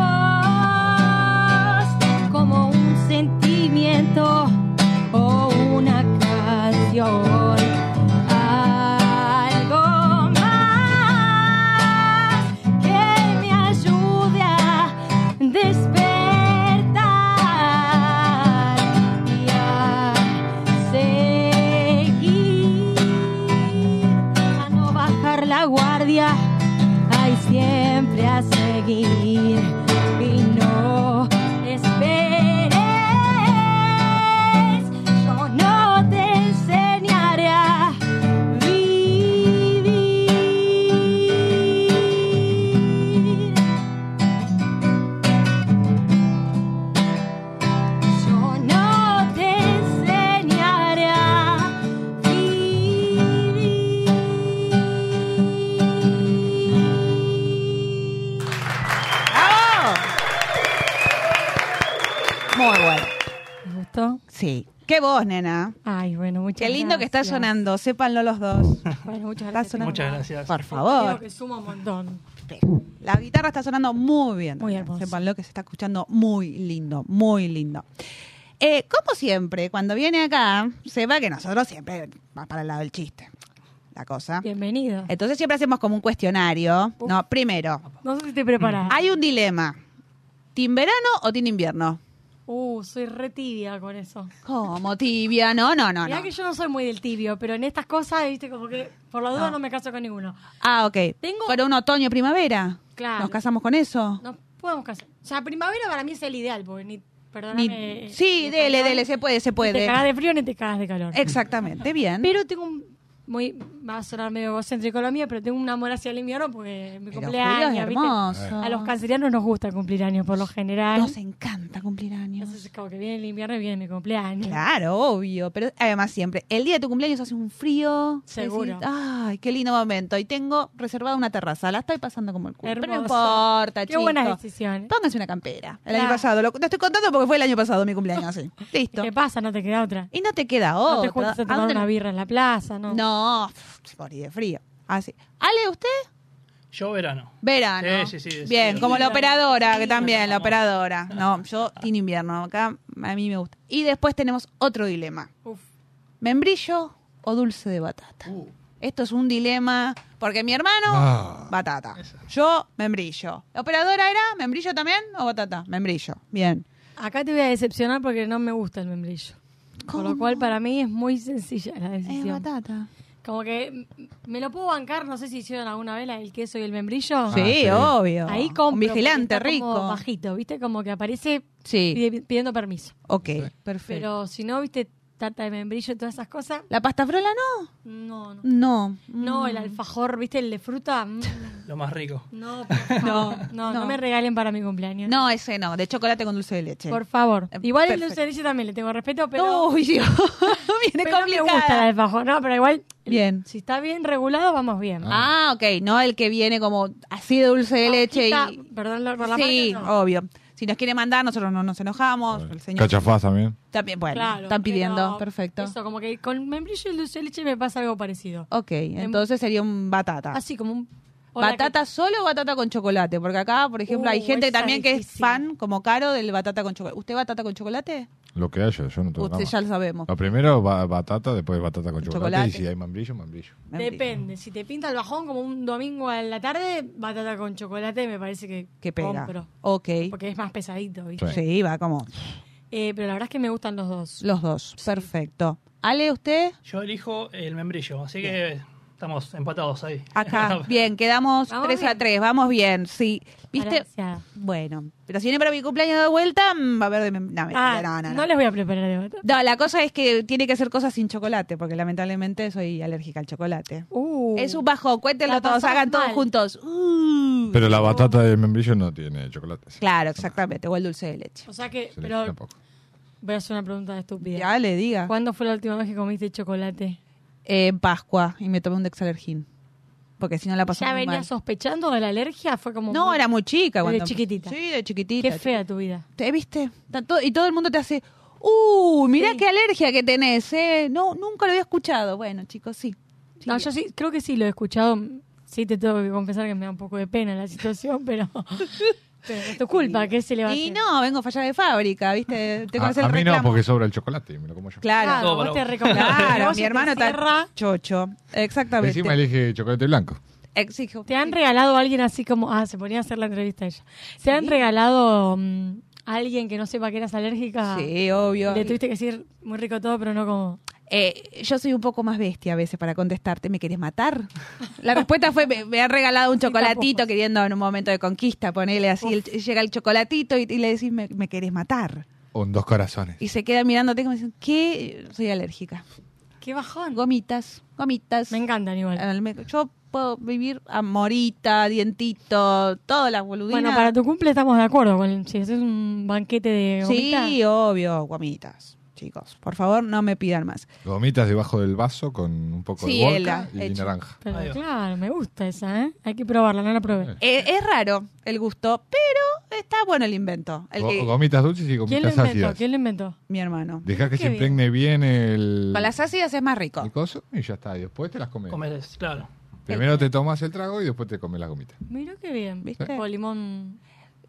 Speaker 10: seguir y no esperes. Yo no te enseñaré a vivir. Yo no te enseñaré a
Speaker 4: Muy bueno.
Speaker 5: ¿Te gustó?
Speaker 4: Sí. Qué voz, nena.
Speaker 5: Ay, bueno, muchas
Speaker 4: Qué lindo que está
Speaker 5: gracias.
Speaker 4: sonando, sépanlo los dos.
Speaker 5: Bueno, muchas
Speaker 4: Está
Speaker 5: gracias.
Speaker 4: sonando.
Speaker 5: Muchas
Speaker 4: gracias. Por
Speaker 5: Creo
Speaker 4: favor.
Speaker 5: que suma un montón.
Speaker 4: La guitarra está sonando muy bien. Muy hermoso. Sépanlo que se está escuchando muy lindo, muy lindo. Eh, como siempre, cuando viene acá, sepa que nosotros siempre va para el lado del chiste. La cosa.
Speaker 5: Bienvenido.
Speaker 4: Entonces siempre hacemos como un cuestionario. No, primero.
Speaker 5: No sé si te preparás.
Speaker 4: Hay un dilema. ¿Team verano o team invierno?
Speaker 5: Uh, soy re tibia con eso.
Speaker 4: Como tibia, no, no, no,
Speaker 5: Mirá
Speaker 4: no.
Speaker 5: que yo no soy muy del tibio, pero en estas cosas, viste, como que por la duda
Speaker 4: No.
Speaker 5: no, me caso con ninguno.
Speaker 4: Ah, ok.
Speaker 5: Tengo-
Speaker 4: Para un otoño, primavera.
Speaker 5: Claro.
Speaker 4: ¿Nos casamos con eso?
Speaker 5: No podemos casar. O sea, primavera para mí es el ideal, porque ni.
Speaker 4: Ni-
Speaker 5: Perdóname.
Speaker 4: sí, dele, dele, se puede, se puede.
Speaker 5: Eh, Ni te cagas de frío ni te cagas de calor.
Speaker 4: Exactamente, bien.
Speaker 5: Pero tengo un. Muy, va a sonar medio egocéntrico lo mío, pero tengo un amor hacia el invierno porque mi
Speaker 4: Pero
Speaker 5: cumpleaños.
Speaker 4: julio es
Speaker 5: ¿viste?
Speaker 4: hermoso.
Speaker 5: A los cancerianos nos gusta cumplir años por lo general.
Speaker 4: Nos encanta cumplir años.
Speaker 5: Entonces, como que viene el invierno y viene mi cumpleaños.
Speaker 4: Claro, obvio. Pero además siempre, el día de tu cumpleaños hace un frío.
Speaker 5: Seguro.
Speaker 4: decís, Ay, qué lindo momento. Y tengo reservada una terraza. La estoy pasando como el culo. Pero no
Speaker 5: Hermoso.
Speaker 4: importa,
Speaker 5: Qué
Speaker 4: chico.
Speaker 5: buenas decisiones.
Speaker 4: Pónganse una campera. El año
Speaker 5: Claro.
Speaker 4: pasado. Lo, lo estoy contando porque fue el año pasado mi cumpleaños. Sí. Listo.
Speaker 5: ¿Qué pasa? No te queda otra.
Speaker 4: Y no te queda otra.
Speaker 5: No te juntas a tomar
Speaker 4: dónde-
Speaker 5: una birra en la plaza, ¿no?
Speaker 4: No, pff, se morí de frío. Así. Ale, ¿usted?
Speaker 13: Yo verano.
Speaker 4: Verano.
Speaker 13: Sí, sí, sí, sí.
Speaker 4: Bien,
Speaker 13: Sí.
Speaker 4: como la operadora, que también, la operadora. No, yo tiene invierno, acá a mí me gusta. Y después tenemos otro dilema.
Speaker 5: Uf. Uh.
Speaker 4: ¿Membrillo o dulce de batata? Esto es un dilema, porque mi hermano,
Speaker 14: Ah.
Speaker 4: batata. Yo, membrillo. ¿La operadora era Ah, membrillo también o batata? Membrillo. Bien.
Speaker 5: Acá te voy a decepcionar porque no me gusta el membrillo. Con lo
Speaker 4: ¿Cómo?
Speaker 5: cual, para mí es muy sencilla la
Speaker 4: Es
Speaker 5: decisión.
Speaker 4: batata.
Speaker 5: Como que mm, me lo puedo bancar, no sé si hicieron alguna vez la del queso y el membrillo.
Speaker 4: Sí, Ah, sí. obvio.
Speaker 5: Ahí compro.
Speaker 4: Un vigilante
Speaker 5: porque está como
Speaker 4: rico.
Speaker 5: bajito, ¿viste? Como que aparece
Speaker 4: Sí.
Speaker 5: pide- pidiendo permiso.
Speaker 4: Ok, perfecto.
Speaker 5: Pero si no, ¿viste? Tarta de membrillo y todas esas cosas.
Speaker 4: ¿La pasta frola no?
Speaker 5: No, no.
Speaker 4: No.
Speaker 5: No, el
Speaker 4: Mm.
Speaker 5: alfajor, ¿viste? El de fruta. mm,
Speaker 13: Lo más rico.
Speaker 5: No, por favor. no, no,
Speaker 4: no.
Speaker 5: me regalen para mi cumpleaños.
Speaker 4: No, ese no, de chocolate con dulce de leche. Eh,
Speaker 5: Por favor. Igual el dulce
Speaker 4: Perfecto.
Speaker 5: de leche también le tengo respeto, pero.
Speaker 4: Uy, Dios. Viene
Speaker 5: pero me gusta el alfajor, no, pero igual.
Speaker 4: Bien.
Speaker 5: Si está bien regulado, vamos bien.
Speaker 4: Ah, ok, no el que viene como así de dulce de leche
Speaker 5: Quita-
Speaker 4: y...
Speaker 5: Perdón la- por la
Speaker 4: sí,
Speaker 5: marca, no.
Speaker 4: obvio. Si nos quiere mandar, nosotros no nos enojamos. El señor
Speaker 6: Cachafaz también.
Speaker 4: también, bueno,
Speaker 5: Claro,
Speaker 4: están pidiendo,
Speaker 5: pero
Speaker 4: perfecto.
Speaker 5: Eso, como que con membrillo y el dulce de leche me pasa algo parecido.
Speaker 4: Ok, entonces sería un batata.
Speaker 5: Así como un. em- Ah, o la
Speaker 4: ¿Batata solo o batata con chocolate? Porque acá, por ejemplo,
Speaker 5: Uh,
Speaker 4: hay gente
Speaker 5: esa
Speaker 4: también que es
Speaker 5: difícil.
Speaker 4: fan, como caro, del batata con chocolate. ¿Usted batata con chocolate?
Speaker 6: Lo que haya, yo no tengo
Speaker 4: Usted
Speaker 6: nada
Speaker 4: ya
Speaker 6: más.
Speaker 4: lo sabemos.
Speaker 6: Lo primero va batata, después batata con chocolate,
Speaker 4: Chocolate.
Speaker 6: y si hay membrillo, membrillo.
Speaker 5: que- Depende. Si te pinta el bajón como un domingo a la tarde, batata con chocolate me parece que.
Speaker 4: Que pega.
Speaker 5: compro.
Speaker 4: Ok.
Speaker 5: Porque es más pesadito, ¿viste?
Speaker 4: Sí. va como
Speaker 5: Eh, pero la verdad es que me gustan los dos.
Speaker 4: los dos. Perfecto. Ale, ¿usted?
Speaker 13: Yo elijo el membrillo, así que estamos empatados ahí.
Speaker 4: Acá, bien, quedamos
Speaker 5: Vamos
Speaker 4: 3 a
Speaker 5: bien.
Speaker 4: 3, vamos bien, sí. ¿Viste?
Speaker 5: Gracias.
Speaker 4: Bueno, pero si viene para mi cumpleaños de vuelta, mm, va a haber de... mem- No, mentira,
Speaker 5: Ah,
Speaker 4: no, no, no.
Speaker 5: les voy a preparar de batata.
Speaker 4: No, la cosa es que tiene que ser cosas sin chocolate, porque lamentablemente soy alérgica al chocolate.
Speaker 5: Uh,
Speaker 4: Es un bajo, cuéntenlo
Speaker 5: la
Speaker 4: todos,
Speaker 5: pasás
Speaker 4: hagan todos
Speaker 5: mal.
Speaker 4: juntos. Uh.
Speaker 6: Pero la batata de membrillo no tiene chocolate.
Speaker 4: Claro, exactamente, o el dulce de leche.
Speaker 5: O sea que,
Speaker 6: Se le
Speaker 5: pero
Speaker 6: tampoco.
Speaker 5: voy a hacer una pregunta estúpida.
Speaker 4: Ya le diga.
Speaker 5: ¿Cuándo fue la última vez que comiste chocolate?
Speaker 4: Eh, En Pascua, y me tomé un dexalergín, porque si no la pasó
Speaker 5: ¿Ya
Speaker 4: muy
Speaker 5: venía
Speaker 4: mal.
Speaker 5: sospechando de la alergia? Fue como
Speaker 4: No,
Speaker 5: muy-
Speaker 4: era muy chica.
Speaker 5: de
Speaker 4: cuando-
Speaker 5: chiquitita.
Speaker 4: Sí, de chiquitita.
Speaker 5: Qué fea tu vida.
Speaker 4: ¿Te viste? Ta- to- Y todo el mundo te hace, ¡uh! Mirá qué alergia que tenés, ¿eh? No, nunca lo había escuchado. Bueno, chicos, sí.
Speaker 5: No, yo sí, creo que sí lo he escuchado. Sí, te tengo que confesar que me da un poco de pena la situación, pero, pero es tu culpa, que se le va a
Speaker 4: Y
Speaker 5: hacer?
Speaker 4: no, vengo fallada de fábrica, ¿viste? Te
Speaker 6: A,
Speaker 4: conoces
Speaker 6: a
Speaker 4: el
Speaker 6: mí
Speaker 4: reclamo.
Speaker 6: no, porque sobra el chocolate y me lo como yo.
Speaker 4: Claro,
Speaker 5: Claro, vos te recomendás.
Speaker 4: Claro,
Speaker 5: Vos
Speaker 4: mi
Speaker 5: se te
Speaker 4: hermano está
Speaker 5: cierra.
Speaker 4: chocho. Exactamente.
Speaker 6: Encima elige chocolate blanco.
Speaker 4: Exijo.
Speaker 5: ¿Te han regalado a alguien así como... Ah, se ponía a hacer la entrevista ella. ¿Te han regalado mm, alguien que no sepa que eras alérgica.
Speaker 4: Sí, obvio.
Speaker 5: Le tuviste que decir muy rico todo, pero no como.
Speaker 4: Eh, yo soy un poco más bestia a veces para contestarte, ¿me querés matar? La respuesta fue, me, me ha regalado un chocolatito queriendo en un momento de conquista, ponele así, el- llega el chocolatito y, y le decís, me, me querés matar.
Speaker 1: Un dos corazones.
Speaker 4: Y se queda mirándote como diciendo, ¿qué? Soy alérgica.
Speaker 5: Qué bajón.
Speaker 4: Gomitas, gomitas. Me
Speaker 5: encantan
Speaker 4: igual. Yo puedo vivir a morita, dientito, todas las boludinas.
Speaker 5: Bueno, para tu cumple estamos de acuerdo. con el- si haces un banquete de. gomitas.
Speaker 4: Sí, obvio, gomitas. Chicos, por favor, no me pidan más.
Speaker 6: Gomitas debajo del vaso con un poco
Speaker 4: Sí,
Speaker 6: de vodka
Speaker 4: ela,
Speaker 6: y
Speaker 4: hecho.
Speaker 6: naranja.
Speaker 5: Pero claro, me gusta esa, ¿eh? Hay que probarla, no la probé.
Speaker 4: Eh, es raro el gusto, pero está bueno el invento. El
Speaker 6: Go-
Speaker 4: que-
Speaker 6: Gomitas dulces y gomitas ácidas.
Speaker 5: lo inventó?
Speaker 4: Mi hermano.
Speaker 6: Dejá que
Speaker 4: Qué
Speaker 6: se impregne bien el,
Speaker 4: Con las ácidas es más rico.
Speaker 6: el coso y ya está. Y después te las comes.
Speaker 13: Comes, claro.
Speaker 6: Primero te tomas el trago y después te comes las gomitas.
Speaker 5: Mirá qué bien.
Speaker 4: ¿Viste?
Speaker 5: O limón.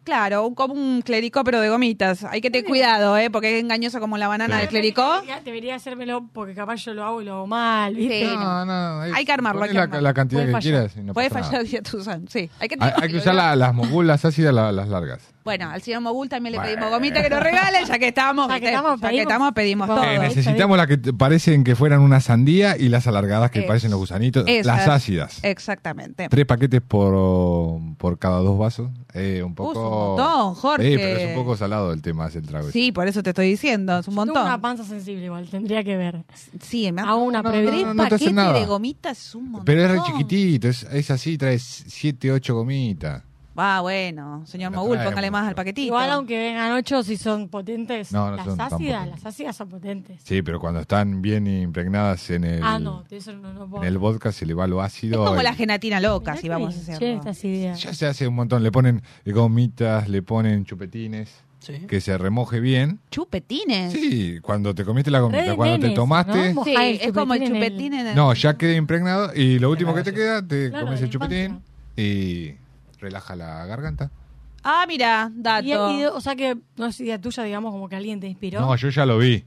Speaker 4: Claro, un- como un clericó, pero de gomitas. Hay que tener cuidado, ¿eh? Porque es engañoso como la banana
Speaker 5: Sí.
Speaker 4: del clericó.
Speaker 5: Debería, debería hacérmelo porque capaz yo lo hago y lo hago mal, ¿viste?
Speaker 4: Sí, no.
Speaker 6: hay,
Speaker 4: que armarlo. Hay
Speaker 6: Ponés
Speaker 4: que
Speaker 6: la,
Speaker 4: armarlo.
Speaker 6: la cantidad
Speaker 4: Puede
Speaker 6: que
Speaker 4: fallar.
Speaker 6: quieras. y no
Speaker 4: Puede
Speaker 6: pasa nada.
Speaker 4: fallar Dietuzan, sí. Hay que,
Speaker 6: Hay, hay que usar la- las mogulas ácidas, la- las largas.
Speaker 4: Bueno, al señor Mogul también le
Speaker 6: Bueno.
Speaker 4: pedimos gomita que nos regale, ya que estamos,
Speaker 5: Ya que
Speaker 4: ¿viste?
Speaker 5: estamos,
Speaker 4: Ya que
Speaker 5: pedimos.
Speaker 4: estamos, pedimos
Speaker 5: Eh,
Speaker 4: todo.
Speaker 6: Eh, necesitamos las que te- parecen que fueran una sandía y las alargadas que
Speaker 4: Es-
Speaker 6: parecen los gusanitos.
Speaker 4: Esas.
Speaker 6: Las ácidas.
Speaker 4: Exactamente.
Speaker 6: Tres paquetes por, por cada dos vasos. Eh, un poco.
Speaker 4: es un montón, Jorge.
Speaker 6: Eh, pero es un poco salado el tema, es el trago.
Speaker 4: Sí, por eso te estoy diciendo, es un
Speaker 5: Tengo una
Speaker 4: montón.
Speaker 5: panza sensible igual, tendría que ver.
Speaker 4: Sí, me
Speaker 5: A una
Speaker 4: no,
Speaker 5: previa.
Speaker 4: Tres
Speaker 6: no te hace
Speaker 4: paquetes
Speaker 6: nada.
Speaker 4: de gomitas es un montón.
Speaker 6: este. Pero es re chiquitito, es, es así, traes siete, ocho gomitas.
Speaker 4: Va, Ah, bueno, señor Mogul,
Speaker 6: traemos,
Speaker 4: póngale más al paquetito.
Speaker 5: Igual aunque vengan ocho, si son potentes,
Speaker 6: No, no
Speaker 5: las
Speaker 6: son tan
Speaker 5: ácidas,
Speaker 6: potentes.
Speaker 5: las ácidas son potentes.
Speaker 6: Sí, pero cuando están bien impregnadas en el,
Speaker 5: ah, no, de eso no, no puedo.
Speaker 6: en el vodka se le va lo ácido.
Speaker 4: Como
Speaker 6: y-
Speaker 4: la gelatina loca, si vamos a
Speaker 5: Che,
Speaker 4: hacerlo.
Speaker 5: estas ideas.
Speaker 6: Ya se hace un montón, le ponen gomitas, le ponen chupetines, que se remoje bien.
Speaker 4: Chupetines.
Speaker 6: Sí, cuando te comiste la gomita,
Speaker 4: Re de
Speaker 6: cuando te
Speaker 4: nenes,
Speaker 6: tomaste...
Speaker 4: Sí,
Speaker 5: Mojá el
Speaker 4: es como el
Speaker 5: chupetín en el-
Speaker 4: chupetín en el...
Speaker 6: No, ya queda impregnado y lo último que te queda, te
Speaker 4: Ah. Claro,
Speaker 6: comes
Speaker 4: de
Speaker 6: el
Speaker 4: la
Speaker 6: chupetín y relaja la garganta.
Speaker 4: Ah, mira, dato.
Speaker 5: Y- y- o sea que no es idea tuya, digamos, como que alguien te inspiró.
Speaker 6: No, yo ya lo vi.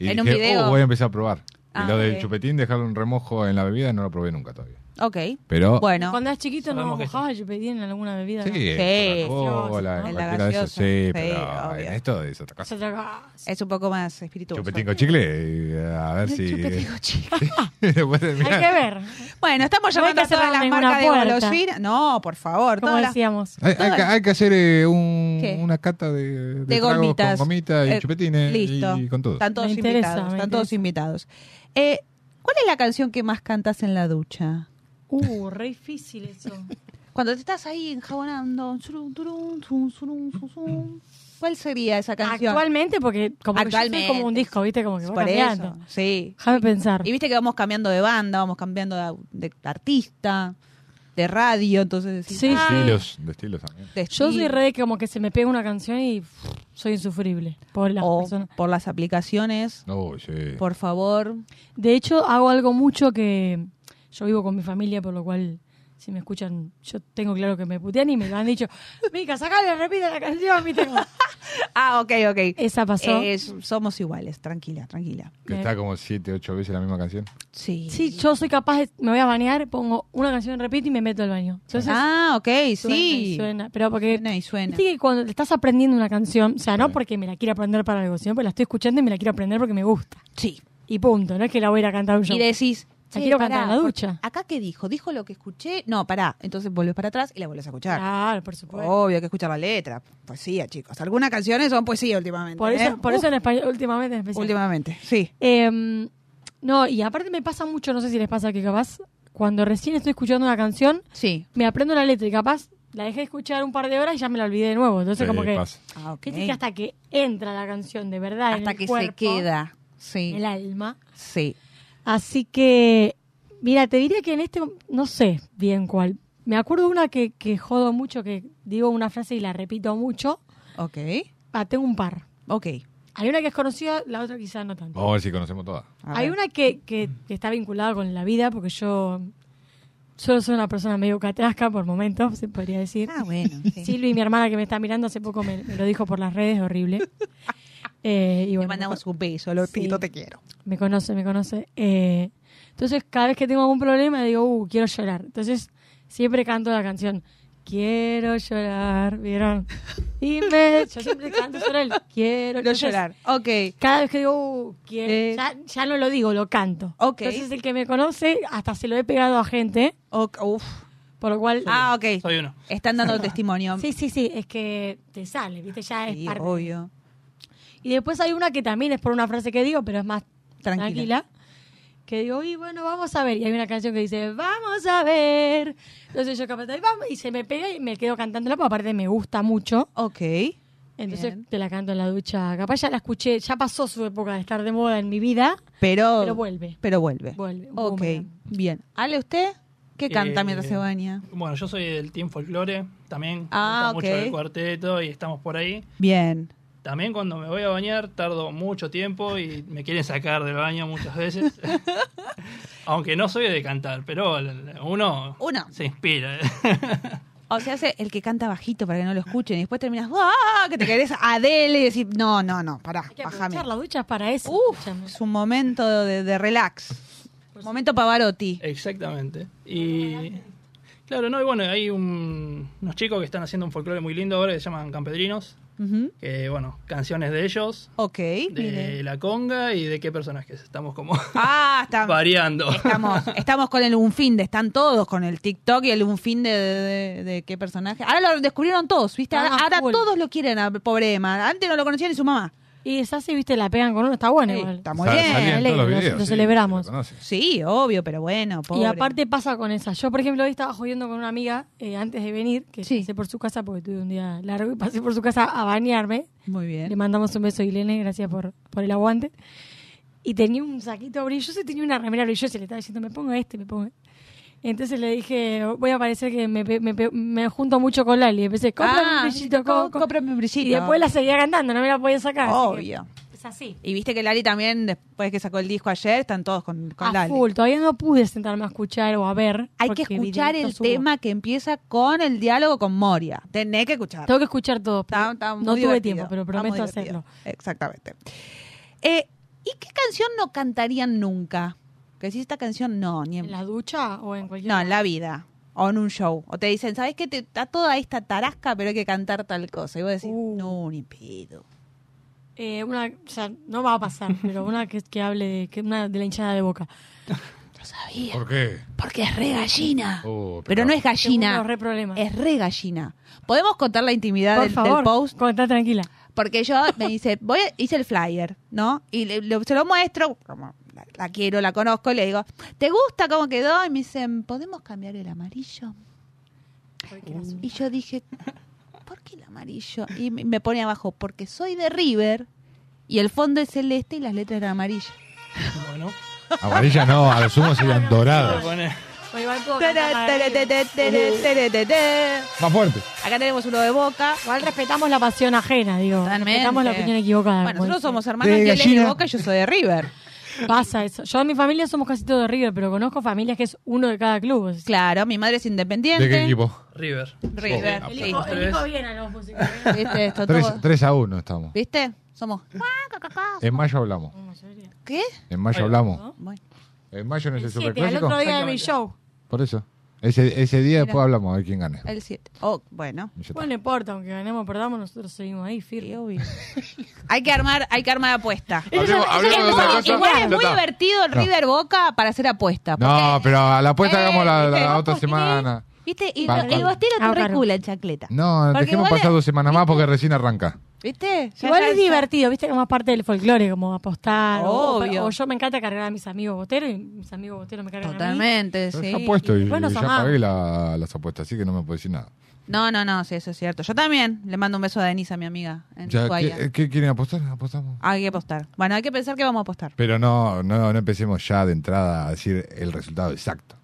Speaker 6: Y
Speaker 4: En
Speaker 6: dije,
Speaker 4: un video.
Speaker 6: "Oh, voy a empezar a probar.
Speaker 5: Ah,
Speaker 6: y lo del
Speaker 5: ok.
Speaker 6: chupetín, dejarlo un remojo en la bebida, no lo probé nunca todavía.
Speaker 4: Ok.
Speaker 6: Pero-
Speaker 4: Bueno.
Speaker 5: Cuando eras chiquito no
Speaker 4: Sabemos que
Speaker 5: mojabas el chupetín en alguna bebida.
Speaker 6: Sí, Eh.
Speaker 5: ¿no?
Speaker 6: en Coca-Cola,
Speaker 5: Gaseosa, ¿no?
Speaker 6: en cualquiera de esas.
Speaker 4: gaseosa.
Speaker 6: Sí,
Speaker 4: Sí,
Speaker 6: pero en esto es otra
Speaker 5: Es
Speaker 6: cosa.
Speaker 5: otra cosa.
Speaker 4: Es un poco más espiritual.
Speaker 6: Chupetín con chicle, eh, a ver si...
Speaker 4: chupetín con
Speaker 6: chicle. Después de mirar.
Speaker 5: ver.
Speaker 4: Bueno, estamos
Speaker 5: No hay que
Speaker 4: llamando a todas
Speaker 5: cerrar
Speaker 4: las
Speaker 5: ninguna
Speaker 4: marcas de
Speaker 5: puerta.
Speaker 4: golosina. No, por favor.
Speaker 5: Como
Speaker 4: todas las-
Speaker 5: decíamos.
Speaker 6: Hay, hay que, hay que hacer eh, un-
Speaker 4: ¿Qué?
Speaker 6: una cata de, de
Speaker 4: De
Speaker 6: tragos
Speaker 4: gomitas.
Speaker 6: con gomita y
Speaker 4: Eh,
Speaker 6: chupetines
Speaker 4: Listo.
Speaker 6: y con todo.
Speaker 4: Están todos
Speaker 5: Me interesa,
Speaker 4: invitados.
Speaker 5: me
Speaker 4: Están todos
Speaker 5: interesa.
Speaker 4: invitados. Eh, ¿Cuál es la canción que más cantas en la ducha?
Speaker 5: Uh, re difícil eso.
Speaker 4: Cuando te estás ahí enjabonando. zurum, turum, zum, zurum, zum, zum. ¿Cuál sería esa canción?
Speaker 5: Actualmente, porque como que yo soy como un disco, ¿viste? Como que va
Speaker 4: Por
Speaker 5: cambiando.
Speaker 4: eso, sí.
Speaker 5: Déjame pensar.
Speaker 4: Y viste que vamos cambiando de banda, vamos cambiando de, au- de artista, de radio, entonces decís,
Speaker 5: Sí,
Speaker 6: De
Speaker 4: "Ay,
Speaker 6: estilos, de estilos también.
Speaker 4: de
Speaker 5: Yo soy
Speaker 4: estilo".
Speaker 5: re de que como que se me pega una canción y pff, soy insufrible. Por las
Speaker 4: O
Speaker 5: personas.
Speaker 4: por las aplicaciones,
Speaker 6: No, sí.
Speaker 4: por favor.
Speaker 5: De hecho, hago algo mucho que yo vivo con mi familia, por lo cual, si me escuchan, yo tengo claro que me putean y me lo han dicho. Mica, sacale, repite la canción, mi
Speaker 4: Ah, ok, ok.
Speaker 5: Esa pasó.
Speaker 4: Eh, s- somos iguales, tranquila, tranquila.
Speaker 6: Que está como siete, ocho veces la misma canción.
Speaker 4: Sí.
Speaker 5: Sí, yo soy capaz de, me voy a bañar, pongo una canción, repito y me meto al baño. Entonces,
Speaker 4: ah, ok,
Speaker 5: suena
Speaker 4: sí.
Speaker 5: y suena, pero porque
Speaker 4: Suena y suena.
Speaker 5: viste que cuando te estás aprendiendo una canción, o sea, no porque me la quiera aprender para algo, sino porque la estoy escuchando y me la quiero aprender porque me gusta.
Speaker 4: Sí.
Speaker 5: Y punto, no es que la voy a ir a cantar un show.
Speaker 4: Y decís,
Speaker 5: la
Speaker 4: "Che,
Speaker 5: quiero
Speaker 4: pará,
Speaker 5: cantar en la
Speaker 4: porque
Speaker 5: ducha.
Speaker 4: ¿Acá qué dijo? ¿Dijo lo que escuché? No, pará. Entonces volvés para atrás y la volvés a escuchar.
Speaker 5: Claro, por supuesto.
Speaker 4: Obvio hay que escuchar la letra. Poesía, chicos. Algunas canciones son poesía últimamente.
Speaker 5: Por
Speaker 4: ¿eh?
Speaker 5: eso, por
Speaker 4: Uf,
Speaker 5: eso en español, últimamente en especial.
Speaker 4: últimamente, sí.
Speaker 5: Em, no, y aparte me pasa mucho, no sé si les pasa que capaz, cuando recién estoy escuchando una canción,
Speaker 4: sí.
Speaker 5: me aprendo la letra y capaz la dejé de escuchar un par de horas y ya me la olvidé de nuevo. Entonces,
Speaker 4: Sí,
Speaker 5: como que.
Speaker 4: pasa. Ah, ok.
Speaker 5: Viste que hasta que entra la canción de verdad. en
Speaker 4: Hasta
Speaker 5: el
Speaker 4: que se
Speaker 5: cuerpo,
Speaker 4: queda. Sí.
Speaker 5: El alma.
Speaker 4: Sí.
Speaker 5: Así que, mira, te diría que en este, no sé bien cuál. Me acuerdo una que, que jodo mucho, que digo una frase y la repito mucho.
Speaker 4: Ok.
Speaker 5: Ah, tengo un par.
Speaker 4: Ok.
Speaker 5: Hay una que es conocida, la otra quizás no tanto.
Speaker 6: Vamos a ver si conocemos todas.
Speaker 5: Hay una que, que, que está vinculada con la vida, porque yo solo soy una persona medio catrasca por momentos, se podría decir.
Speaker 4: Ah, bueno. Sí.
Speaker 5: Silvi, mi hermana que me está mirando hace poco, me, me lo dijo por las redes, horrible. Eh, y
Speaker 4: Le
Speaker 5: bueno,
Speaker 4: mandamos un beso, Lorpito,
Speaker 5: Sí.
Speaker 4: te quiero.
Speaker 5: me conoce, me conoce. Eh, entonces, cada vez que tengo algún problema, digo, uh, quiero llorar. Entonces, siempre canto la canción, Quiero llorar, ¿vieron? Y me, yo siempre canto sobre el quiero
Speaker 4: No
Speaker 5: entonces,
Speaker 4: llorar, ok.
Speaker 5: Cada vez que digo, uh, quiero,
Speaker 4: Eh.
Speaker 5: ya, ya no lo digo, lo canto.
Speaker 4: Ok.
Speaker 5: Entonces el que me conoce, hasta se lo he pegado a gente.
Speaker 4: uf.
Speaker 5: Por lo cual...
Speaker 4: Ah, ok.
Speaker 13: Soy uno.
Speaker 4: Están dando testimonio.
Speaker 5: Sí, sí, sí, es que te sale, ¿viste? Ya es
Speaker 4: Sí,
Speaker 5: parte.
Speaker 4: obvio.
Speaker 5: Y después hay una que también es por una frase que digo, pero es más tranquila. que digo, y bueno, vamos a ver. Y hay una canción que dice, vamos a ver. Entonces yo capaz, de, vamos, y se me pega y me quedo cantándola, porque aparte me gusta mucho.
Speaker 4: Ok.
Speaker 5: Entonces
Speaker 4: Bien.
Speaker 5: te la canto en la ducha. Capaz ya la escuché, ya pasó su época de estar de moda en mi vida.
Speaker 4: Pero,
Speaker 5: Pero vuelve.
Speaker 4: Pero vuelve.
Speaker 5: Vuelve, un
Speaker 4: Ok,
Speaker 5: boomerang.
Speaker 4: bien. Ale, ¿usted qué canta
Speaker 13: Eh,
Speaker 4: mientras se baña?
Speaker 13: Bueno, yo soy del Team Folklore, también. me
Speaker 4: Ah,
Speaker 13: gusta mucho
Speaker 4: ok.
Speaker 13: el cuarteto y estamos por ahí.
Speaker 4: Bien.
Speaker 13: También cuando me voy a bañar tardo mucho tiempo y me quieren sacar del baño muchas veces. Aunque no soy de cantar, pero uno,
Speaker 4: Uno.
Speaker 13: se inspira. ¿eh?
Speaker 4: O sea, hace el que canta bajito para que no lo escuchen y después terminas, ¡ah! Que te querés Adele y decís, no, no, no, pará,
Speaker 5: Hay que
Speaker 4: bajame.
Speaker 5: aprovechar la ducha para eso. escúchame.
Speaker 4: Es un momento de, de relax. Momento Pavarotti.
Speaker 13: Exactamente. Y claro, no, y bueno, hay un- unos chicos que están haciendo un folclore muy lindo ahora que se llaman Campedrinos.
Speaker 4: Ujú.
Speaker 13: Que bueno, canciones de ellos,
Speaker 4: Ok.
Speaker 13: de la conga y de qué personajes. Estamos como
Speaker 4: Ah, está-
Speaker 13: variando.
Speaker 4: Estamos, estamos con el Unfinde, están todos con el TikTok y el Unfinde de, de- de qué personaje. Ahora lo descubrieron todos, ¿viste? Ahora,
Speaker 5: Ah,
Speaker 4: ahora
Speaker 5: full.
Speaker 4: todos lo quieren, al pobre Emma. Antes no lo conocían ni su mamá.
Speaker 5: Y esa sí, viste, la pegan con uno, está bueno
Speaker 4: Sí,
Speaker 5: igual.
Speaker 4: está muy
Speaker 6: Sal-
Speaker 4: bien.
Speaker 6: salían todos los
Speaker 5: lo-
Speaker 6: videos,
Speaker 5: lo
Speaker 6: sí,
Speaker 5: celebramos.
Speaker 6: se lo conoce.
Speaker 4: Sí, obvio, pero bueno, pobre.
Speaker 5: Y aparte pasa con esa. Yo, por ejemplo, hoy estaba jodiendo con una amiga eh, antes de venir, que pasé por su casa porque tuve un día largo y pasé por su casa a bañarme.
Speaker 4: Muy
Speaker 5: Le
Speaker 4: bien.
Speaker 5: mandamos un beso a Ilene, gracias por, por el aguante. Y tenía un saquito brilloso y tenía una remera brillosa y le estaba diciendo, me pongo este, me pongo este". Entonces le dije, voy a parecer que me, pe- me, pe- me junto mucho con Lali. Y empecé, cómprame
Speaker 4: Ah,
Speaker 5: un brillito, co- co-".
Speaker 4: cómprame un brillito.
Speaker 5: Y después la seguía cantando, no me la podía sacar. así que
Speaker 4: Obvio.
Speaker 5: Es así.
Speaker 4: Y viste que Lali también, después que sacó el disco ayer, están todos con, con
Speaker 5: a
Speaker 4: Lali.
Speaker 5: full, todavía no pude sentarme a escuchar o a ver.
Speaker 4: Hay que
Speaker 5: porque
Speaker 4: escuchar
Speaker 5: videíto
Speaker 4: el
Speaker 5: subo.
Speaker 4: tema que empieza con el diálogo con Moria. Tenés que escuchar.
Speaker 5: Tengo que escuchar todo.
Speaker 4: Está- está muy
Speaker 5: no tuve
Speaker 4: divertido.
Speaker 5: tiempo, pero
Speaker 4: Está muy
Speaker 5: prometo
Speaker 4: divertido.
Speaker 5: hacerlo.
Speaker 4: Exactamente. Eh, ¿Y qué canción no cantarían nunca? Que si esta canción no, ni en,
Speaker 5: ¿En la ducha o en cualquier
Speaker 4: no, en la vida. O en un show. O te dicen, ¿sabes qué? Te, está toda esta tarasca, pero hay que cantar tal cosa. Y vos decís,
Speaker 5: Uh.
Speaker 4: no, ni pedo.
Speaker 5: Eh, una, o sea, no va a pasar, pero una que, que hable de, que una de la hinchada de boca. No sabía.
Speaker 6: ¿Por qué?
Speaker 4: Porque es re gallina.
Speaker 6: Oh,
Speaker 4: Pero no es
Speaker 5: Tengo unos
Speaker 4: gallina,
Speaker 5: re problemas.
Speaker 4: es re gallina. ¿Podemos contar la intimidad
Speaker 5: Por
Speaker 4: del- del,
Speaker 5: favor,
Speaker 4: post?
Speaker 5: contá tranquila.
Speaker 4: Porque yo me dice, voy, a- hice el flyer, ¿no? Y le- le- se lo muestro, como la, la quiero, la conozco, y le digo, ¿te gusta cómo quedó? Y me dicen, ¿podemos cambiar el amarillo? Y yo dije, ¿por qué el amarillo? Y me- me pone abajo, porque soy de River y el fondo es celeste y las letras eran amarillas.
Speaker 13: Bueno,
Speaker 6: Amarillas no, a lo sumo serían
Speaker 13: se
Speaker 6: doradas.
Speaker 13: pone-
Speaker 5: O igual puedo cantar la de arriba.
Speaker 4: Acá
Speaker 6: Más fuerte.
Speaker 4: tenemos uno de boca.
Speaker 5: Igual respetamos la pasión ajena, digo.
Speaker 4: Totalmente.
Speaker 5: Respetamos la opinión equivocada.
Speaker 4: Bueno,
Speaker 5: como
Speaker 4: nosotros
Speaker 5: dice.
Speaker 4: somos hermanos
Speaker 6: De
Speaker 4: y él es de
Speaker 6: gallina.
Speaker 4: boca y yo soy de River.
Speaker 5: Pasa eso. Yo en mi familia somos casi todos de River, pero conozco familias que es uno de cada club. o sea,
Speaker 4: Claro, mi madre es independiente.
Speaker 6: ¿De qué equipo?
Speaker 13: River.
Speaker 4: River.
Speaker 6: Oh,
Speaker 4: sí.
Speaker 5: elijo,
Speaker 13: tres.
Speaker 5: elijo bien a los músicos. ¿eh?
Speaker 4: ¿Viste? Esto
Speaker 6: 3,
Speaker 4: todo-
Speaker 6: a 1 estamos.
Speaker 4: ¿Viste? Somos.
Speaker 6: En mayo hablamos.
Speaker 5: La mayoría.
Speaker 4: ¿Qué?
Speaker 6: En mayo
Speaker 13: Ahí va.
Speaker 6: hablamos.
Speaker 4: Bueno.
Speaker 6: En mayo no es
Speaker 5: El
Speaker 6: el
Speaker 5: siete, al
Speaker 6: superclásico.
Speaker 5: otro día de mi
Speaker 13: Exactamente.
Speaker 5: show.
Speaker 6: Por eso. Ese, ese día después hablamos a ver quién gana.
Speaker 4: El 7. Oh, bueno.
Speaker 6: Y ya está.
Speaker 5: Bueno, no importa, aunque ganemos o perdamos, nosotros seguimos ahí,
Speaker 4: Sí,
Speaker 5: firme.
Speaker 4: obvio. hay que armar, hay que armar apuesta.
Speaker 6: Hablemos- hablemos de esa cosa.
Speaker 4: Igual es
Speaker 6: Ya
Speaker 4: muy
Speaker 6: está.
Speaker 4: divertido el
Speaker 6: No.
Speaker 4: River Boca para hacer apuesta.
Speaker 6: No, pero a la apuesta
Speaker 4: Eh,
Speaker 6: hagamos la, la
Speaker 4: ¿viste?
Speaker 6: otra
Speaker 4: ¿Vos por qué?
Speaker 6: semana.
Speaker 4: ¿Viste? Y,
Speaker 6: Va,
Speaker 4: y
Speaker 6: va.
Speaker 4: vos tira tu
Speaker 5: Ahorraron.
Speaker 4: recula en chancleta.
Speaker 6: No,
Speaker 4: Porque
Speaker 6: dejemos
Speaker 4: igual
Speaker 6: pasar
Speaker 4: es-
Speaker 6: dos semanas más porque recién arranca.
Speaker 4: ¿Viste?
Speaker 5: Eh,
Speaker 4: Ya-
Speaker 5: Igual
Speaker 4: ya-
Speaker 5: es
Speaker 4: ya-
Speaker 5: divertido, ¿viste? Como es parte del folclore, como apostar. o-
Speaker 4: Obvio.
Speaker 5: O, yo me encanta cargar a mis amigos boteros y mis amigos boteros me cargan a mí.
Speaker 4: Totalmente,
Speaker 6: Yo
Speaker 4: sí.
Speaker 6: ya apuesto y,
Speaker 5: Bueno,
Speaker 6: y ya
Speaker 5: Samá.
Speaker 6: pagué la- las apuestas, así que no me puedo decir nada.
Speaker 4: No, no, no, sí, eso es cierto. Yo también le mando un beso a Denise, a mi amiga, en
Speaker 6: Ya,
Speaker 4: Ushuaia.
Speaker 6: ¿qué, eh? qué quieren apostar? Apostamos.
Speaker 4: Hay que apostar. Bueno, hay que pensar que vamos a apostar.
Speaker 6: Pero no, no, no empecemos ya de entrada a decir el resultado exacto.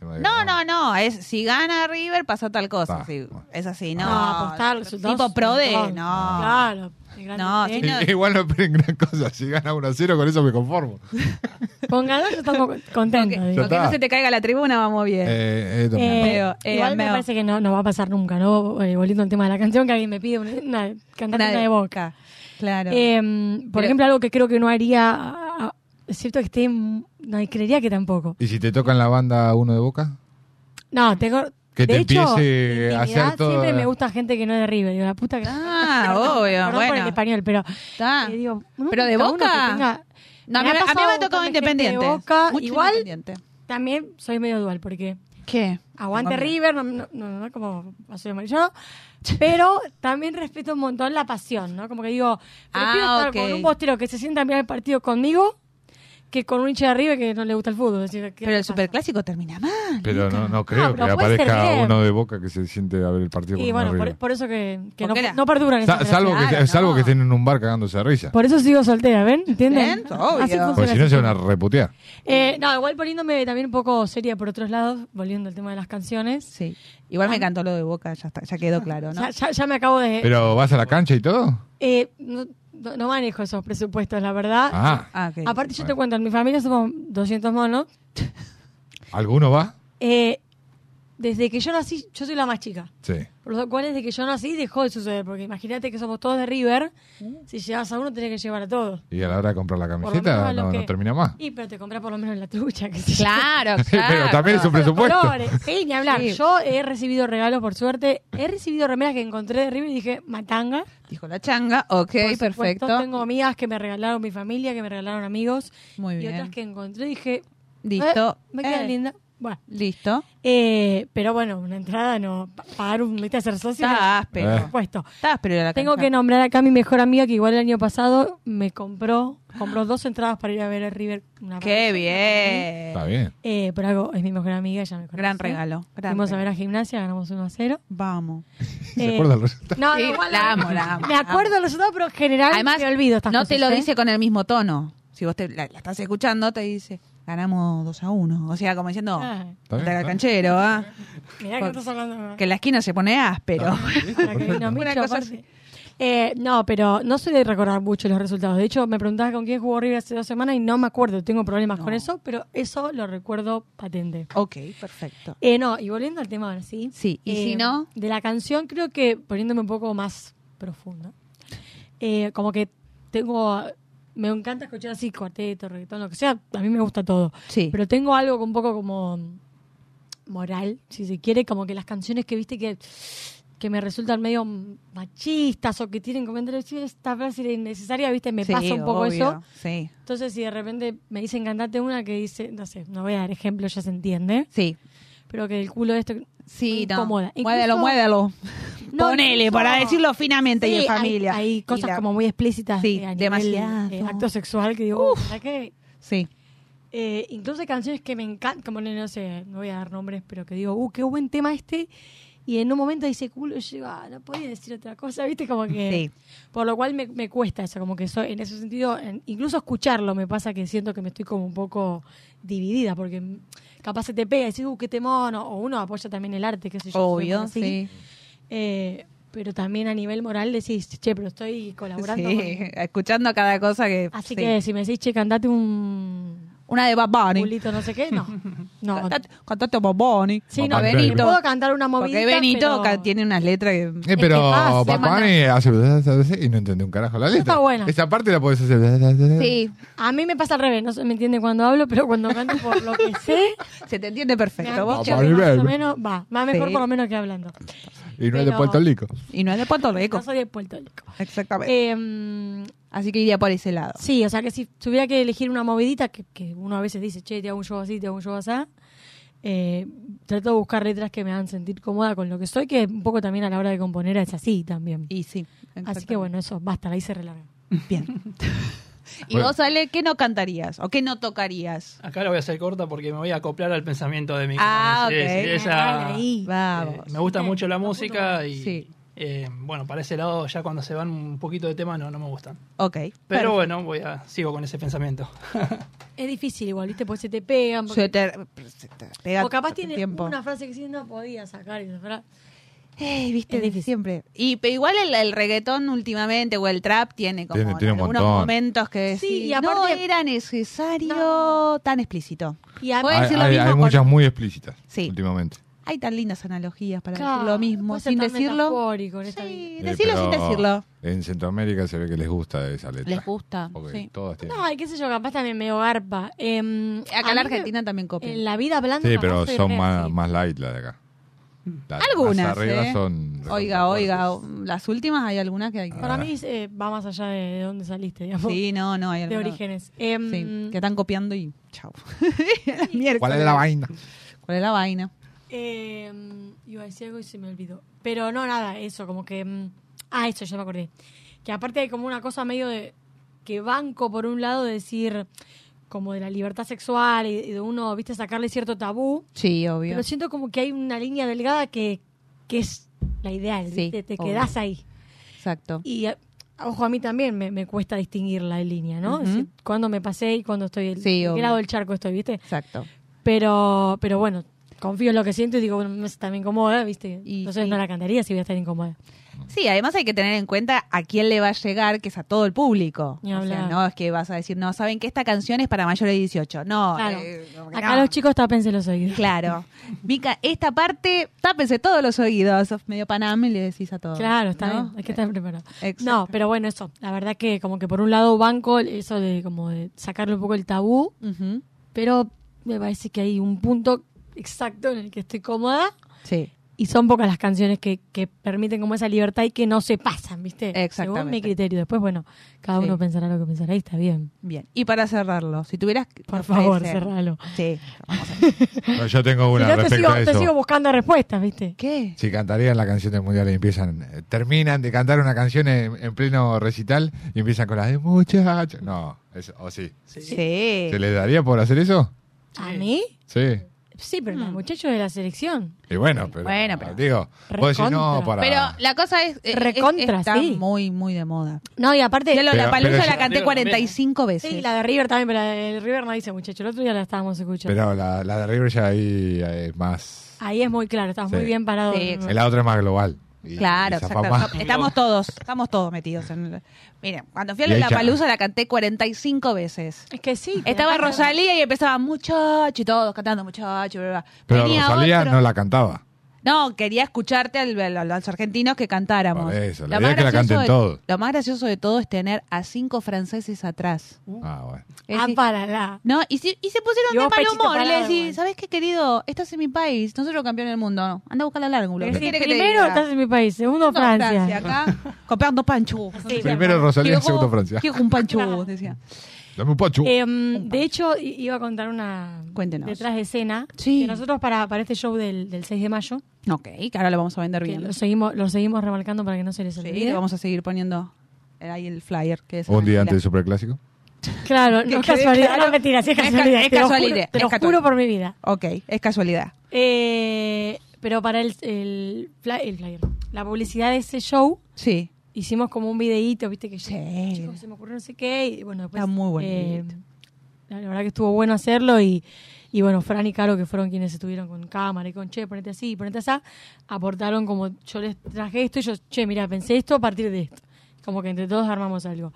Speaker 4: No, no, no. Es, si gana River, pasa tal cosa.
Speaker 6: Ah,
Speaker 4: sí.
Speaker 6: bueno.
Speaker 4: Es así,
Speaker 5: No,
Speaker 4: no.
Speaker 5: apostar, resultados.
Speaker 4: Tipo pro de.
Speaker 5: son-
Speaker 4: No.
Speaker 5: Claro. el gran
Speaker 4: No,
Speaker 5: hotel.
Speaker 4: sí, no.
Speaker 6: Igual no esperen gran cosa. Si gana 1 a 0, con eso me conformo.
Speaker 5: Con ganas yo estamos
Speaker 4: Porque,
Speaker 5: contentos. digo.
Speaker 4: porque no
Speaker 6: está.
Speaker 4: se te caiga la tribuna, vamos bien.
Speaker 6: Eh, eh, domingo.
Speaker 5: Eh,
Speaker 4: Meo, eh,
Speaker 5: igual me
Speaker 4: meo.
Speaker 5: parece que no, no va a pasar nunca, ¿no? Eh, volviendo al tema de la canción, que alguien me pide una, una cantante
Speaker 4: Una
Speaker 5: una de boca.
Speaker 4: Claro.
Speaker 5: Eh, por
Speaker 4: Pero-
Speaker 5: ejemplo, algo que creo que no haría, a- a- excepto que esté, mm, no, y creería que tampoco.
Speaker 6: ¿Y si te tocan la banda uno de boca?
Speaker 5: No, tengo
Speaker 6: Que te
Speaker 5: de hecho,
Speaker 6: empiece
Speaker 5: intimidad,
Speaker 6: a hacer todo.
Speaker 5: Siempre me gusta gente que no es de River. Digo, la puta que.
Speaker 4: Ah,
Speaker 5: Perdón,
Speaker 4: obvio,
Speaker 5: perdón por
Speaker 4: bueno.
Speaker 5: el español, pero.
Speaker 4: Está.
Speaker 5: eh, digo, no,
Speaker 4: Pero de
Speaker 5: cada uno que
Speaker 4: Boca.
Speaker 5: tenga-
Speaker 4: No, a mí
Speaker 5: ha
Speaker 4: me- a mí me ha
Speaker 5: pasado
Speaker 4: tocado
Speaker 5: con gente de
Speaker 4: Independiente.
Speaker 5: Boca,
Speaker 4: Mucho
Speaker 5: igual,
Speaker 4: Independiente.
Speaker 5: también soy medio dual porque.
Speaker 4: ¿Qué?
Speaker 5: Aguante
Speaker 4: Tengo miedo.
Speaker 5: River, no, no, no, no como soy amarillo, pero también respeto un montón la pasión, ¿no? Como que digo, prefiero
Speaker 4: Ah,
Speaker 5: estar
Speaker 4: ok.
Speaker 5: con un postero que se sienta a mirar el partido conmigo que con un hincha de River que no le gusta el fútbol. Es decir, ¿qué
Speaker 4: Pero el
Speaker 5: pasa?
Speaker 4: superclásico termina mal.
Speaker 6: Pero no, no creo
Speaker 5: Ah, pero
Speaker 6: que
Speaker 5: puede ser
Speaker 6: aparezca
Speaker 5: bien.
Speaker 6: uno de boca que se siente a ver el partido.
Speaker 5: Y
Speaker 6: con
Speaker 5: bueno,
Speaker 6: una
Speaker 5: por,
Speaker 6: rival.
Speaker 5: por eso que, que no,
Speaker 4: ¿Por qué era?
Speaker 5: no perduran
Speaker 6: Sa-
Speaker 5: esas
Speaker 6: salvo, que,
Speaker 5: relaciones.
Speaker 6: salvo que estén en un bar cagándose a risa.
Speaker 5: Por eso sigo soltera, ¿ven? ¿Entienden?
Speaker 4: Ven, obvio.
Speaker 5: Así funciona
Speaker 6: Porque si
Speaker 5: el
Speaker 6: no se van
Speaker 5: sistema.
Speaker 6: a reputear.
Speaker 5: Eh, no, igual poniéndome también un poco seria por otros lados, volviendo al tema de las canciones.
Speaker 4: Sí. Igual me cantó lo de Boca, ya, está, ya quedó claro, ¿no?
Speaker 5: Ah. Ya, ya- ya me acabo de...
Speaker 6: Pero vas a la cancha y todo.
Speaker 5: Eh, no, no- no manejo esos presupuestos, la verdad.
Speaker 6: Ah,
Speaker 4: Ah, ok.
Speaker 5: Aparte, yo te cuento, en mi familia somos 200 monos.
Speaker 6: ¿alguno va?
Speaker 5: Eh, desde que yo nací, yo soy la más chica.
Speaker 6: Sí.
Speaker 5: Por lo cual, desde que yo nací, dejó de suceder. Porque imagínate que somos todos de River.
Speaker 4: Mm.
Speaker 5: Si llevas a uno, tenés que llevar a todos.
Speaker 6: Y a la hora de comprar la
Speaker 5: Por lo menos
Speaker 6: camiseta
Speaker 5: a los
Speaker 6: no,
Speaker 5: que-
Speaker 6: no termina más.
Speaker 5: Y pero te compré por lo menos la trucha. Que
Speaker 14: Claro, claro.
Speaker 6: Pero también es un
Speaker 5: Los
Speaker 6: presupuesto.
Speaker 5: colores. Sí, ni hablar.
Speaker 4: Sí.
Speaker 5: Yo he recibido regalos, por suerte. He recibido remeras que encontré de River y dije, matanga.
Speaker 4: Dijo la changa, ok,
Speaker 5: Por supuesto,
Speaker 4: perfecto.
Speaker 5: Tengo amigas que me regalaron mi familia, que me regalaron amigos.
Speaker 4: Muy
Speaker 5: Y
Speaker 4: bien.
Speaker 5: otras que encontré y dije,
Speaker 4: Listo.
Speaker 5: eh, me queda
Speaker 4: Eh.
Speaker 5: linda. Bueno,
Speaker 4: Listo.
Speaker 5: eh, pero bueno, una entrada no. pa- Pagar un viste ser socio.
Speaker 4: Está
Speaker 5: por
Speaker 6: Eh.
Speaker 4: áspero.
Speaker 5: supuesto.
Speaker 4: Está áspero la
Speaker 5: Tengo
Speaker 4: cancha.
Speaker 5: que nombrar acá a mi mejor amiga que igual el año pasado me compró, compró dos entradas para ir a ver el River. Una
Speaker 4: ¡Qué bien!
Speaker 6: Está bien.
Speaker 5: Eh, por algo, es mi mejor amiga, ella me conoce.
Speaker 4: Gran regalo. Gran
Speaker 5: Fuimos a ver
Speaker 4: regalo.
Speaker 5: a gimnasia, ganamos 1 a 0.
Speaker 4: Vamos.
Speaker 6: ¿Se
Speaker 5: Eh,
Speaker 6: acuerda el resultado?
Speaker 5: No,
Speaker 4: Sí,
Speaker 5: no, igual
Speaker 4: la amo, la amo.
Speaker 5: Me acuerdo del resultado, pero en general
Speaker 14: Además,
Speaker 5: me olvido estas
Speaker 14: no
Speaker 4: No te
Speaker 5: cosas,
Speaker 4: lo
Speaker 5: ¿eh?
Speaker 4: dice con el mismo tono. Si vos te, la, la estás escuchando, te dice, ganamos 2 a 1. O sea, como diciendo,
Speaker 5: Ah.
Speaker 6: Está bien,
Speaker 4: "Ataca
Speaker 6: está
Speaker 4: canchero, ¿ah?
Speaker 5: Mirá que estás hablando.
Speaker 4: que la esquina se pone áspero.
Speaker 5: Para que no, me echo, aparte. Eh, no, pero no soy de recordar mucho los resultados. De hecho, me preguntabas con quién jugó River hace dos semanas y no me acuerdo. Tengo problemas con eso, pero eso lo recuerdo patente.
Speaker 4: ok, perfecto.
Speaker 5: Eh, no, y volviendo al tema ahora sí.
Speaker 4: Sí, y
Speaker 5: Eh,
Speaker 4: si no,
Speaker 5: De la canción, creo que poniéndome un poco más profunda. eh, como que tengo. Me encanta escuchar así cuarteto, reggaetón, lo que sea. A mí me gusta todo.
Speaker 4: sí.
Speaker 5: Pero tengo algo un poco como mm, moral, si se quiere, como que las canciones que viste que, que me resultan medio machistas o que tienen comentarios, "Sí, esta frase era innecesaria, viste, me
Speaker 4: Sí,
Speaker 5: pasa un poco
Speaker 4: obvio,
Speaker 5: eso.
Speaker 4: Sí,
Speaker 5: Entonces, si de repente me dicen cantate una que dice, no sé, no voy a dar ejemplo, ya se entiende,
Speaker 4: sí.
Speaker 5: pero que el culo de esto
Speaker 4: Sí,
Speaker 5: me
Speaker 4: no.
Speaker 5: incomoda. Incluso-
Speaker 4: Muévelo, muévelo.
Speaker 5: No,
Speaker 4: Ponele,
Speaker 5: incluso-
Speaker 4: para decirlo finamente
Speaker 5: Sí,
Speaker 4: y en
Speaker 5: hay-
Speaker 4: familia.
Speaker 5: Hay,
Speaker 4: Y
Speaker 5: cosas
Speaker 4: la-
Speaker 5: como muy explícitas.
Speaker 4: Sí,
Speaker 5: eh, a nivel,
Speaker 4: demasiado.
Speaker 5: eh, acto sexual que digo, ¿para qué?
Speaker 4: Sí.
Speaker 5: Eh, incluso hay canciones que me encantan, como no sé, no voy a dar nombres, pero que digo, uh, qué buen tema este. Y en un momento dice culo, y yo digo, ah, no podía decir otra cosa, ¿viste? Como que.
Speaker 4: Sí.
Speaker 5: Por lo cual me, me cuesta eso, como que soy, en ese sentido, en- incluso escucharlo me pasa que siento que me estoy como un poco dividida, porque mm, capaz se te pega y decís, uh, qué temón, o o uno apoya también el arte, qué sé yo. soy
Speaker 4: Obvio,
Speaker 5: más así.
Speaker 4: sí.
Speaker 5: Eh, pero también a nivel moral decís, che, pero estoy colaborando.
Speaker 4: Sí,
Speaker 5: con-".
Speaker 4: escuchando cada cosa que.
Speaker 5: Así
Speaker 4: sí.
Speaker 5: que si me decís, che, cantate un
Speaker 4: Una de Bad Bunny.
Speaker 5: culito no sé qué, no. No,
Speaker 4: Cantate, cantate Bad Bunny.
Speaker 5: Sí,
Speaker 6: Papá
Speaker 5: no,
Speaker 6: Noel.
Speaker 5: Benito. Puedo cantar una movida.
Speaker 4: Porque Benito
Speaker 5: pero-
Speaker 4: ca- tiene unas letras que.
Speaker 6: Eh,
Speaker 5: que
Speaker 6: pero
Speaker 5: pasa,
Speaker 6: Bad
Speaker 5: manda-
Speaker 6: Bunny hace a veces y no entiende un carajo la letra.
Speaker 5: está buena.
Speaker 6: Esa parte la podés hacer.
Speaker 14: Sí.
Speaker 5: A mí me pasa al revés, no se me entiende cuando hablo, pero cuando canto por lo que sé,
Speaker 4: Se te entiende
Speaker 5: me
Speaker 4: perfecto.
Speaker 5: han
Speaker 4: vos.
Speaker 5: dicho
Speaker 6: Papá
Speaker 5: que más
Speaker 6: Noel.
Speaker 5: o menos va, va mejor
Speaker 4: Sí.
Speaker 5: por lo menos que hablando.
Speaker 6: Y no es de
Speaker 5: Pero-
Speaker 6: Puerto Rico.
Speaker 4: Y no es de Puerto Rico.
Speaker 5: No soy de Puerto Rico.
Speaker 4: Exactamente.
Speaker 5: Eh, mm,
Speaker 4: Así que iría por ese lado.
Speaker 5: sí, o sea que si tuviera que elegir una movidita, que, que uno a veces dice, che, te hago un show así, te hago un show así, eh, trato de buscar letras que me hagan sentir cómoda con lo que soy, que un poco también a la hora de componer es así también.
Speaker 4: Y sí.
Speaker 5: Así que bueno, eso, basta, la hice relarga.
Speaker 4: Bien. y
Speaker 6: Bueno.
Speaker 4: vos, Ale, ¿qué no cantarías o qué no tocarías?
Speaker 13: Acá la voy a hacer corta porque me voy a acoplar al pensamiento de mi
Speaker 4: Ah,
Speaker 13: compañera. Sí,
Speaker 4: ok.
Speaker 13: sí, ella-
Speaker 5: Ahí.
Speaker 4: Vamos.
Speaker 13: Eh, me gusta mucho la música y
Speaker 4: Sí.
Speaker 13: eh, bueno, para ese lado ya cuando se van un poquito de tema no, no me gustan.
Speaker 4: Ok.
Speaker 13: Pero bueno, voy a sigo con ese pensamiento.
Speaker 5: Es difícil igual, ¿viste? Porque se te pegan.
Speaker 4: Pero
Speaker 5: porque-
Speaker 4: se te- se te pega
Speaker 5: o capaz
Speaker 4: todo el
Speaker 5: tiene
Speaker 4: tiempo.
Speaker 5: una frase que sí no podía sacar. esa fra-
Speaker 4: Eh, viste,
Speaker 5: Es
Speaker 4: de
Speaker 5: difícil.
Speaker 4: siempre. Y pe- igual el, el reggaetón últimamente o el trap tiene como
Speaker 6: Tiene- tiene un
Speaker 4: algunos
Speaker 6: montón.
Speaker 4: momentos que
Speaker 5: Sí,
Speaker 4: decís,
Speaker 5: y aparte-
Speaker 4: no era necesario
Speaker 5: No.
Speaker 4: tan explícito.
Speaker 5: Y a
Speaker 4: Voy a
Speaker 6: Hay,
Speaker 4: decir lo
Speaker 6: hay-
Speaker 4: mismo
Speaker 6: hay
Speaker 4: con-
Speaker 6: muchas muy explícitas
Speaker 4: Sí.
Speaker 6: últimamente.
Speaker 4: Hay tan lindas analogías para
Speaker 5: Claro,
Speaker 4: decir lo mismo
Speaker 5: puede ser
Speaker 4: sin
Speaker 5: tan
Speaker 4: decirlo.
Speaker 5: metafórico en esta vida.
Speaker 4: Sí,
Speaker 6: Eh,
Speaker 4: decirlo sin
Speaker 6: pero
Speaker 4: decirlo.
Speaker 6: En Centroamérica se ve que les gusta esa letra.
Speaker 4: Les gusta.
Speaker 6: Porque
Speaker 4: sí.
Speaker 6: todas tienen.
Speaker 5: No, ay, qué sé yo, capaz también medio garpa. Eh,
Speaker 4: Acá
Speaker 5: a
Speaker 4: en la
Speaker 5: mí me-
Speaker 4: Argentina también copian.
Speaker 5: En la vida blanda.
Speaker 6: sí,
Speaker 5: capaz
Speaker 6: pero
Speaker 5: soy
Speaker 6: son
Speaker 5: re
Speaker 6: más,
Speaker 5: así.
Speaker 6: más light las de acá. La-
Speaker 4: Algunas.
Speaker 6: las arriba
Speaker 4: ¿eh?
Speaker 6: son
Speaker 4: Oiga, oiga, um, las últimas hay algunas que hay.
Speaker 5: Para mí eh, va más allá de, de dónde saliste, digamos.
Speaker 4: Sí, no, no, hay
Speaker 5: De
Speaker 4: algunas.
Speaker 5: orígenes. Em,
Speaker 4: Sí, que están copiando y chao.
Speaker 6: ¿Cuál es la vaina?
Speaker 4: ¿Cuál es la vaina?
Speaker 5: Eh, iba a decir algo y se me olvidó. Pero no, nada, eso, como que. mm, Ah, eso, ya me acordé. Que aparte hay como una cosa medio de. que banco, por un lado, de decir. como de la libertad sexual y, y de uno, viste, sacarle cierto tabú.
Speaker 4: Sí, obvio.
Speaker 5: Pero siento como que hay una línea delgada que, que es la ideal, ¿viste? Te
Speaker 4: obvio.
Speaker 5: quedás ahí.
Speaker 4: Exacto.
Speaker 5: Y. eh, Ojo, a mí también me, me cuesta distinguir la línea, ¿no?
Speaker 4: Ujú.
Speaker 5: Es decir, cuándo me pasé y cuándo estoy... El,
Speaker 4: Sí,
Speaker 5: de qué
Speaker 4: obvio.
Speaker 5: lado del charco estoy, ¿viste?
Speaker 4: Exacto.
Speaker 5: Pero, pero bueno, confío en lo que siento y digo, bueno, no está tan incómoda, ¿viste? Entonces no la cantaría si voy a estar incómoda.
Speaker 4: Sí, además hay que tener en cuenta a quién le va a llegar, que es a todo el público.
Speaker 5: Ni
Speaker 4: o sea,
Speaker 5: hablar.
Speaker 4: no es que vas a decir, no, saben que esta canción es para mayores de 18. No,
Speaker 5: Claro.
Speaker 4: eh, como que
Speaker 5: Acá
Speaker 4: no.
Speaker 5: los chicos tápense los oídos.
Speaker 4: Claro. Mica, esta parte, tápense todos los oídos, sos medio panam y le decís a todos.
Speaker 5: Claro, está
Speaker 4: ¿no?
Speaker 5: bien, hay que estar preparado.
Speaker 4: Exacto.
Speaker 5: No, pero bueno, eso. La verdad que como que por un lado banco eso de como de sacarle un poco el tabú, pero me parece que hay un punto exacto en el que estoy cómoda
Speaker 4: Sí.
Speaker 5: y son pocas las canciones que, que permiten como esa libertad y que no se pasan, ¿viste? Según mi
Speaker 4: Exactamente.
Speaker 5: criterio. Después, bueno, cada
Speaker 4: Sí.
Speaker 5: uno pensará lo que pensará y está bien.
Speaker 4: Bien. Y para cerrarlo, si tuvieras. que
Speaker 5: Por favor,
Speaker 4: ofrecer-
Speaker 5: cerralo.
Speaker 4: Sí.
Speaker 6: Pero yo tengo
Speaker 5: Si
Speaker 6: una
Speaker 5: no, te
Speaker 6: respecto
Speaker 5: sigo,
Speaker 6: a
Speaker 5: te
Speaker 6: eso.
Speaker 5: sigo buscando respuestas, ¿viste?
Speaker 4: ¿Qué?
Speaker 6: Si cantarían la canción del mundial y empiezan, eh, terminan de cantar una canción en, en pleno recital y empiezan con la de muchachos. No, eso, o sí.
Speaker 4: Sí.
Speaker 6: ¿Se les daría por hacer eso?
Speaker 5: ¿A mí?
Speaker 6: Sí.
Speaker 5: Sí, pero
Speaker 4: Mm.
Speaker 5: los muchachos de la selección.
Speaker 6: Y bueno, pero.
Speaker 5: Bueno, pero-
Speaker 6: Digo, vos decís no
Speaker 5: Recontra.
Speaker 6: para.
Speaker 4: Pero la cosa es. eh,
Speaker 5: Recontra,
Speaker 4: es- está
Speaker 5: sí.
Speaker 4: muy, muy de moda.
Speaker 5: No, y aparte.
Speaker 4: Yo lo-
Speaker 6: Pero-
Speaker 4: la palusa
Speaker 6: pero
Speaker 4: la
Speaker 6: yo-
Speaker 4: canté 45 veces.
Speaker 5: Sí, la de River también, pero la de River no dice muchacho. El otro día la estábamos escuchando.
Speaker 6: Pero la, la de River ya ahí eh, es más.
Speaker 5: Ahí es muy claro, estás
Speaker 6: Sí.
Speaker 5: muy bien parado.
Speaker 4: Sí, exacto.
Speaker 6: La otra es más global. Y-
Speaker 4: Claro,
Speaker 6: y zafa
Speaker 4: exacto.
Speaker 6: más.
Speaker 4: Estamos todos, estamos todos metidos en el- Miren, cuando fui a
Speaker 6: Y ahí
Speaker 4: la
Speaker 6: ya-
Speaker 4: palusa la canté 45 veces.
Speaker 5: Es que sí.
Speaker 4: Estaba Rosalía y empezaba muchacho y todos cantando muchacho. bla, bla, bla.
Speaker 6: Pero
Speaker 4: Venía
Speaker 6: Rosalía
Speaker 4: otro-
Speaker 6: no la cantaba.
Speaker 4: No, quería escucharte al- al- a los argentinos que cantáramos.
Speaker 6: Por eso, la idea
Speaker 4: Lo más
Speaker 6: es que la
Speaker 4: gracioso
Speaker 6: canten
Speaker 4: de-
Speaker 6: todos.
Speaker 4: Lo más gracioso de todo es tener a cinco franceses atrás.
Speaker 6: Ah, bueno.
Speaker 4: Es
Speaker 5: Ah,
Speaker 4: decir,
Speaker 5: para la.
Speaker 4: No, y se, y se pusieron
Speaker 5: Y
Speaker 4: de
Speaker 5: vos,
Speaker 4: mal
Speaker 5: pechito
Speaker 4: humor. Y le
Speaker 5: parado,
Speaker 4: decís,
Speaker 5: igual.
Speaker 4: ¿sabés qué, querido? Estás en mi país, nosotros campeón del mundo. Anda a buscar la larga.
Speaker 5: Es
Speaker 4: ¿Qué
Speaker 5: decir,
Speaker 4: quiere que te
Speaker 5: primero
Speaker 4: diga?
Speaker 5: estás en mi país, segundo
Speaker 4: No,
Speaker 5: Francia.
Speaker 4: Francia, acá, comprando pancho.
Speaker 6: Primero Rosalía,
Speaker 4: Quiero
Speaker 6: segundo
Speaker 4: como-
Speaker 6: Francia.
Speaker 4: Quiero un pancho, decía.
Speaker 6: Dame un pocho.
Speaker 5: Eh, mm, de hecho, i- iba a contar una
Speaker 4: Cuéntenos.
Speaker 5: detrás de escena.
Speaker 4: Sí.
Speaker 5: Que nosotros para, para este show del, del 6 de mayo,
Speaker 4: Ok, que ahora lo vamos a vender
Speaker 5: que
Speaker 4: bien.
Speaker 5: lo seguimos, lo seguimos remarcando para que no se les olvide.
Speaker 4: Sí, le vamos a seguir poniendo eh, ahí el flyer. Que es
Speaker 6: un día antes del
Speaker 4: de
Speaker 6: superclásico.
Speaker 5: Claro,
Speaker 4: Que
Speaker 5: no es
Speaker 4: quede
Speaker 5: casualidad.
Speaker 4: claro.
Speaker 5: No es mentira, sí es
Speaker 4: Es ca-
Speaker 5: casualidad.
Speaker 4: es
Speaker 5: te lo
Speaker 4: casualidad,
Speaker 5: juro- Te
Speaker 4: es
Speaker 5: lo
Speaker 4: casualidad.
Speaker 5: juro por mi vida.
Speaker 4: Ok, es casualidad.
Speaker 5: Eh, pero para el, el, fly- el flyer, la publicidad de ese show,
Speaker 4: Sí,
Speaker 5: hicimos como un videíto, viste que yo,
Speaker 4: Sí.
Speaker 5: chicos, se me ocurrió no sé qué. Y bueno, después,
Speaker 4: Está muy bueno el
Speaker 5: eh,
Speaker 4: videíto.
Speaker 5: la, la verdad que estuvo bueno hacerlo y, y bueno, Fran y Caro, que fueron quienes estuvieron con cámara y con che, ponete así, ponete así, aportaron como yo les traje esto y yo, che, mira, pensé esto a partir de esto. Como que entre todos armamos algo.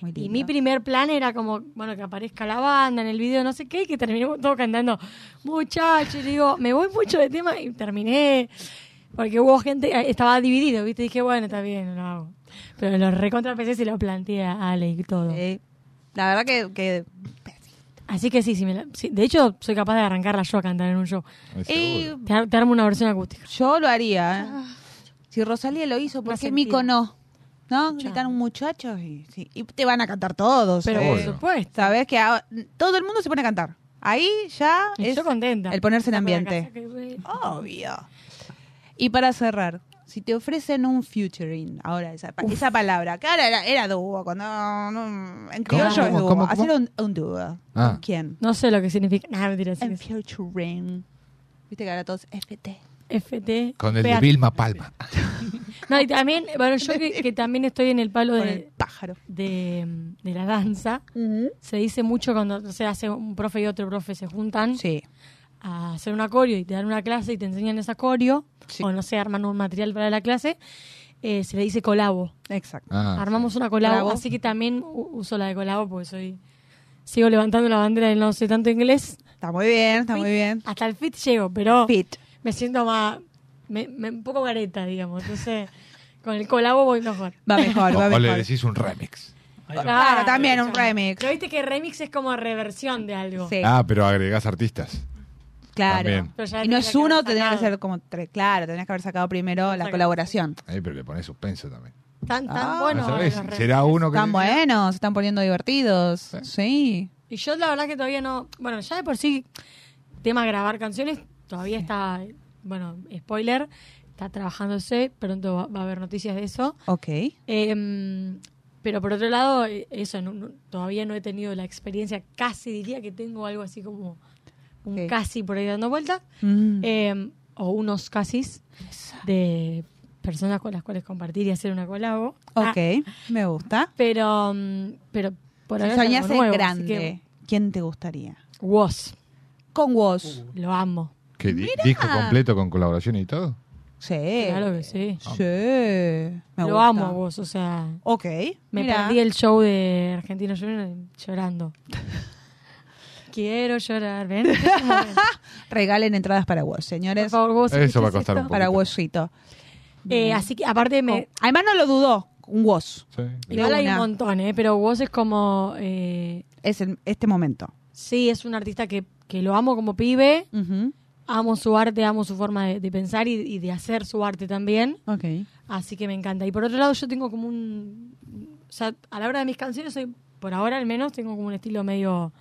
Speaker 4: muy
Speaker 5: Y
Speaker 4: lindo.
Speaker 5: mi primer plan era como, bueno, que aparezca la banda en el video, no sé qué, y que terminemos todos cantando, muchachos, y digo, me voy mucho de tema y terminé. Porque hubo gente, eh, estaba dividido, ¿viste? Dije, bueno, está bien, lo hago. Pero lo recontra pensé si lo planteé a Ale y todo.
Speaker 4: Sí. La verdad que... que-
Speaker 5: Así que sí, sí, me la- sí, de hecho, soy capaz de arrancarla yo a cantar en un show.
Speaker 6: Ay,
Speaker 4: Y
Speaker 6: seguro.
Speaker 5: Te, ar- te armo una versión acústica.
Speaker 4: yo lo haría. ¿eh? Si Rosalía lo hizo, ¿por
Speaker 5: Más
Speaker 4: qué
Speaker 5: sentido.
Speaker 4: Mico no? ¿No? Gritan un muchacho y, sí, y te van a cantar todos.
Speaker 5: Pero
Speaker 4: eh.
Speaker 5: por
Speaker 6: Obvio.
Speaker 5: supuesto.
Speaker 4: Sabes que ahora- todo el mundo se pone a cantar. Ahí ya
Speaker 5: Y
Speaker 4: es
Speaker 5: yo contenta.
Speaker 4: el ponerse
Speaker 5: Saco
Speaker 4: en
Speaker 5: la
Speaker 4: ambiente.
Speaker 5: casaca y voy-
Speaker 4: Obvio. Y para cerrar, si te ofrecen un featuring, ahora esa, pa- esa palabra, que ahora era, era dúo, cuando no,
Speaker 6: ¿Cómo,
Speaker 4: en criollo es
Speaker 6: cómo,
Speaker 4: dúo,
Speaker 6: cómo, cómo?
Speaker 4: hacer un, un dúo.
Speaker 6: Ah.
Speaker 4: ¿Con quién?
Speaker 5: No sé lo que significa. Nada, mentira. sí
Speaker 4: En
Speaker 5: que sí.
Speaker 4: featuring. Viste que ahora todos FT.
Speaker 5: FT.
Speaker 6: Con el de
Speaker 5: PH.
Speaker 6: Vilma Palma.
Speaker 5: No, y también, bueno, yo que, que también estoy en el palo
Speaker 4: Con el
Speaker 5: de,
Speaker 4: pájaro.
Speaker 5: de, mm, de la danza, se dice mucho cuando no sé, hace un profe y otro profe se juntan
Speaker 4: Sí.
Speaker 5: a hacer una acorio y te dan una clase y te enseñan esa acorio,
Speaker 4: Sí.
Speaker 5: o no sé, arman un material para la clase, eh, se le dice colabo.
Speaker 4: Exacto.
Speaker 6: Ah,
Speaker 5: Armamos una colabo,
Speaker 4: Colabo.
Speaker 5: así que también u- uso la de colabo porque soy. Sigo levantando la bandera del no sé tanto inglés.
Speaker 4: Está muy bien, está muy bien.
Speaker 5: Hasta el fit llego, pero
Speaker 4: Fit.
Speaker 5: me siento más. Me, me- un poco gareta, digamos. Entonces, con el colabo voy mejor.
Speaker 4: Va mejor,
Speaker 6: O,
Speaker 4: va
Speaker 6: o le
Speaker 4: mejor.
Speaker 6: decís un remix.
Speaker 13: Ahí va.
Speaker 5: Claro,
Speaker 4: Claro, también un remix.
Speaker 5: Pero viste que remix es como reversión de algo.
Speaker 4: Sí.
Speaker 6: Ah, pero agregás artistas.
Speaker 4: Claro.
Speaker 6: También.
Speaker 5: Pero ya
Speaker 4: Y no
Speaker 5: tenía
Speaker 4: es
Speaker 5: que haber
Speaker 4: uno, tendría que
Speaker 5: sacado.
Speaker 4: ser como tres. Claro, tenías que haber sacado primero la
Speaker 5: Sacado.
Speaker 4: colaboración.
Speaker 6: Ahí, pero le pones suspenso también.
Speaker 5: Tan, tan
Speaker 4: Ah,
Speaker 5: bueno.
Speaker 6: ¿No
Speaker 5: ahora
Speaker 6: sabés?
Speaker 5: los re-
Speaker 6: ¿Será uno que.?
Speaker 4: Están buenos, se están poniendo divertidos. Sí.
Speaker 5: Y yo la verdad que todavía no. Bueno, ya de por sí, tema grabar canciones, todavía está. Bueno, spoiler, está trabajándose, pronto va, va a haber noticias de eso.
Speaker 4: Ok.
Speaker 5: Em, pero por otro lado, eh, eso, no- no- todavía no he tenido la experiencia, casi diría que tengo algo así como un
Speaker 4: Ok.
Speaker 5: casi por ahí dando vueltas,
Speaker 4: Mm.
Speaker 5: em, o unos casis de personas con las cuales compartir y hacer una colabo.
Speaker 4: Ok,
Speaker 5: Ah,
Speaker 4: me gusta.
Speaker 5: pero, mm, pero por
Speaker 4: Si
Speaker 5: ahora es algo
Speaker 4: soñase
Speaker 5: nuevo, así que-
Speaker 4: grande, ¿quién te gustaría?
Speaker 5: Woz.
Speaker 4: Con vos.
Speaker 5: Lo amo.
Speaker 6: que di- ¿Disco completo con colaboración y todo?
Speaker 4: Sí.
Speaker 5: Claro que sí.
Speaker 4: Sí. Me
Speaker 5: Lo
Speaker 4: gusta.
Speaker 5: amo a vos, o sea.
Speaker 4: Ok.
Speaker 5: Me
Speaker 4: mirá.
Speaker 5: perdí el show de Argentino Junior llorando. Quiero llorar, ven. Es como que,
Speaker 4: Regalen entradas para vos, señores.
Speaker 5: Por favor, vos.
Speaker 6: Eso va a
Speaker 5: ¿qué es
Speaker 6: costar un
Speaker 5: esto?
Speaker 6: poco.
Speaker 4: Para vosito.
Speaker 5: Eh, así que, aparte, me,
Speaker 4: Además, no lo dudó. Un vos.
Speaker 6: Sí.
Speaker 5: igual hay un
Speaker 4: una.
Speaker 5: montón, ¿eh? Pero vos es como. eh,
Speaker 4: Es en este momento.
Speaker 5: sí, es un artista que, que lo amo como pibe.
Speaker 4: Ujú.
Speaker 5: Amo su arte, amo su forma de, de pensar y, y de hacer su arte también.
Speaker 4: Ok.
Speaker 5: Así que me encanta. Y por otro lado, yo tengo como un. O sea, a la hora de mis canciones, soy, por ahora al menos, tengo como un estilo medio.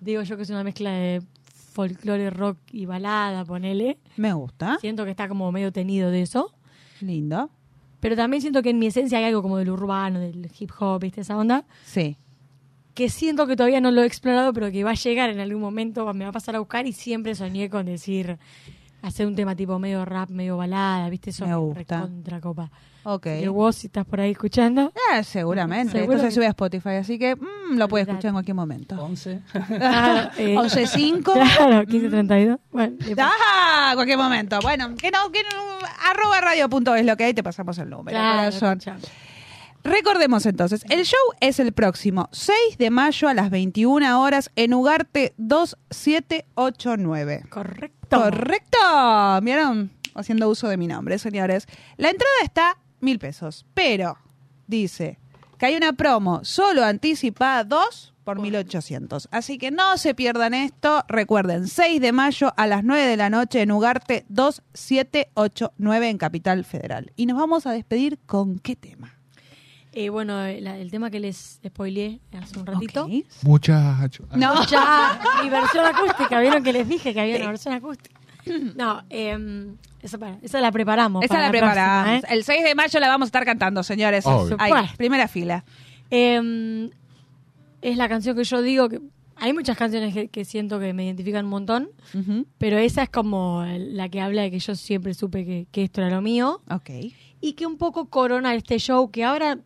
Speaker 5: Digo yo que es una mezcla de folclore, rock y balada, ponele.
Speaker 4: Me gusta.
Speaker 5: Siento que está como medio tenido de eso.
Speaker 4: Lindo.
Speaker 5: Pero también siento que en mi esencia hay algo como del urbano, del hip hop, ¿viste? Esa onda.
Speaker 4: Sí.
Speaker 5: Que siento que todavía no lo he explorado, pero que va a llegar en algún momento, me va a pasar a buscar. Y siempre soñé con decir. Hacer un tema tipo medio rap, medio balada, ¿viste? Eso
Speaker 4: Me
Speaker 5: me
Speaker 4: gusta.
Speaker 5: recontra copa.
Speaker 4: Ok.
Speaker 5: Que vos, si estás por ahí escuchando,
Speaker 4: Ah, seguramente.
Speaker 5: Seguro
Speaker 4: Esto se
Speaker 5: que-
Speaker 4: sube a Spotify, así que mm, lo puedes escuchar en cualquier momento.
Speaker 13: 11.
Speaker 5: Ah, eh,
Speaker 4: 11.5.
Speaker 5: Claro,
Speaker 4: Mm.
Speaker 5: 1532. Bueno, le-
Speaker 4: ¡Ah! Cualquier momento. Bueno, que no, que no, arroba radio punto es lo que hay, te pasamos el número.
Speaker 5: Claro,
Speaker 4: corazón.
Speaker 5: escuchame.
Speaker 4: Recordemos entonces, el show es el próximo 6 de mayo a las 21 horas en Ugarte 2789.
Speaker 5: Correcto.
Speaker 4: Correcto. ¿Vieron? Haciendo uso de mi nombre, señores. La entrada está mil pesos, pero dice que hay una promo solo anticipada 2 por 1800. Así que no se pierdan esto. Recuerden, 6 de mayo a las 9 de la noche en Ugarte 2789 en Capital Federal. Y nos vamos a despedir con qué tema.
Speaker 5: Eh, bueno, eh, la- el tema que les spoileé hace un ratito.
Speaker 4: Ok.
Speaker 6: Muchacho. Ah,
Speaker 4: No.
Speaker 5: Ya, mi versión acústica. ¿Vieron que les dije que había una versión acústica? No, eh, esa, para- esa la preparamos.
Speaker 4: Esa
Speaker 5: para
Speaker 4: la preparamos.
Speaker 5: próxima, ¿eh?
Speaker 4: El 6 de mayo la vamos a estar cantando, señores.
Speaker 6: Obvio.
Speaker 4: Ahí,
Speaker 5: Supuesto.
Speaker 4: primera fila.
Speaker 5: Eh, es la canción que yo digo que. Hay muchas canciones que, que siento que me identifican un montón,
Speaker 4: Ujú.
Speaker 5: pero esa es como la que habla de que yo siempre supe que, que esto era lo mío.
Speaker 4: Ok.
Speaker 5: y que un poco corona este show que ahora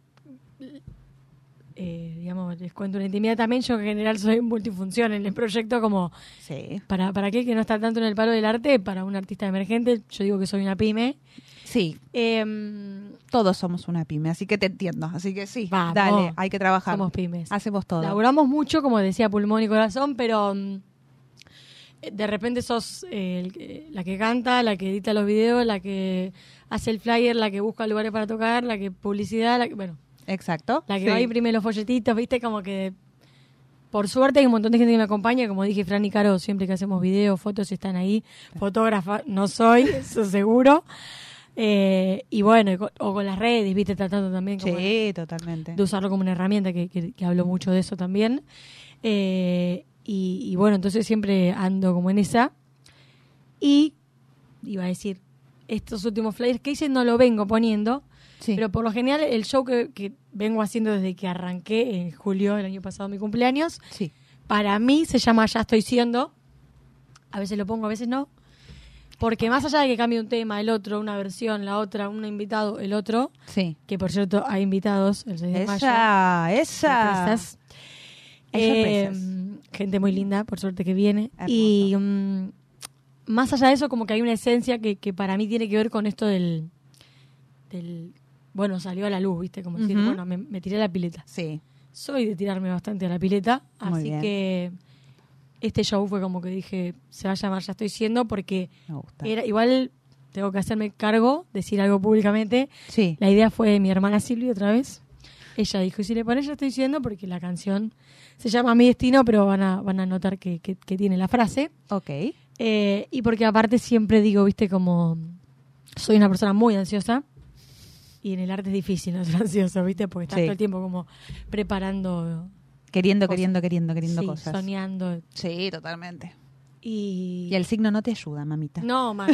Speaker 5: eh, digamos les cuento una intimidad también yo en general soy multifunción en el proyecto como
Speaker 4: Sí.
Speaker 5: para para aquel que no está tanto en el palo del arte para un artista emergente yo digo que soy una pyme
Speaker 4: Sí,
Speaker 5: Em,
Speaker 4: todos somos una pyme, así que te entiendo. Así que sí,
Speaker 5: Vamos.
Speaker 4: dale, hay que trabajar.
Speaker 5: somos pymes
Speaker 4: Hacemos todo.
Speaker 5: laburamos mucho como decía pulmón y corazón pero mm, de repente sos eh, el que- la que canta, la que edita los videos, la que hace el flyer, la que busca lugares para tocar, la que publicidad, la que, bueno,
Speaker 4: Exacto.
Speaker 5: La que
Speaker 4: Sí.
Speaker 5: va a imprimir los folletitos, viste, como que por suerte hay un montón de gente que me acompaña, como dije Fran y Caro, siempre que hacemos videos, fotos están ahí, fotógrafa no soy, eso seguro. Eh, y bueno, y co- o con las redes, viste, tratando también como de-
Speaker 4: Sí, totalmente.
Speaker 5: de usarlo como una herramienta, que, que, que hablo mucho de eso también. Eh, y, y bueno, entonces siempre ando como en esa. Y iba a decir, estos últimos flyers que hice no lo vengo poniendo,
Speaker 4: Sí.
Speaker 5: pero por lo general el show que, que vengo haciendo desde que arranqué en julio del año pasado, mi cumpleaños,
Speaker 4: Sí.
Speaker 5: para mí se llama Ya estoy siendo. A veces lo pongo, a veces no. Porque más allá de que cambie un tema, el otro, una versión, la otra, un invitado, el otro,
Speaker 4: Sí.
Speaker 5: que por cierto hay invitados el 6 de mayo.
Speaker 4: Esa, esa.
Speaker 5: Sorpresas.
Speaker 4: Hay
Speaker 5: Eh,
Speaker 4: sorpresas.
Speaker 5: gente muy linda, por suerte que viene. Y mm, más allá de eso, como que hay una esencia que, que para mí tiene que ver con esto del, del bueno, salió a la luz, ¿viste? Como decir,
Speaker 4: Ujú.
Speaker 5: bueno, me, me tiré a la pileta.
Speaker 4: Sí.
Speaker 5: Soy de tirarme bastante a la pileta,
Speaker 4: Muy
Speaker 5: así
Speaker 4: bien.
Speaker 5: que este show fue como que dije, se va a llamar Ya estoy siendo, porque
Speaker 4: Me gusta.
Speaker 5: era igual tengo que hacerme cargo, decir algo públicamente,
Speaker 4: Sí.
Speaker 5: la idea fue de mi hermana Silvia otra vez. Ella dijo, y si le pones ya estoy diciendo, porque la canción se llama Mi Destino, pero van a, van a notar que, que- que tiene la frase.
Speaker 4: Ok.
Speaker 5: Eh, y porque aparte siempre digo, viste, como soy una persona muy ansiosa y en el arte es difícil no ser ansioso, viste, porque estás
Speaker 4: Sí.
Speaker 5: todo el tiempo como preparando,
Speaker 4: Queriendo,
Speaker 5: Cosas.
Speaker 4: queriendo, queriendo, queriendo
Speaker 5: sí,
Speaker 4: cosas.
Speaker 5: soñando.
Speaker 4: Sí, totalmente.
Speaker 5: Y,
Speaker 4: Y el signo no te ayuda, mamita.
Speaker 5: No, más.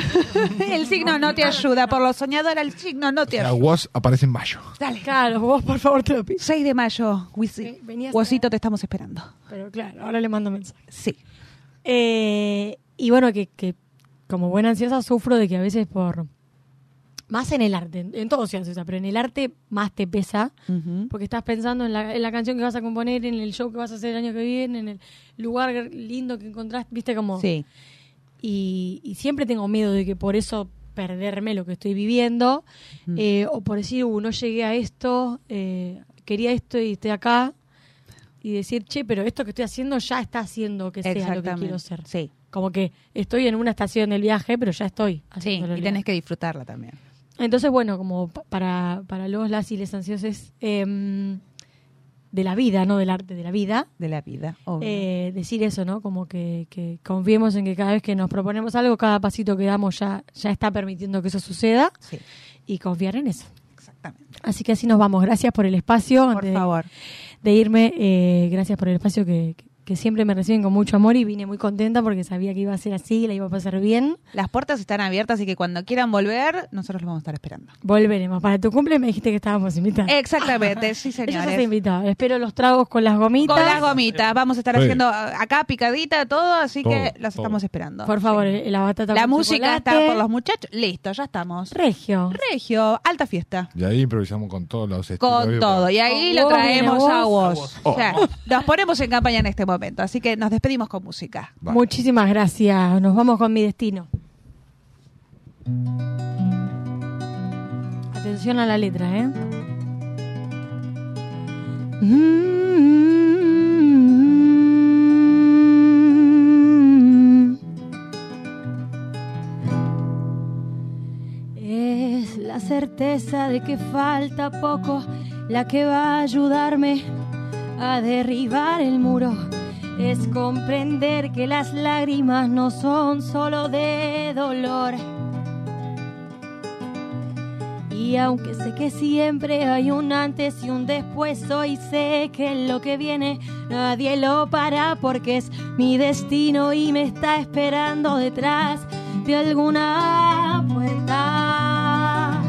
Speaker 4: el signo no te ayuda. Por lo soñadora, el signo no te
Speaker 6: La
Speaker 4: ayuda.
Speaker 6: voz aparece en mayo.
Speaker 5: Dale. Claro, vos por favor te lo pido.
Speaker 4: 6 de mayo, Wisi-
Speaker 5: venía a
Speaker 4: Guasito, te estamos esperando.
Speaker 5: Pero claro, ahora le mando mensaje.
Speaker 4: Sí.
Speaker 5: Eh, y bueno, que, que como buena ansiosa sufro de que a veces por... Más en el arte, en- en todo soy ansiosa, pero en el arte más te pesa. Porque estás pensando en la, en la canción que vas a componer, en el show que vas a hacer el año que viene, en el lugar lindo que encontraste, viste como...
Speaker 4: Sí.
Speaker 5: Y, y siempre tengo miedo de que por eso perderme lo que estoy viviendo,
Speaker 4: Ujú.
Speaker 5: eh, o por decir, uh, no llegué a esto, eh, quería esto y estoy acá, y decir, che, pero esto que estoy haciendo ya está haciendo que sea lo que quiero ser.
Speaker 4: Sí.
Speaker 5: Como que estoy en una estación del viaje, pero ya estoy.
Speaker 4: Sí,
Speaker 5: haciéndolo
Speaker 4: y
Speaker 5: el
Speaker 4: tenés que disfrutarla también.
Speaker 5: entonces, bueno, como pa- para, para los, las y les ansiosos em, de la vida, no del arte, de la vida,
Speaker 4: De la vida, obvio.
Speaker 5: eh, decir eso, ¿no? Como que, que confiemos en que cada vez que nos proponemos algo, cada pasito que damos ya, ya está permitiendo que eso suceda
Speaker 4: Sí.
Speaker 5: y confiar en eso.
Speaker 4: Exactamente.
Speaker 5: Así que así nos vamos. Gracias por el espacio.
Speaker 4: Por
Speaker 5: Antes de-
Speaker 4: favor.
Speaker 5: De, irme, eh, gracias por el espacio que, que- que siempre me reciben con mucho amor y vine muy contenta porque sabía que iba a ser así, la iba a pasar bien.
Speaker 4: Las puertas están abiertas, así que cuando quieran volver, nosotros los vamos a estar esperando.
Speaker 5: Volveremos. Para tu cumple me dijiste que estábamos invitados.
Speaker 4: Exactamente, sí, señores.
Speaker 5: Ellos hacen invitados. Espero los tragos con las gomitas.
Speaker 4: Con las gomitas, vamos a estar
Speaker 5: Eh, Sí.
Speaker 4: haciendo ah, acá picadita todo, así
Speaker 5: Todo,
Speaker 4: que las
Speaker 5: todo.
Speaker 4: estamos esperando.
Speaker 5: Por favor, eh, la batata
Speaker 4: La
Speaker 5: con
Speaker 4: música
Speaker 5: chocolate.
Speaker 4: está por los muchachos. Listo, ya estamos.
Speaker 5: Regio.
Speaker 4: Regio, alta fiesta.
Speaker 6: Y ahí improvisamos con todos los estilos
Speaker 4: Con
Speaker 6: de-
Speaker 4: todo. Y ahí
Speaker 5: Con
Speaker 4: lo
Speaker 5: vos,
Speaker 4: traemos
Speaker 5: mira,
Speaker 4: a
Speaker 5: vos.
Speaker 4: vos. O sea, nos ponemos en campaña en este momento. Así que nos despedimos con música.
Speaker 5: Muchísimas gracias. Nos vamos con mi destino. Atención a la letra, ¿eh?
Speaker 12: Es la certeza de que falta poco la que va a ayudarme a derribar el muro. Es comprender que las lágrimas no son solo de dolor. Y aunque sé que siempre hay un antes y un después, hoy sé que lo que viene nadie lo para porque es mi destino y me está esperando detrás de alguna puerta.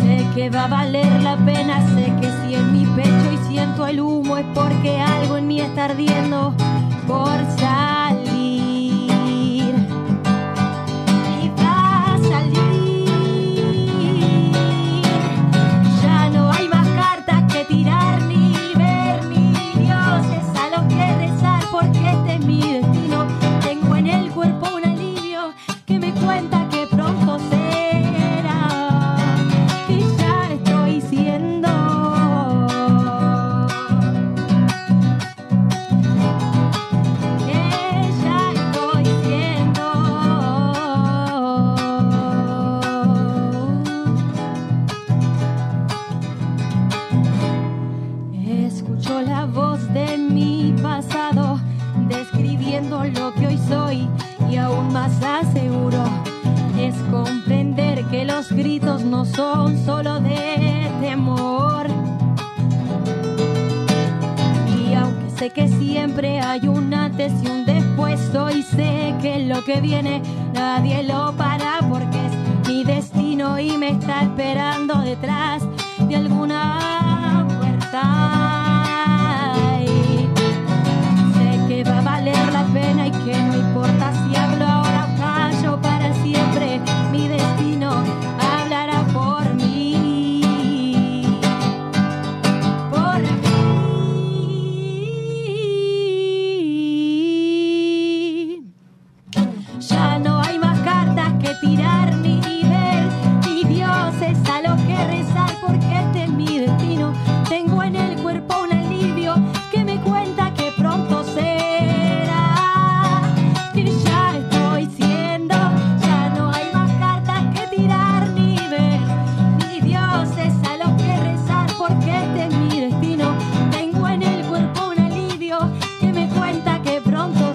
Speaker 12: Sé que va a valer la pena, sé que si en mi pecho y siento el humo es porque algo en mí está ardiendo por salir. Y va a salir. Ya no hay más cartas que tirar ni ver ni dioses a los que rezar porque este es mi destino. Tengo en el cuerpo un alivio que me cuenta que pronto será. Y ya estoy siendo. Que ya estoy siendo. Escucho la voz de mi pasado, describiendo lo que hoy soy y aún más aseguro. Es comprender que los gritos no son solo de temor. Y aunque sé que siempre hay un antes y un después, hoy sé que lo que viene nadie lo para porque es mi destino y me está esperando detrás de alguna puerta. Y sé que va a valer la pena y que no importa si hablo ahora o callo para siempre, mi destino hablará por mí. Por mí. Ya no hay más cartas que tirar ni ver, ni dioses a los que rezar, porque este es mi destino. este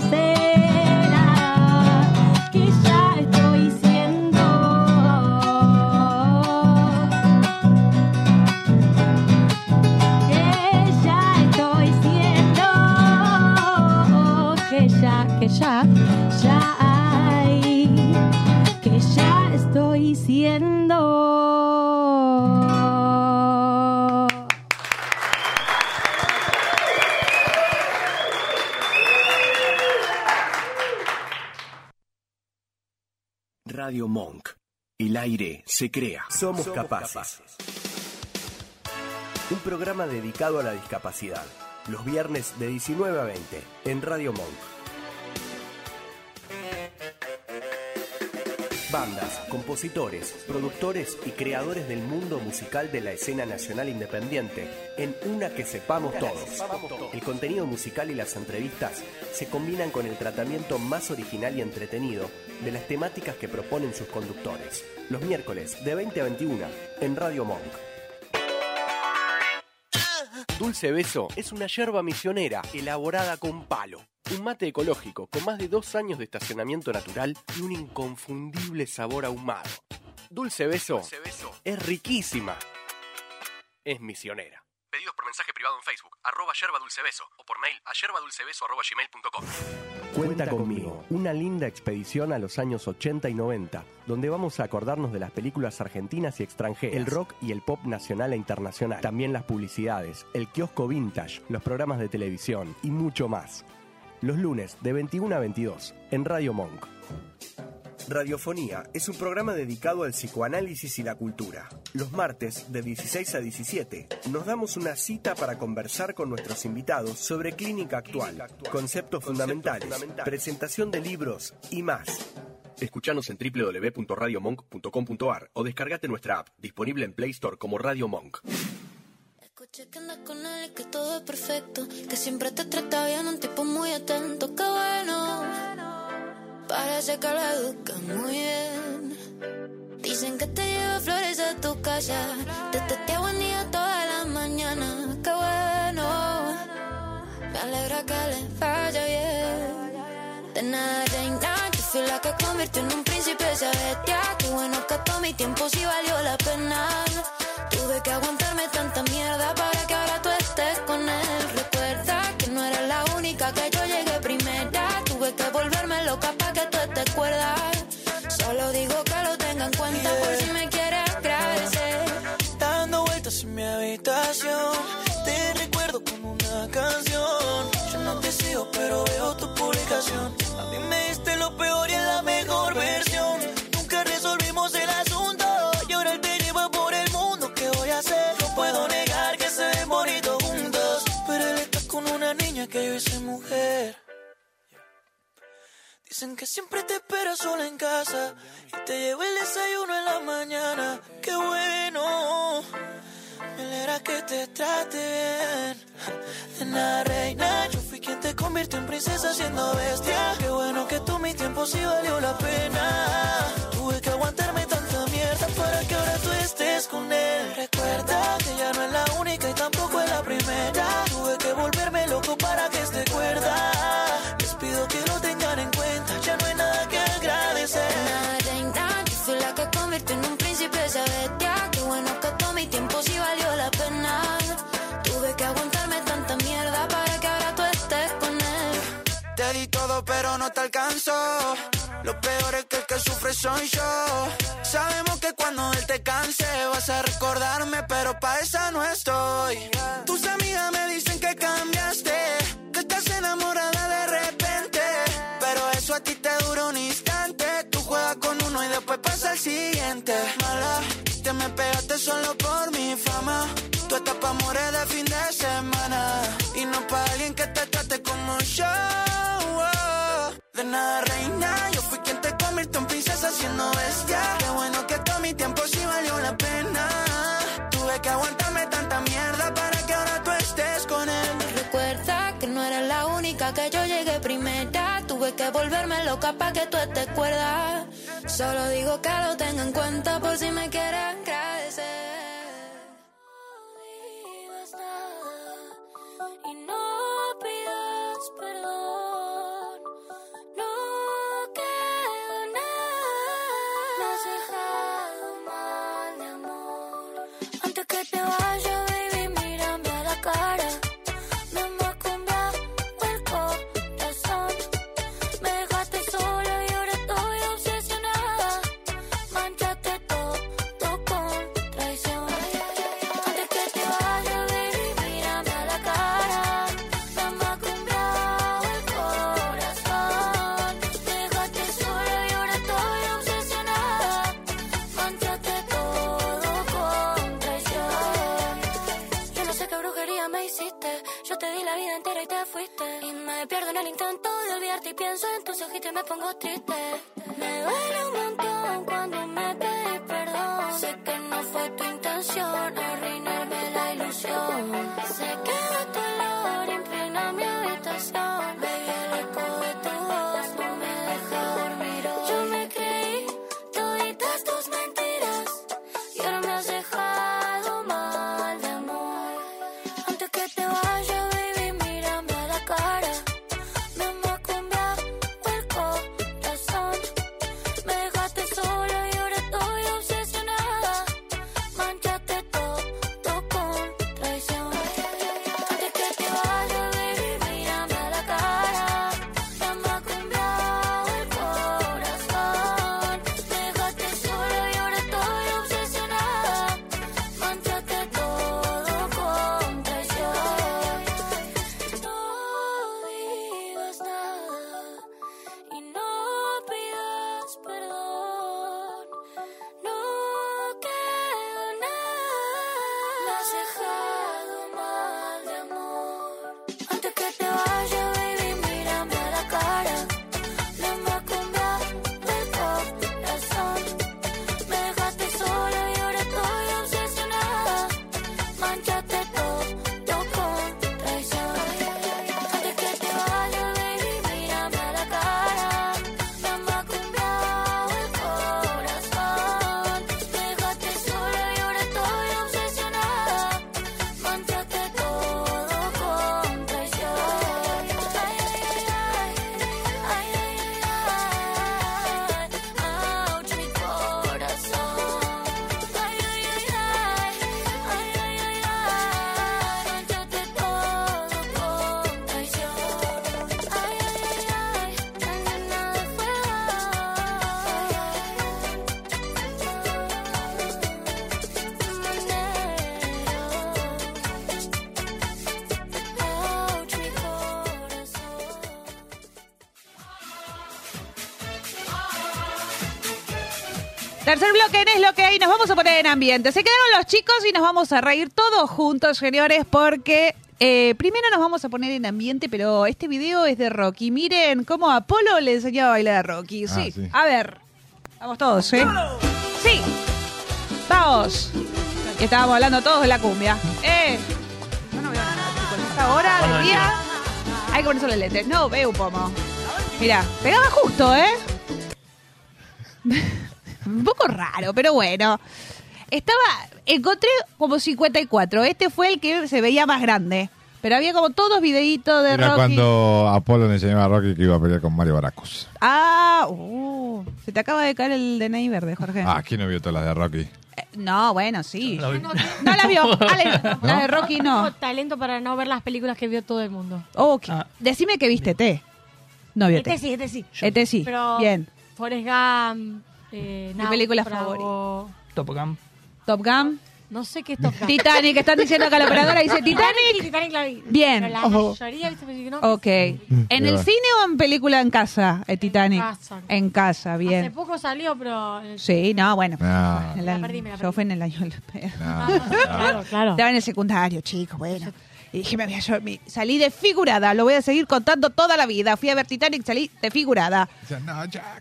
Speaker 15: Radio Monk. El aire se crea.
Speaker 1: Somos capaces. Un programa dedicado a la discapacidad. Los viernes de 19 a 20 en Radio Monk. Bandas, compositores, productores y creadores del mundo musical de la escena nacional independiente, en una que sepamos todos. El contenido musical y las entrevistas se combinan con el tratamiento más original y entretenido de las temáticas que proponen sus conductores. Los miércoles de 20 a 21 en Radio Monk. Dulce Beso es una yerba misionera elaborada con palo. Un mate ecológico con más de dos años de estacionamiento natural y un inconfundible sabor ahumado. Dulce Beso, es riquísima. Es misionera.
Speaker 13: Pedidos por mensaje privado en Facebook, arroba yerba dulce beso, o por mail a yerbadulcebeso arroba gmail.com.
Speaker 1: Cuenta conmigo, una linda expedición a los años 80 y 90, donde vamos a acordarnos de las películas argentinas y extranjeras, el rock y el pop nacional e internacional, también las publicidades, el kiosco vintage, los programas de televisión y mucho más. Los lunes de 21 a 22 en Radio Monk.
Speaker 16: Radiofonía
Speaker 1: Es un programa dedicado al psicoanálisis y la cultura. Los martes, de 16 a 17, nos damos una cita para conversar con nuestros invitados sobre clínica actual, conceptos fundamentales,
Speaker 13: fundamentales,
Speaker 1: presentación de libros y más.
Speaker 13: Escuchanos en www.radiomonk.com.ar o descargate nuestra app, disponible en Play Store como Radio Monk.
Speaker 17: Escuché que andas con él y que todo es perfecto. Que siempre te trata bien, un tipo muy atento. Qué bueno. Parece que lo educa muy bien. Dicen que te lleva flores a tu casa. Te teteo buen día toda la mañana. Qué bueno. Me alegra que le vaya bien. De nada ya hay nada. Yo fui la que convirtió en un príncipe esa bestia. Qué bueno que todo mi tiempo sí valió la pena. Tuve que aguantarme tanta mierda para que ahora tú estés con él. Recuerda que no eres la única que yo llegué primera. Tuve que volverme loca para que tú te acuerdas. Solo digo que lo tenga en cuenta por si me quieres agradecer.
Speaker 18: Dando vueltas en mi habitación, te recuerdo con una canción. Yo no te sigo, pero veo tu publicación. A mí me diste lo peor y la mejor versión. Nunca resolvimos el asunto. Y ahora él te lleva por el mundo. ¿Qué voy a hacer? No puedo negar que se ven bonitos juntos. Pero él está con una niña que yo hice mujer. Dicen que siempre te espera sola en casa y te llevo el desayuno en la mañana. Qué bueno, me alegra que te trate bien. De nada, reina, yo fui quien te convirtió en princesa siendo bestia. Qué bueno que tú mi tiempo sí valió la pena. Tuve que aguantarme tanta mierda para que ahora tú estés con él. Recuerda que ya no es la única y tampoco es la primera. Tuve que volverme loco para que esté cuerda. Les pido que lo tengan en cuenta, ya no hay nada que agradecer.
Speaker 17: Nada y nada, yo fui la que convirtió en un príncipe esa bestia. Qué bueno que todo mi tiempo sí valió la pena. Tuve que aguantarme tanta mierda para que ahora tú estés con él.
Speaker 18: Te di todo pero no te alcanzó. Lo peor es que el que sufre soy yo. Sabemos que cuando él te canse vas a recordarme, pero pa' esa no estoy. Tus amigas me dicen que cambiaste, que estás enamorada de repente. Pero eso a ti te dura un instante. Tú juegas con uno y después pasa el siguiente. Mala, te me pegaste solo por mi fama. Tú estás pa' amores de fin de semana. Y no pa' alguien que te trate como yo. De nada, reina, yo fui quien te convirtió en princesa siendo bestia. Qué bueno que todo mi tiempo sí valió la pena. Tuve que aguantarme tanta mierda para que ahora tú estés con él.
Speaker 17: Recuerda que no eres la única que yo llegué primera. Tuve que volverme loca para que tú estés cuerda. Solo digo que lo tenga en cuenta por si me quieren agradecer.
Speaker 10: Y no pidas perdón, no queda nada. Me has dejado mal de amor. Antes que te vaya, baby, mírame a la cara. Me macumba el corazón. Me dejaste sola y ahora estoy obsesionada. Manchaste todo con traición. Antes que te vaya, baby, mírame a la cara. Me ha comprado el corazón. Te dejaste sola y ahora estoy obsesionada. me pierdo en el intento de olvidarte y pienso en tus ojitos y me pongo triste. Me duele un montón cuando me pedís perdón. Sé que no fue tu intención arruinarme la ilusión. Se queda tu olor, impregna mi habitación. Baby, el eco de tu voz no me deja dormir hoy. Yo me creí toditas tus mentiras y ahora me has dejado mal de amor. Antes que te vaya, baby, mírame a la cara. Me macumba el corazón. Me dejaste sola y ahora estoy obsesionada. Manchaste todo con traición. Antes que te vaya, baby, mírame a la cara. Me macumba el corazón. Me dejaste sola y ahora estoy obsesionada. Manchaste todo con traición. No digas nada y no pidas perdón. No queda nada. Me has dejado mal de amor. Antes que te vaya, baby, mírame a la cara. Me macumba del corazón. Me dejaste sola y ahora estoy obsesionada. Manchaste todo, todo con traición. Antes que te vaya, baby, mírame a la cara. Me han vacunado el corazón. Me dejaste sola y ahora estoy obsesionada. Manchaste todo con traición. Ay, ay, ay, ay. Ay, ay, ay, ay. Ouch, mi corazón. Ay, ay, ay, ay. Ay, ay, ay, ay. Manchaste todo con traición. Ay, ay, ay, ay. Ay, nada fue. Ouch, mi corazón.
Speaker 4: Tercer bloque en es lo que hay, nos vamos a poner en ambiente. Se quedaron los chicos y nos vamos a reír todos juntos, señores, porque eh, primero nos vamos a poner en ambiente, pero este video es de Rocky. Miren cómo Apolo le enseñó a bailar a Rocky. Sí,
Speaker 14: Ah, sí.
Speaker 4: a ver, vamos todos, ¿eh? Sí, vamos. Que estábamos hablando todos de la cumbia. Eh, yo no veo nada, chicos. Esta hora
Speaker 14: Bueno,
Speaker 4: del día hay que ponerse los lentes. No veo un pomo. Mira, pegaba justo, ¿eh? Un poco raro, pero bueno. Estaba, encontré como 54. Este fue el que se veía más grande. Pero había como todos videitos de
Speaker 6: Era
Speaker 4: Rocky.
Speaker 6: cuando Apolo le enseñó a Rocky que iba a pelear con Mario Baracus.
Speaker 4: Ah, uh, se te acaba de caer el DNI verde, Jorge.
Speaker 6: Ah, ¿quién no vio todas las de Rocky?
Speaker 4: Eh, no, bueno, sí. No la vio. Ale, La de Rocky no.
Speaker 5: Tengo talento para no ver las películas que vio todo el mundo.
Speaker 4: Oh, que- Decime que viste T. No vio
Speaker 5: Este
Speaker 4: T.
Speaker 5: sí, este sí.
Speaker 4: Este sí.
Speaker 5: Pero
Speaker 4: Bien.
Speaker 5: Forrest Gump. Eh,
Speaker 4: Mi película
Speaker 5: favorita.
Speaker 13: Top Gun.
Speaker 4: Top Gun.
Speaker 5: No sé qué es Top Gun.
Speaker 4: Titanic, están diciendo acá la operadora, dice,
Speaker 5: Sí, Titanic la vi.
Speaker 4: Bien.
Speaker 5: Pero la
Speaker 4: Ojo.
Speaker 5: mayoría, viste, pues, me dijeron,
Speaker 4: Ok.
Speaker 6: Mm,
Speaker 4: ¿En el
Speaker 5: va.
Speaker 4: cine o en película en casa, eh, Titanic?
Speaker 5: casa.
Speaker 4: En casa,
Speaker 5: Hace
Speaker 4: bien.
Speaker 5: poco salió, pero. en el-
Speaker 4: Sí, no, bueno.
Speaker 6: Ah.
Speaker 5: No.
Speaker 4: En
Speaker 5: Me la perdí, me la
Speaker 4: yo fui en el año de la pera.
Speaker 5: No, no, Ah, claro, claro.
Speaker 4: Estaba en el secundario, chico, bueno. Y dije, me voy a yo- me- salí desfigurada, lo voy a seguir contando toda la vida. Fui a ver Titanic, salí desfigurada.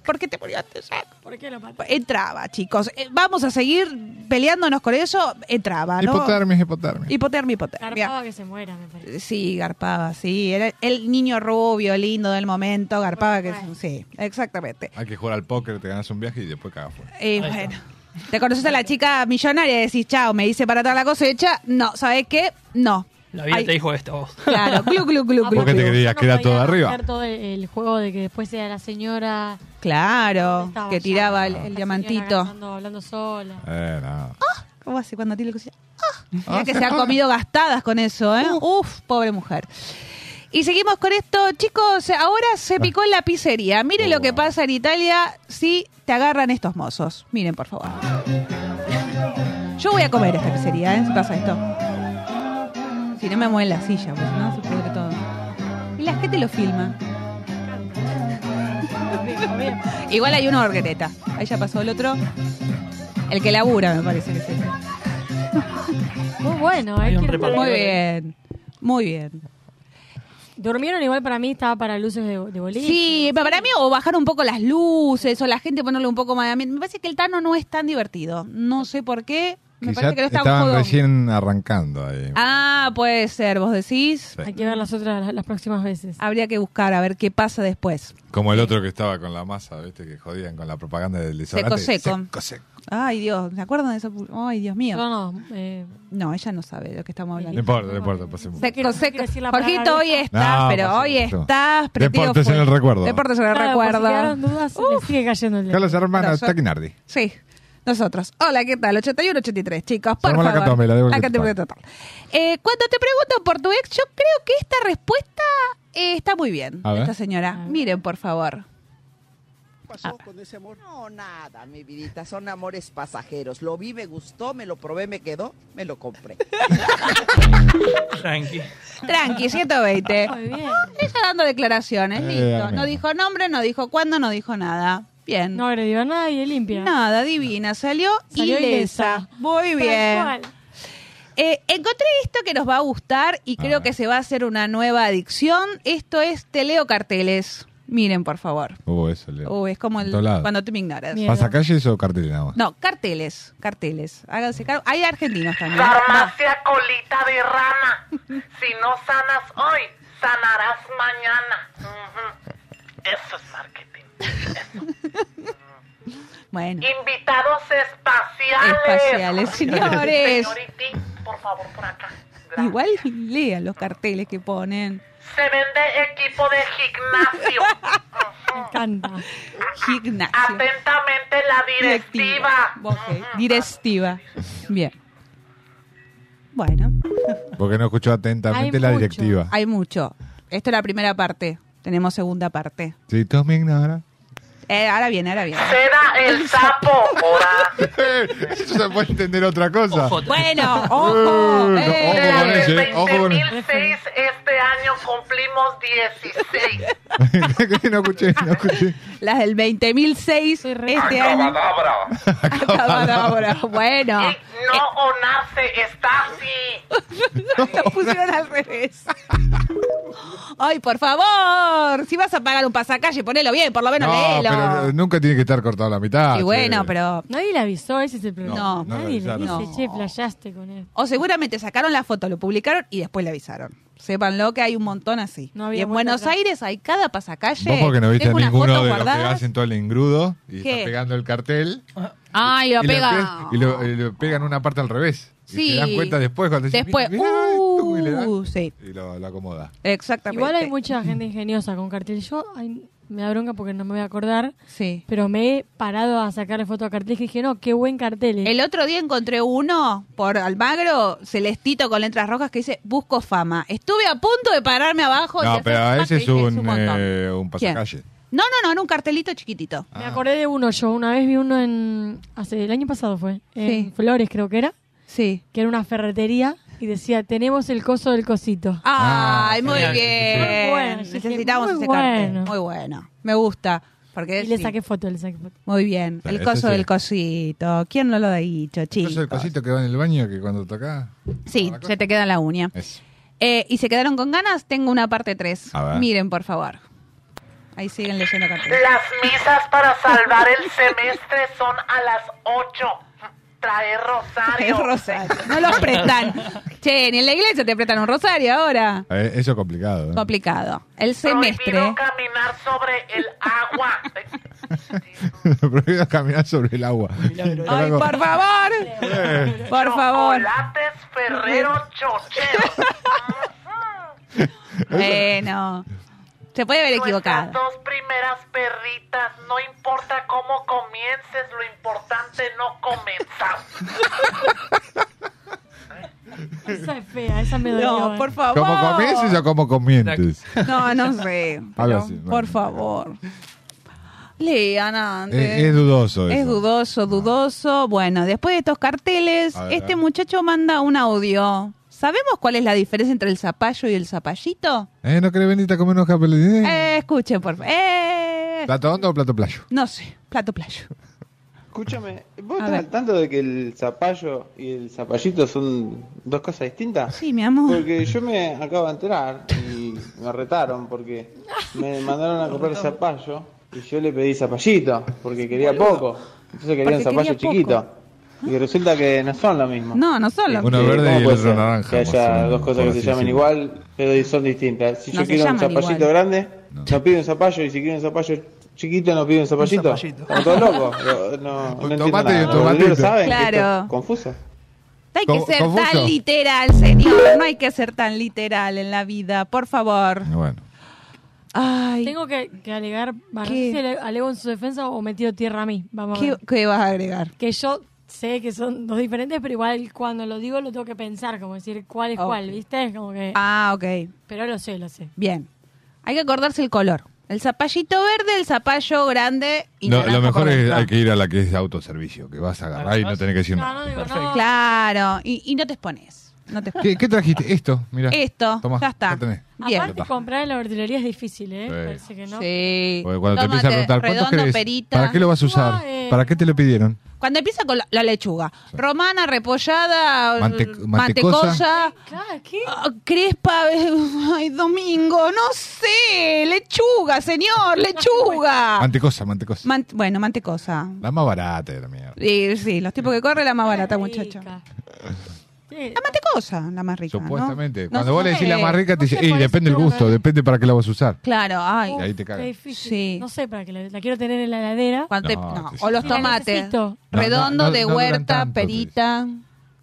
Speaker 4: ¿Por qué te murió este antes, Jack?
Speaker 5: ¿Por qué lo mató?
Speaker 4: Entraba, chicos. Eh, Vamos a seguir peleándonos con eso. Entraba, ¿no?
Speaker 6: Hipotermia, hipotermia.
Speaker 4: Hipotermia, hipotermia.
Speaker 5: Carpaba que se muera, me parece.
Speaker 4: Sí, garpaba, sí. Era el niño rubio, lindo del momento, garpaba que sí, exactamente.
Speaker 6: Hay que jugar al póker, te ganas un viaje y después cagas fuera.
Speaker 4: Y bueno, te conoces a la chica millonaria y decís, chao, me hice para toda la cosecha. No, ¿sabes qué? No.
Speaker 13: La vida
Speaker 4: Ay,
Speaker 13: te dijo esto vos.
Speaker 4: Claro, glu, glu, glu, glu,
Speaker 6: Porque te
Speaker 4: glu.
Speaker 6: creías que era todo arriba.
Speaker 5: Hacer todo el, el juego de que después sea la señora.
Speaker 4: Claro,
Speaker 5: Estaba
Speaker 4: Oh, que
Speaker 5: ya,
Speaker 4: tiraba el,
Speaker 5: la
Speaker 4: el
Speaker 5: señora
Speaker 4: diamantito.
Speaker 5: Hablando, hablando sola.
Speaker 6: Eh, no.
Speaker 4: Ah, ¿Cómo hace cuando tira la cosilla? Mira que se ha comido gastadas con eso, ¿eh? Uf, pobre mujer. Y seguimos con esto, chicos. Ahora se picó la pizzería. Miren lo que pasa en Italia si te agarran estos mozos. Miren, por favor. Yo voy a comer esta pizzería, ¿eh? Si pasa esto. Si no me mueven la silla, pues no, se pudre todo. Y la gente lo filma. Igual hay una orguereta. Ahí ya pasó el otro. El que labura, me parece que es ese.
Speaker 5: Muy bueno, ¿eh? Quiero-
Speaker 4: Muy bien, muy bien.
Speaker 5: Durmieron igual para mí, estaba para luces de, de boliche.
Speaker 4: Sí, pero para mí o bajar un poco las luces o la gente ponerle un poco más de ambiente. Me parece que el Tano no es tan divertido. No sé por qué. Me
Speaker 6: Quizá
Speaker 4: parece que no es tan
Speaker 6: estaban
Speaker 4: jodón.
Speaker 6: recién arrancando ahí.
Speaker 4: Ah, puede ser, vos decís.
Speaker 5: Hay que ver las otras las, próximas veces.
Speaker 4: Habría que buscar a ver qué pasa después.
Speaker 6: Como el otro que estaba con la masa, ¿viste? Que jodían con la propaganda del desodorante.
Speaker 4: Seco, seco.
Speaker 6: Seco, seco.
Speaker 4: Ay, Dios, ¿se acuerdan de eso? Ay, Dios mío.
Speaker 5: No, no. eh,
Speaker 4: No, ella no sabe de lo que estamos
Speaker 6: No
Speaker 4: hablando.
Speaker 6: importa, no importa, pasemos.
Speaker 4: Seco,
Speaker 5: quiero
Speaker 4: seco.
Speaker 5: decir la
Speaker 4: Jorgito,
Speaker 5: palabra
Speaker 4: hoy
Speaker 5: vieja.
Speaker 4: estás,
Speaker 6: No,
Speaker 4: pero
Speaker 6: pasemos,
Speaker 4: hoy
Speaker 6: pasemos.
Speaker 4: estás. prendido
Speaker 6: Deportes en
Speaker 4: fuego.
Speaker 6: el recuerdo.
Speaker 4: Deportes en el
Speaker 5: claro, por si
Speaker 4: recuerdo.
Speaker 5: quedaron dudas, le sigue cayendo el dedo.
Speaker 6: Carlos Hermanos,
Speaker 4: Pero,
Speaker 6: Taquinardi.
Speaker 4: Sí, nosotros. Hola, ¿qué tal? 81-83, chicos, por
Speaker 6: Somos la
Speaker 4: favor.
Speaker 6: Catombe, la devuelta
Speaker 4: Catombe total. Eh, cuando te pregunto por tu ex, yo creo que esta respuesta eh, está muy bien,
Speaker 6: A ver.
Speaker 4: esta señora. Miren, por favor.
Speaker 19: pasó
Speaker 4: Ah.
Speaker 19: con ese amor? No, nada, mi vidita, son amores pasajeros. Lo vi, me gustó, me lo probé, me quedó, me lo compré.
Speaker 13: Tranqui.
Speaker 4: Tranqui, 120. Muy bien. Ella dando declaraciones,
Speaker 13: Eh,
Speaker 4: listo.
Speaker 13: amén.
Speaker 4: No dijo nombre, no dijo cuándo, no dijo nada. Bien.
Speaker 5: No agredió a nadie, limpia.
Speaker 4: Nada, divina. Salió,
Speaker 5: Salió
Speaker 4: ilesa.
Speaker 5: ilesa.
Speaker 4: Muy
Speaker 5: Tal
Speaker 4: bien.
Speaker 5: cual.
Speaker 4: Eh, encontré esto que nos va a gustar y creo que se va a hacer una nueva adicción. Esto es Teleo Carteles. Miren, por favor.
Speaker 6: Hubo Uh, eso, Leo.
Speaker 4: Uy, Uh, es como el-
Speaker 6: En todos lados.
Speaker 4: cuando tú me ignoras.
Speaker 6: ¿Pasacalles o cartel nada más?
Speaker 4: No, carteles, carteles. Háganse cargo. Hay argentinos también. Ah,
Speaker 20: Farmacia colita de rana. Si no sanas hoy, sanarás mañana. Ujú. Eso es marketing.
Speaker 4: Bueno,
Speaker 20: Invitados espaciales.
Speaker 4: Espaciales, señores.
Speaker 20: Señoriti, por favor, por acá.
Speaker 4: igual lean los carteles que ponen.
Speaker 20: Se vende equipo de gimnasio. Ujú.
Speaker 4: Gimnasio.
Speaker 20: Atentamente la directiva.
Speaker 4: Ok, Directiva. Bien. Bueno.
Speaker 6: Porque no escuchó atentamente la directiva.
Speaker 4: Hay mucho. Esto es la primera parte. Tenemos segunda parte.
Speaker 6: Si tú me ignoras.
Speaker 4: Eh, ahora viene, ahora viene.
Speaker 20: Seda el sapo.
Speaker 6: Eso se puede entender otra cosa.
Speaker 4: Bueno,
Speaker 6: ojo.
Speaker 20: Desde
Speaker 6: ojo con ese, eh, ojo con
Speaker 20: 2006 este año cumplimos 16.
Speaker 6: no escuché, no escuché.
Speaker 4: Las del 20.006 este año. Acabadabra. Bueno.
Speaker 20: No o nace, está así.
Speaker 4: Lo pusieron al revés. Ay, por favor. Si vas a pagar un pasacalle, ponelo bien, por lo menos
Speaker 6: No,
Speaker 4: léelo.
Speaker 6: pero eh, nunca tiene que estar cortado a la mitad.
Speaker 4: Y bueno, pero.
Speaker 5: Nadie le avisó, ese es el problema.
Speaker 4: No, no
Speaker 5: nadie
Speaker 4: le
Speaker 5: le
Speaker 4: avisaron.
Speaker 5: dice, che, flayaste con él.
Speaker 4: O seguramente sacaron la foto, lo publicaron y después le avisaron. Sépanlo que hay un montón así.
Speaker 5: había
Speaker 4: y en
Speaker 5: vuelta
Speaker 4: Buenos
Speaker 5: atrás.
Speaker 4: Aires hay cada pasacalle.
Speaker 6: Vos porque no viste a
Speaker 4: Tengo unas
Speaker 6: ninguno
Speaker 4: fotos
Speaker 6: de los que
Speaker 4: guardadas.
Speaker 6: hacen todo el engrudo y
Speaker 4: ¿Qué?
Speaker 6: está pegando el cartel.
Speaker 4: Ay, lo
Speaker 6: y
Speaker 4: pega.
Speaker 6: empie- Y lo, y lo pegan una parte al revés. Y
Speaker 4: Sí.
Speaker 6: se dan cuenta después cuando dicen,
Speaker 4: Después,
Speaker 6: "Mirá, mirá esto", y le dan,
Speaker 4: uh, sí.
Speaker 6: y lo, lo acomoda.
Speaker 4: Exactamente.
Speaker 5: Igual hay mucha gente ingeniosa con cartel. Yo ay, me da bronca porque no me voy a acordar.
Speaker 4: Sí.
Speaker 5: Pero me he parado a sacarle foto a cartel y dije, no, qué buen cartel. eh.
Speaker 4: El otro día encontré uno por Almagro, celestito con letras rojas, que dice busco fama. Estuve a punto de pararme abajo.
Speaker 6: No,
Speaker 4: de
Speaker 6: pero
Speaker 4: hacer fama,
Speaker 6: ese
Speaker 4: que
Speaker 6: es
Speaker 4: dije,
Speaker 6: un,
Speaker 4: montón.
Speaker 6: eh, un
Speaker 4: ¿Quién?
Speaker 6: pasacalle.
Speaker 4: No, no, no, era un cartelito chiquitito.
Speaker 5: Me acordé de uno yo. Una vez vi uno en. hace El año pasado fue. En
Speaker 4: Sí.
Speaker 5: Flores, creo que era.
Speaker 4: Sí.
Speaker 5: Que era una ferretería y decía, tenemos el coso del cosito.
Speaker 6: Ah,
Speaker 4: Ay, Ah, muy
Speaker 5: genial,
Speaker 4: bien.
Speaker 5: sí, sí. Muy bueno, sí,
Speaker 4: Necesitamos
Speaker 5: sí, muy
Speaker 4: ese cartel.
Speaker 5: bueno.
Speaker 4: Muy bueno. Me gusta. Porque
Speaker 5: Y le
Speaker 4: sí.
Speaker 5: saqué foto, le saqué foto.
Speaker 4: Muy bien.
Speaker 6: Sí,
Speaker 4: el
Speaker 6: ese
Speaker 4: coso
Speaker 6: sí.
Speaker 4: del cosito. ¿Quién no lo ha dicho,
Speaker 6: Entonces el
Speaker 4: chicos?
Speaker 6: cosito que va en el baño que cuando toca.
Speaker 4: Sí, se te queda la uña.
Speaker 6: Es.
Speaker 4: Eh, y se quedaron con ganas, tengo una parte 3.
Speaker 6: A ver.
Speaker 4: Miren, por favor. Ahí siguen leyendo carteles.
Speaker 20: Las misas para salvar el semestre son a las 8. Traer rosario.
Speaker 4: Es rosario. No los prestan. che, ni en la iglesia te prestan un rosario ahora.
Speaker 6: Eh, eso es complicado. ¿eh?
Speaker 4: Complicado. El semestre.
Speaker 20: Prohibido caminar sobre el agua.
Speaker 6: Prohibido caminar sobre el agua.
Speaker 4: Ay, por favor.
Speaker 6: Eh.
Speaker 4: Por favor.
Speaker 20: Chocolates Ferrero Chocheros.
Speaker 4: Bueno. Se puede haber
Speaker 20: Nuestras
Speaker 4: equivocado.
Speaker 20: dos primeras perritas. No importa cómo comiences, lo importante no comenzar.
Speaker 5: Esa es fea, esa me dolió.
Speaker 4: No,
Speaker 5: eh.
Speaker 4: por favor.
Speaker 6: ¿Cómo comiences o cómo comientes?
Speaker 4: No, no sé.
Speaker 6: Algo
Speaker 4: pero,
Speaker 6: así, bueno.
Speaker 4: por favor. Lean antes.
Speaker 6: Es- es dudoso
Speaker 4: Es
Speaker 6: eso.
Speaker 4: dudoso, dudoso. Bueno, después de estos carteles,
Speaker 6: A ver,
Speaker 4: este
Speaker 6: a ver.
Speaker 4: muchacho manda un audio. ¿Sabemos cuál es la diferencia entre el zapallo y el zapallito?
Speaker 6: Eh, ¿No querés venirte a comer unos capelines?
Speaker 4: Eh, escuchen, por favor. Eh,
Speaker 6: ¿Plato hondo o plato playo?
Speaker 4: no sé, plato playo.
Speaker 21: Escúchame, ¿vos estás al tanto de que el zapallo y el zapallito son dos cosas distintas?
Speaker 4: Sí, mi amor.
Speaker 21: Porque yo me acabo de enterar y me retaron porque me mandaron a comprar zapallo y yo le pedí zapallito porque quería
Speaker 4: Boludo.
Speaker 21: poco. Entonces quería un
Speaker 4: Porque
Speaker 21: zapallo
Speaker 4: quería
Speaker 21: chiquito. Y resulta que no son lo mismo.
Speaker 4: No, no son lo
Speaker 21: Porque,
Speaker 4: mismo.
Speaker 6: verde
Speaker 21: ¿cómo
Speaker 6: y
Speaker 21: puede
Speaker 6: otro
Speaker 21: ser
Speaker 6: naranja,
Speaker 21: Que
Speaker 6: más o
Speaker 21: haya
Speaker 6: menos,
Speaker 21: dos cosas
Speaker 6: por
Speaker 21: que se
Speaker 6: así
Speaker 21: llamen
Speaker 6: decirlo.
Speaker 21: igual, pero son distintas. Si
Speaker 4: No
Speaker 21: yo
Speaker 4: se
Speaker 21: quiero un
Speaker 4: llaman
Speaker 21: zapallito
Speaker 4: igual.
Speaker 21: grande, no. pido un zapallo. Y si quiero un zapallo chiquito, no pido un zapallito.
Speaker 4: zapallito.
Speaker 21: Estamos todos locos. No, no, no entiendo
Speaker 6: tomate y
Speaker 21: nada.
Speaker 6: un
Speaker 21: Los boludos
Speaker 6: tomatito.
Speaker 21: saben que
Speaker 4: Claro.
Speaker 21: esto es confuso.
Speaker 4: Hay que
Speaker 6: Co-
Speaker 4: ser
Speaker 6: confuso.
Speaker 4: tan literal, señor. No hay que ser tan literal en la vida, por favor.
Speaker 6: Bueno.
Speaker 4: Ay.
Speaker 5: Tengo que, que alegar, para no sé si ale- alego en su defensa o metido tierra a mí. Vamos a
Speaker 4: ¿Qué,
Speaker 5: ver.
Speaker 4: qué vas a agregar?
Speaker 5: Que yo sé que son dos diferentes, pero igual cuando lo digo lo tengo que pensar, como decir cuál es
Speaker 4: Ok.
Speaker 5: cuál, ¿viste? Como que...
Speaker 4: Ah, ok.
Speaker 5: Pero lo sé, lo sé.
Speaker 4: Bien. Hay que acordarse el color. El zapallito verde, el zapallo grande y
Speaker 6: No,
Speaker 4: naranja
Speaker 6: lo mejor
Speaker 4: por
Speaker 6: es
Speaker 4: dentro.
Speaker 6: hay que ir a la que es de autoservicio, que vas a agarrar y Ah, no tenés que decir
Speaker 4: No,
Speaker 6: nada.
Speaker 4: Claro. Y, y no te expones. No te
Speaker 6: ¿Qué, qué trajiste? Esto, mira.
Speaker 4: Esto, ya está.
Speaker 5: Aparte, comprar en la verdulería es difícil, ¿eh? Parece que no.
Speaker 4: Sí.
Speaker 6: Porque cuando te
Speaker 4: Tomate
Speaker 6: empiezan a preguntar cuánto
Speaker 4: redondo,
Speaker 6: querés,
Speaker 4: perita.
Speaker 6: ¿para qué lo vas a usar?
Speaker 5: eh.
Speaker 4: Guay.
Speaker 6: ¿Para qué te lo pidieron?
Speaker 4: Cuando empieza con la, la lechuga. Romana, repollada,
Speaker 6: Mante-
Speaker 4: eh,
Speaker 6: mantecosa.
Speaker 4: mantecosa, ah, crespa, eh, ay, domingo, no sé. Lechuga, señor, lechuga.
Speaker 6: Mantecosa, mantecosa.
Speaker 4: Man- bueno, mantecosa.
Speaker 6: La más barata era mía.
Speaker 4: Sí, sí, los tipos que corren la más barata, muchacho. La mantecosa, la más rica. Ah, ¿no?
Speaker 6: Supuestamente.
Speaker 4: No
Speaker 6: Cuando vos le decís
Speaker 4: sé.
Speaker 6: la más rica, te dice, y depende el gusto, depende para qué la vas a usar.
Speaker 4: Claro, ay.
Speaker 6: Y ahí te cagas.
Speaker 5: Qué difícil. No sé, para que la, la quiero tener en la heladera.
Speaker 4: Cuando te-
Speaker 6: No,
Speaker 4: no,
Speaker 6: sí,
Speaker 4: O los
Speaker 5: Y la
Speaker 4: tomates.
Speaker 5: necesito.
Speaker 6: no,
Speaker 4: Redondo,
Speaker 6: no,
Speaker 4: de
Speaker 6: no duran
Speaker 4: huerta,
Speaker 6: tanto,
Speaker 4: perita,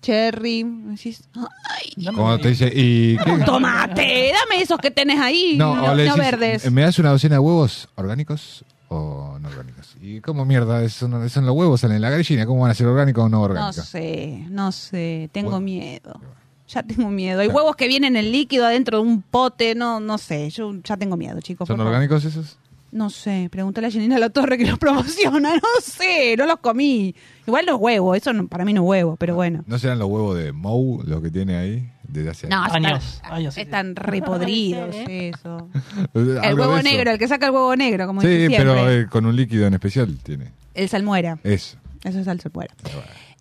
Speaker 4: cherry. Decís, ay,
Speaker 6: Cuando te dice, ¿y qué?
Speaker 4: tomate, dame esos que tenés ahí, no,
Speaker 6: o le
Speaker 4: no
Speaker 6: decís,
Speaker 4: verdes.
Speaker 6: ¿Me das una docena de huevos orgánicos o no orgánicos? ¿Y cómo mierda? Son, son los huevos, salen la gallina. ¿Cómo van a ser orgánicos o no
Speaker 4: No
Speaker 6: orgánicos?
Speaker 4: sé, no sé, tengo
Speaker 6: Bueno.
Speaker 4: miedo. Ya tengo miedo. Hay huevos que vienen en líquido adentro de un pote, no no sé, yo ya tengo miedo, chicos.
Speaker 6: ¿Son
Speaker 4: por favor.
Speaker 6: orgánicos esos?
Speaker 4: No sé, pregúntale a Janina La Torre que los promociona, no sé, no los comí. Igual los huevos, eso no- para mí no es huevo, pero bueno.
Speaker 6: ¿No serán los huevos de Mou los que tiene ahí? Desde hace
Speaker 4: No,
Speaker 6: años?
Speaker 4: están, están repodridos, eso. El
Speaker 6: Algo
Speaker 4: huevo
Speaker 6: de eso.
Speaker 4: negro, el que saca el huevo negro, como
Speaker 6: Sí,
Speaker 4: dice siempre.
Speaker 6: pero eh, con un líquido en especial tiene.
Speaker 4: El salmuera,
Speaker 6: Eso.
Speaker 4: eso es el salmuera.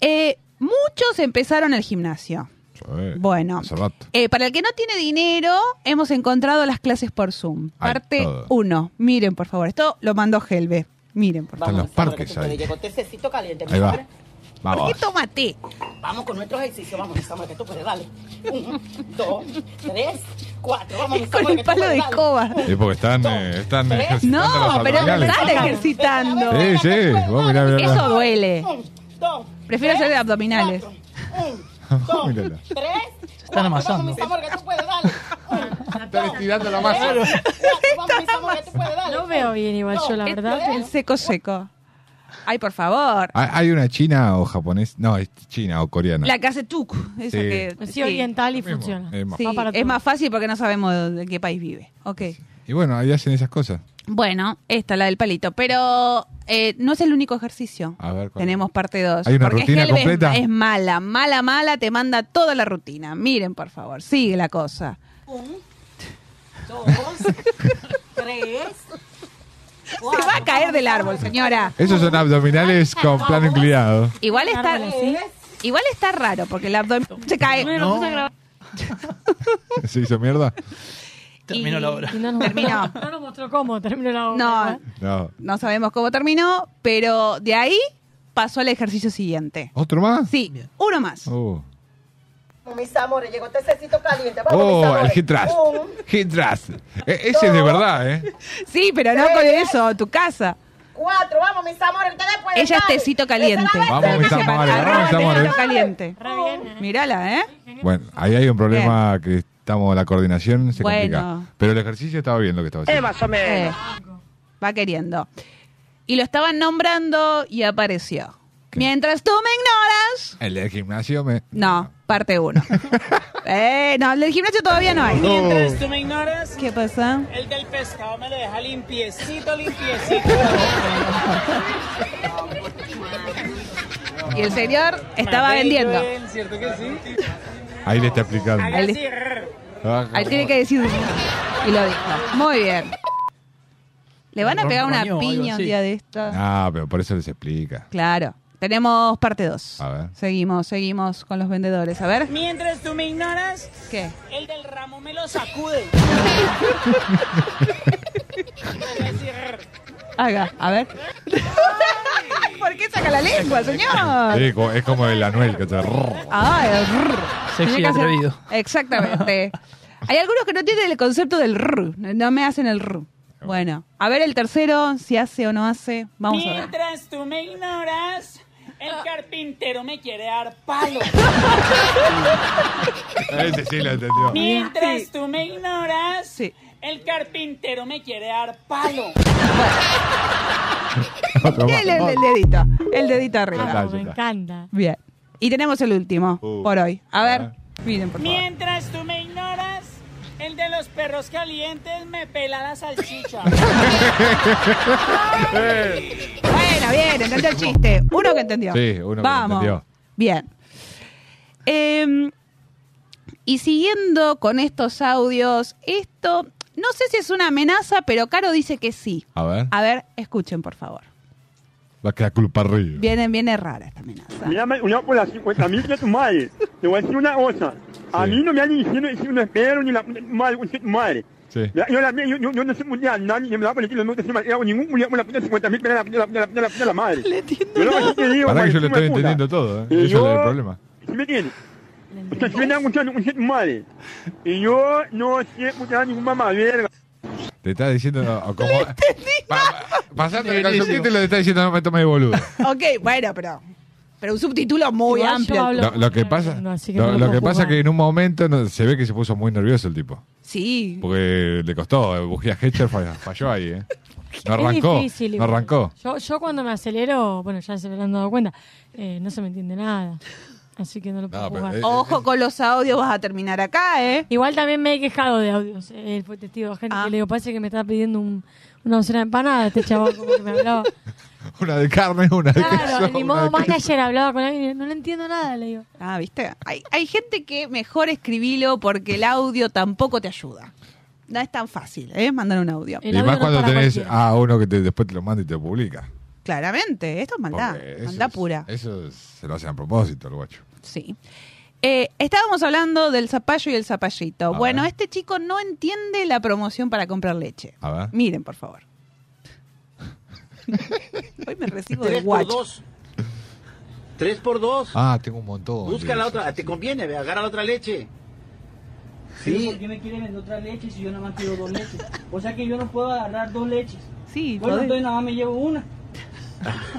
Speaker 4: Eh, muchos empezaron el gimnasio.
Speaker 6: Eh,
Speaker 4: Bueno.
Speaker 6: Hace rato.
Speaker 4: Eh, para el que no tiene dinero, hemos encontrado las clases por Zoom.
Speaker 6: Ay,
Speaker 4: Parte
Speaker 6: todo.
Speaker 4: 1. Miren, por favor. Esto lo mandó Helve. Miren, por
Speaker 6: Están
Speaker 4: favor.
Speaker 6: los parques ahí.
Speaker 22: Llegó tececito caliente. mi
Speaker 6: Ahí va.
Speaker 22: amor.
Speaker 6: Vamos.
Speaker 4: Tómate.
Speaker 22: Vamos con nuestro ejercicio. Vamos, mi Samuel, que tú puedes darle. Uno, dos, tres, cuatro. Vamos, mi
Speaker 4: Con
Speaker 22: Samuel,
Speaker 4: el
Speaker 22: que tú
Speaker 4: palo
Speaker 22: puedes
Speaker 4: de
Speaker 22: darle.
Speaker 4: escoba.
Speaker 6: Sí, porque están, eh, están ejercitando
Speaker 4: No,
Speaker 6: los
Speaker 4: pero
Speaker 6: abdominales.
Speaker 4: están ejercitando.
Speaker 6: Sí, sí. Vos mirá, mirá, mirá.
Speaker 4: Eso duele.
Speaker 22: Dos,
Speaker 4: Prefiero hacer de abdominales.
Speaker 6: Vos mirala.
Speaker 22: tres.
Speaker 4: Están amasando.
Speaker 22: Vamos, mi amor, que tú puedes darle.
Speaker 6: Están estirando la
Speaker 22: masa.
Speaker 4: Está
Speaker 5: No veo bien igual yo, la verdad.
Speaker 4: El seco seco. Ay, por favor.
Speaker 6: Hay hay una china o japonés. No, es china o coreana.
Speaker 4: La casa Tuk.
Speaker 6: Sí.
Speaker 4: Esa que,
Speaker 5: Sí, oriental y funciona.
Speaker 6: Es más
Speaker 4: Sí,
Speaker 6: fácil.
Speaker 4: es más fácil porque no sabemos de qué país vive. Ok.
Speaker 6: Y bueno, ahí hacen esas cosas.
Speaker 4: Bueno, esta, la del palito. Pero eh, no es el único ejercicio.
Speaker 6: A ver, ¿cuál?
Speaker 4: Tenemos parte 2.
Speaker 6: ¿Hay una rutina
Speaker 4: Helve es-
Speaker 6: completa?
Speaker 4: Es, mala, mala, mala. Te manda toda la rutina. Miren, por favor. Sigue la cosa.
Speaker 22: Un, dos, tres.
Speaker 4: Se va a caer del árbol, señora.
Speaker 6: Esos son abdominales con plan inclinado.
Speaker 4: Igual está, igual está raro porque el abdomen se cae.
Speaker 13: No. puse a
Speaker 6: ¿Se hizo mierda?
Speaker 13: Terminó la obra.
Speaker 5: Y no nos-
Speaker 4: Terminó.
Speaker 5: No nos mostró cómo terminó la obra.
Speaker 4: No,
Speaker 6: No.
Speaker 4: no sabemos cómo terminó, pero de ahí pasó al ejercicio siguiente.
Speaker 6: ¿Otro más?
Speaker 4: Sí, uno más.
Speaker 6: Oh,
Speaker 22: Vamos, mis amores, llegó tececito caliente. Vamos, mis
Speaker 6: oh el
Speaker 22: amores.
Speaker 6: hit thrust.
Speaker 22: Un,
Speaker 6: Hit thrust. E- ese es de verdad, ¿eh?
Speaker 4: Sí, pero no con eso, tu casa.
Speaker 22: cuatro. Vamos, mis amores, ustedes pueden
Speaker 4: Ella es
Speaker 22: darle.
Speaker 4: tecito caliente.
Speaker 6: Vamos, mis amores, vamos, mis amores.
Speaker 4: Tecito caliente. Mírala, ¿eh?
Speaker 6: Bueno, ahí hay un problema que estamos, la coordinación se
Speaker 4: Bueno.
Speaker 6: complica. Pero el ejercicio estaba bien lo que estaba
Speaker 7: Eh,
Speaker 6: haciendo.
Speaker 4: más o menos. Eh, va queriendo. Y lo estaban nombrando y apareció. Mientras tú me ignoras.
Speaker 6: El del gimnasio me...
Speaker 4: No, parte uno. eh, no, el del gimnasio todavía no hay.
Speaker 7: Mientras tú me ignoras,
Speaker 4: ¿Qué pasa?
Speaker 7: el del pescado me lo deja limpiecito, limpiecito.
Speaker 4: Y el señor estaba
Speaker 7: Más bello,
Speaker 4: vendiendo.
Speaker 7: ¿eh? ¿Cierto que sí?
Speaker 6: Ahí le está explicando. Ah,
Speaker 4: Ahí le- Él tiene que decir. Y lo dijo. Muy bien. Le van a
Speaker 6: Ron-
Speaker 4: pegar una
Speaker 6: Ronio o algo
Speaker 4: piña un
Speaker 6: así.
Speaker 4: día de esta.
Speaker 6: Ah, pero por eso les explica.
Speaker 4: Claro. Tenemos parte 2.
Speaker 6: A ver.
Speaker 4: Seguimos, seguimos con los vendedores. A ver.
Speaker 7: Mientras tú me ignoras,
Speaker 4: ¿Qué?
Speaker 7: el del ramo me lo sacude.
Speaker 4: Haga, a ver. ¿Por qué saca la lengua, señor?
Speaker 6: Sí, co- es como el Anuel que te...
Speaker 4: Ay, el rrr.
Speaker 6: Sexy
Speaker 4: Tenía que
Speaker 6: y
Speaker 4: hacer-
Speaker 6: atrevido.
Speaker 4: Exactamente. Hay algunos que no tienen el concepto del rrr. No me hacen el rrr. Bueno, a ver el tercero, si hace o no hace. Vamos a ver. Ah.
Speaker 7: Mientras tú me ignoras, el carpintero me quiere dar palo.
Speaker 6: Ese sí lo entendió.
Speaker 7: Mientras tú me ignoras, el carpintero me quiere dar palo.
Speaker 6: Otro más.
Speaker 4: El, el- el dedito, el dedito
Speaker 6: Ya
Speaker 4: arriba.
Speaker 6: está, ya está.
Speaker 4: encanta. Bien. Y tenemos el último
Speaker 6: Uh.
Speaker 4: por hoy. A ver, miren, por favor.
Speaker 7: Mientras tú me ignoras, el de los perros calientes me pela la salchicha.
Speaker 4: Bueno, bien, entendió el chiste. Uno que entendió.
Speaker 6: Sí, uno que
Speaker 4: Vamos.
Speaker 6: entendió.
Speaker 4: Bien. Eh, y siguiendo con estos audios, esto no sé si es una amenaza, pero Caro dice que sí.
Speaker 6: A ver,
Speaker 4: A ver, escuchen, por favor.
Speaker 6: va a quedar culpa arriba.
Speaker 4: Viene, viene rara esta amenaza.
Speaker 23: Mira, me- una por las 50 mil de tu madre. Te voy a decir una cosa. A mí no me han diciendo si un espero ni la puta de tu madre, con tu madre.
Speaker 6: Sí.
Speaker 23: Ya, Yo, la, yo, yo, yo no soy mundial, nadie me va a poner que no te hago ningún mundial con la puta de 50 mil, pero la puta de la, puta de la, puta de la, puta de la madre. Le entiendo. Yo lo que te digo,
Speaker 6: Pará que yo
Speaker 23: Juan, hijo
Speaker 6: lo
Speaker 23: de
Speaker 6: estoy
Speaker 23: puta.
Speaker 6: entendiendo todo. ¿eh?
Speaker 23: Y
Speaker 6: Ese
Speaker 23: yo-
Speaker 6: es el problema.
Speaker 23: ¿Sí me entiendes? Ustedes me dan escuchando con tu madre. Y yo no sé puta ningún mamá verga.
Speaker 6: Te está diciendo no, como... Pasando el calzoncito y le está diciendo no me tomes de boludo.
Speaker 4: Ok, bueno, pero, pero un subtítulo muy
Speaker 5: Igual yo
Speaker 4: amplio.
Speaker 5: hablo-
Speaker 6: Lo, lo que pasa,
Speaker 5: así que no
Speaker 6: lo,
Speaker 5: lo
Speaker 6: lo
Speaker 5: puedo
Speaker 6: que pasa
Speaker 5: juzgar.
Speaker 6: que en un momento no- se ve que se puso muy nervioso el tipo.
Speaker 4: Sí.
Speaker 6: Porque le costó, eh, bujía Hetcher falló, falló ahí, ¿eh? No arrancó,
Speaker 5: Es difícil
Speaker 6: no
Speaker 5: igual.
Speaker 6: arrancó.
Speaker 5: Yo, yo cuando me acelero, bueno, ya se me han dado cuenta, eh, no se me entiende nada. Así que no lo puedo
Speaker 6: pero,
Speaker 5: jugar.
Speaker 6: eh,
Speaker 4: Ojo con los audios, vas a terminar acá, ¿eh? Ah.
Speaker 5: Igual también me he quejado de audios. Él fue testigo de gente que le digo, parece que me está pidiendo un- una docena de empanadas este chaval como que me hablaba.
Speaker 6: Una de carne, una de queso.
Speaker 5: Claro, en mi
Speaker 6: una
Speaker 5: modo
Speaker 6: de queso.
Speaker 5: manager hablaba con alguien, Eh, no le entiendo nada, le digo.
Speaker 4: Ah, ¿viste? Hay, hay gente que mejor escribilo porque el audio tampoco te ayuda. No es tan fácil, ¿eh? Mandar un audio.
Speaker 6: Y más cuando tenés a uno que te- después te lo manda y te publica.
Speaker 4: Claramente, esto es maldad.
Speaker 6: Porque eso
Speaker 4: Maldad
Speaker 6: es-
Speaker 4: pura.
Speaker 6: Eso es- se lo hacen a propósito, el guacho.
Speaker 4: Sí. Eh, estábamos hablando del zapallo y el zapallito.
Speaker 6: A
Speaker 4: bueno,
Speaker 6: ver.
Speaker 4: este chico no entiende la promoción para comprar leche.
Speaker 6: A ver.
Speaker 4: Miren, por favor. Hoy me recibo de
Speaker 9: Tres por
Speaker 4: guacho.
Speaker 9: dos. Tres por dos.
Speaker 6: Ah, tengo un montón.
Speaker 9: Busca la otra. Te conviene, ve, agarra la otra leche.
Speaker 7: Pero
Speaker 9: Sí.
Speaker 7: ¿Por qué me quiere vender otra leche si yo nada más quiero dos leches? O sea que yo no puedo agarrar dos leches.
Speaker 4: Sí,
Speaker 7: Bueno,
Speaker 9: podés.
Speaker 7: entonces nada más me llevo una.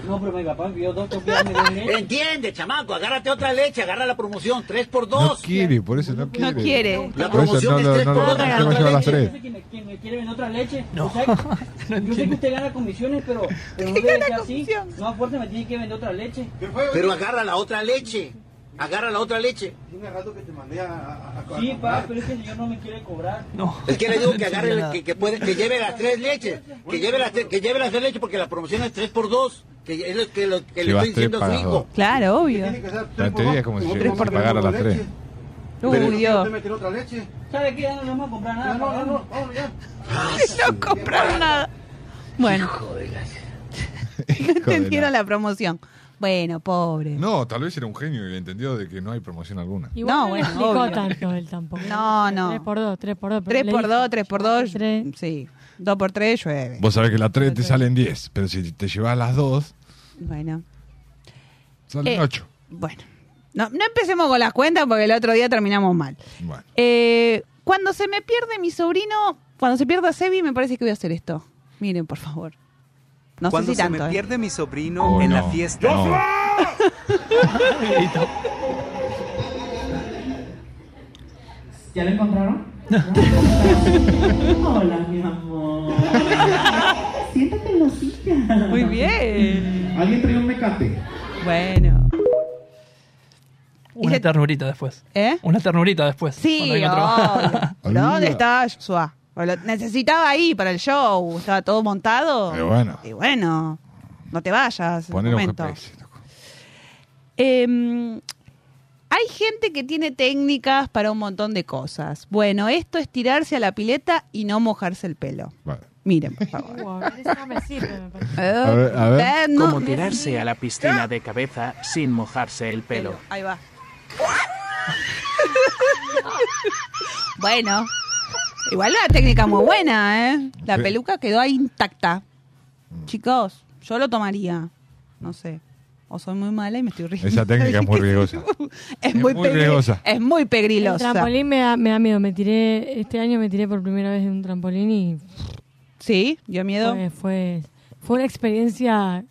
Speaker 7: No, pero mi papá me pidió dos, tengo que darme dos leches.
Speaker 9: Entiende, chamaco. Agárrate otra leche. Agarra la promoción. Tres por
Speaker 6: No
Speaker 9: dos.
Speaker 6: quiere, por eso no quiere.
Speaker 9: quiere. La
Speaker 6: Por eso
Speaker 9: promoción
Speaker 6: no,
Speaker 9: es
Speaker 6: lo-
Speaker 9: tres
Speaker 6: no, lo-
Speaker 9: por
Speaker 6: no
Speaker 9: dos,
Speaker 6: se va a llevar las tres.
Speaker 7: Que me, que me quiere vender otra leche. O sea, yo sé que usted gana comisiones, pero, pero no debe ser así. No a fuerza me tiene que vender otra leche.
Speaker 9: Pero agarra la otra leche. Agarra la otra leche.
Speaker 7: Tiene rato que te mandé a... sí, pa, pero es que el señor no me quiere cobrar. No.
Speaker 9: Es que le digo que agarre, la- que, que puede, que lleve las tres leches. Que lleve las tres, que lleve las tres leches porque la promoción es tres por dos. Que es lo que, lo, que
Speaker 6: Si
Speaker 9: le
Speaker 6: vas
Speaker 9: estoy
Speaker 6: tres
Speaker 9: diciendo a su
Speaker 6: para
Speaker 9: hijo.
Speaker 6: dos.
Speaker 4: Claro, obvio.
Speaker 6: La teoría es como si
Speaker 9: Tres
Speaker 6: se
Speaker 9: por dos.
Speaker 6: pagara las tres.
Speaker 4: Uy, Dios.
Speaker 7: meter otra leche? ¿Sabe qué? Ya no le vamos a comprar nada. No, no, no, vamos ya.
Speaker 4: no compraron nada. Bueno. No entendieron la promoción. Bueno, pobre.
Speaker 6: No, tal vez era un genio y le entendió de que no hay promoción alguna.
Speaker 5: Igual
Speaker 4: No,
Speaker 5: no, le
Speaker 4: bueno,
Speaker 5: explicó
Speaker 4: obvio.
Speaker 5: tanto él tampoco.
Speaker 4: No, no.
Speaker 5: 3 por 2, 3 por 2.
Speaker 4: 3 por 2, 3 por 2. Sí. 2 por 3 llueve.
Speaker 6: Vos sabés que las tres te salen 10, pero si te llevas las dos,
Speaker 4: Bueno.
Speaker 6: salen
Speaker 4: Eh,
Speaker 6: 8.
Speaker 4: Bueno. No, no empecemos con las cuentas porque el otro día terminamos mal.
Speaker 6: Bueno.
Speaker 4: Eh, cuando se me pierde mi sobrino, cuando se pierda Sebi, me parece que voy a hacer esto. Miren, por favor. No
Speaker 24: Cuando
Speaker 4: sé si
Speaker 24: se
Speaker 4: tanto.
Speaker 24: me
Speaker 4: ¿eh?
Speaker 24: pierde mi sobrino
Speaker 6: Oh,
Speaker 24: en
Speaker 6: no.
Speaker 24: la fiesta.
Speaker 6: No.
Speaker 7: ¿Ya lo encontraron? Hola, mi amor. Siéntate en la silla.
Speaker 4: Muy bien.
Speaker 7: ¿Alguien trae un mecate?
Speaker 4: Bueno.
Speaker 13: Una ternurita después.
Speaker 4: ¿Eh?
Speaker 13: Una ternurita después. cuando
Speaker 4: Sí,
Speaker 13: venga otro.
Speaker 6: Ah,
Speaker 4: obvio. ¿dónde estaba Joshua? Lo necesitaba ahí para el show, estaba todo montado.
Speaker 6: Pero bueno.
Speaker 4: Y bueno, no te vayas.
Speaker 6: Poner un
Speaker 4: momento.
Speaker 6: GPS.
Speaker 4: Eh, hay gente que tiene técnicas para un montón de cosas. Bueno, esto es tirarse a la pileta y no mojarse el pelo.
Speaker 6: Vale.
Speaker 4: Miren, por favor.
Speaker 2: A ver, a ver.
Speaker 4: Eh, no.
Speaker 2: Cómo tirarse a la piscina de cabeza sin mojarse el pelo.
Speaker 4: Ahí va. bueno. Igual una técnica muy buena, ¿eh? La
Speaker 6: Sí. Mm.
Speaker 4: peluca quedó ahí intacta. Chicos, yo lo tomaría. No sé. O soy muy mala y me estoy riendo.
Speaker 6: Esa técnica es muy riesgosa.
Speaker 4: Es muy,
Speaker 6: muy
Speaker 4: pegri-
Speaker 6: riesgosa.
Speaker 4: Es muy pegrilosa.
Speaker 5: El trampolín me da, me da miedo. Me tiré, este año me tiré por primera vez de un trampolín y.
Speaker 4: Sí, dio miedo.
Speaker 5: Fue, fue, fue una experiencia.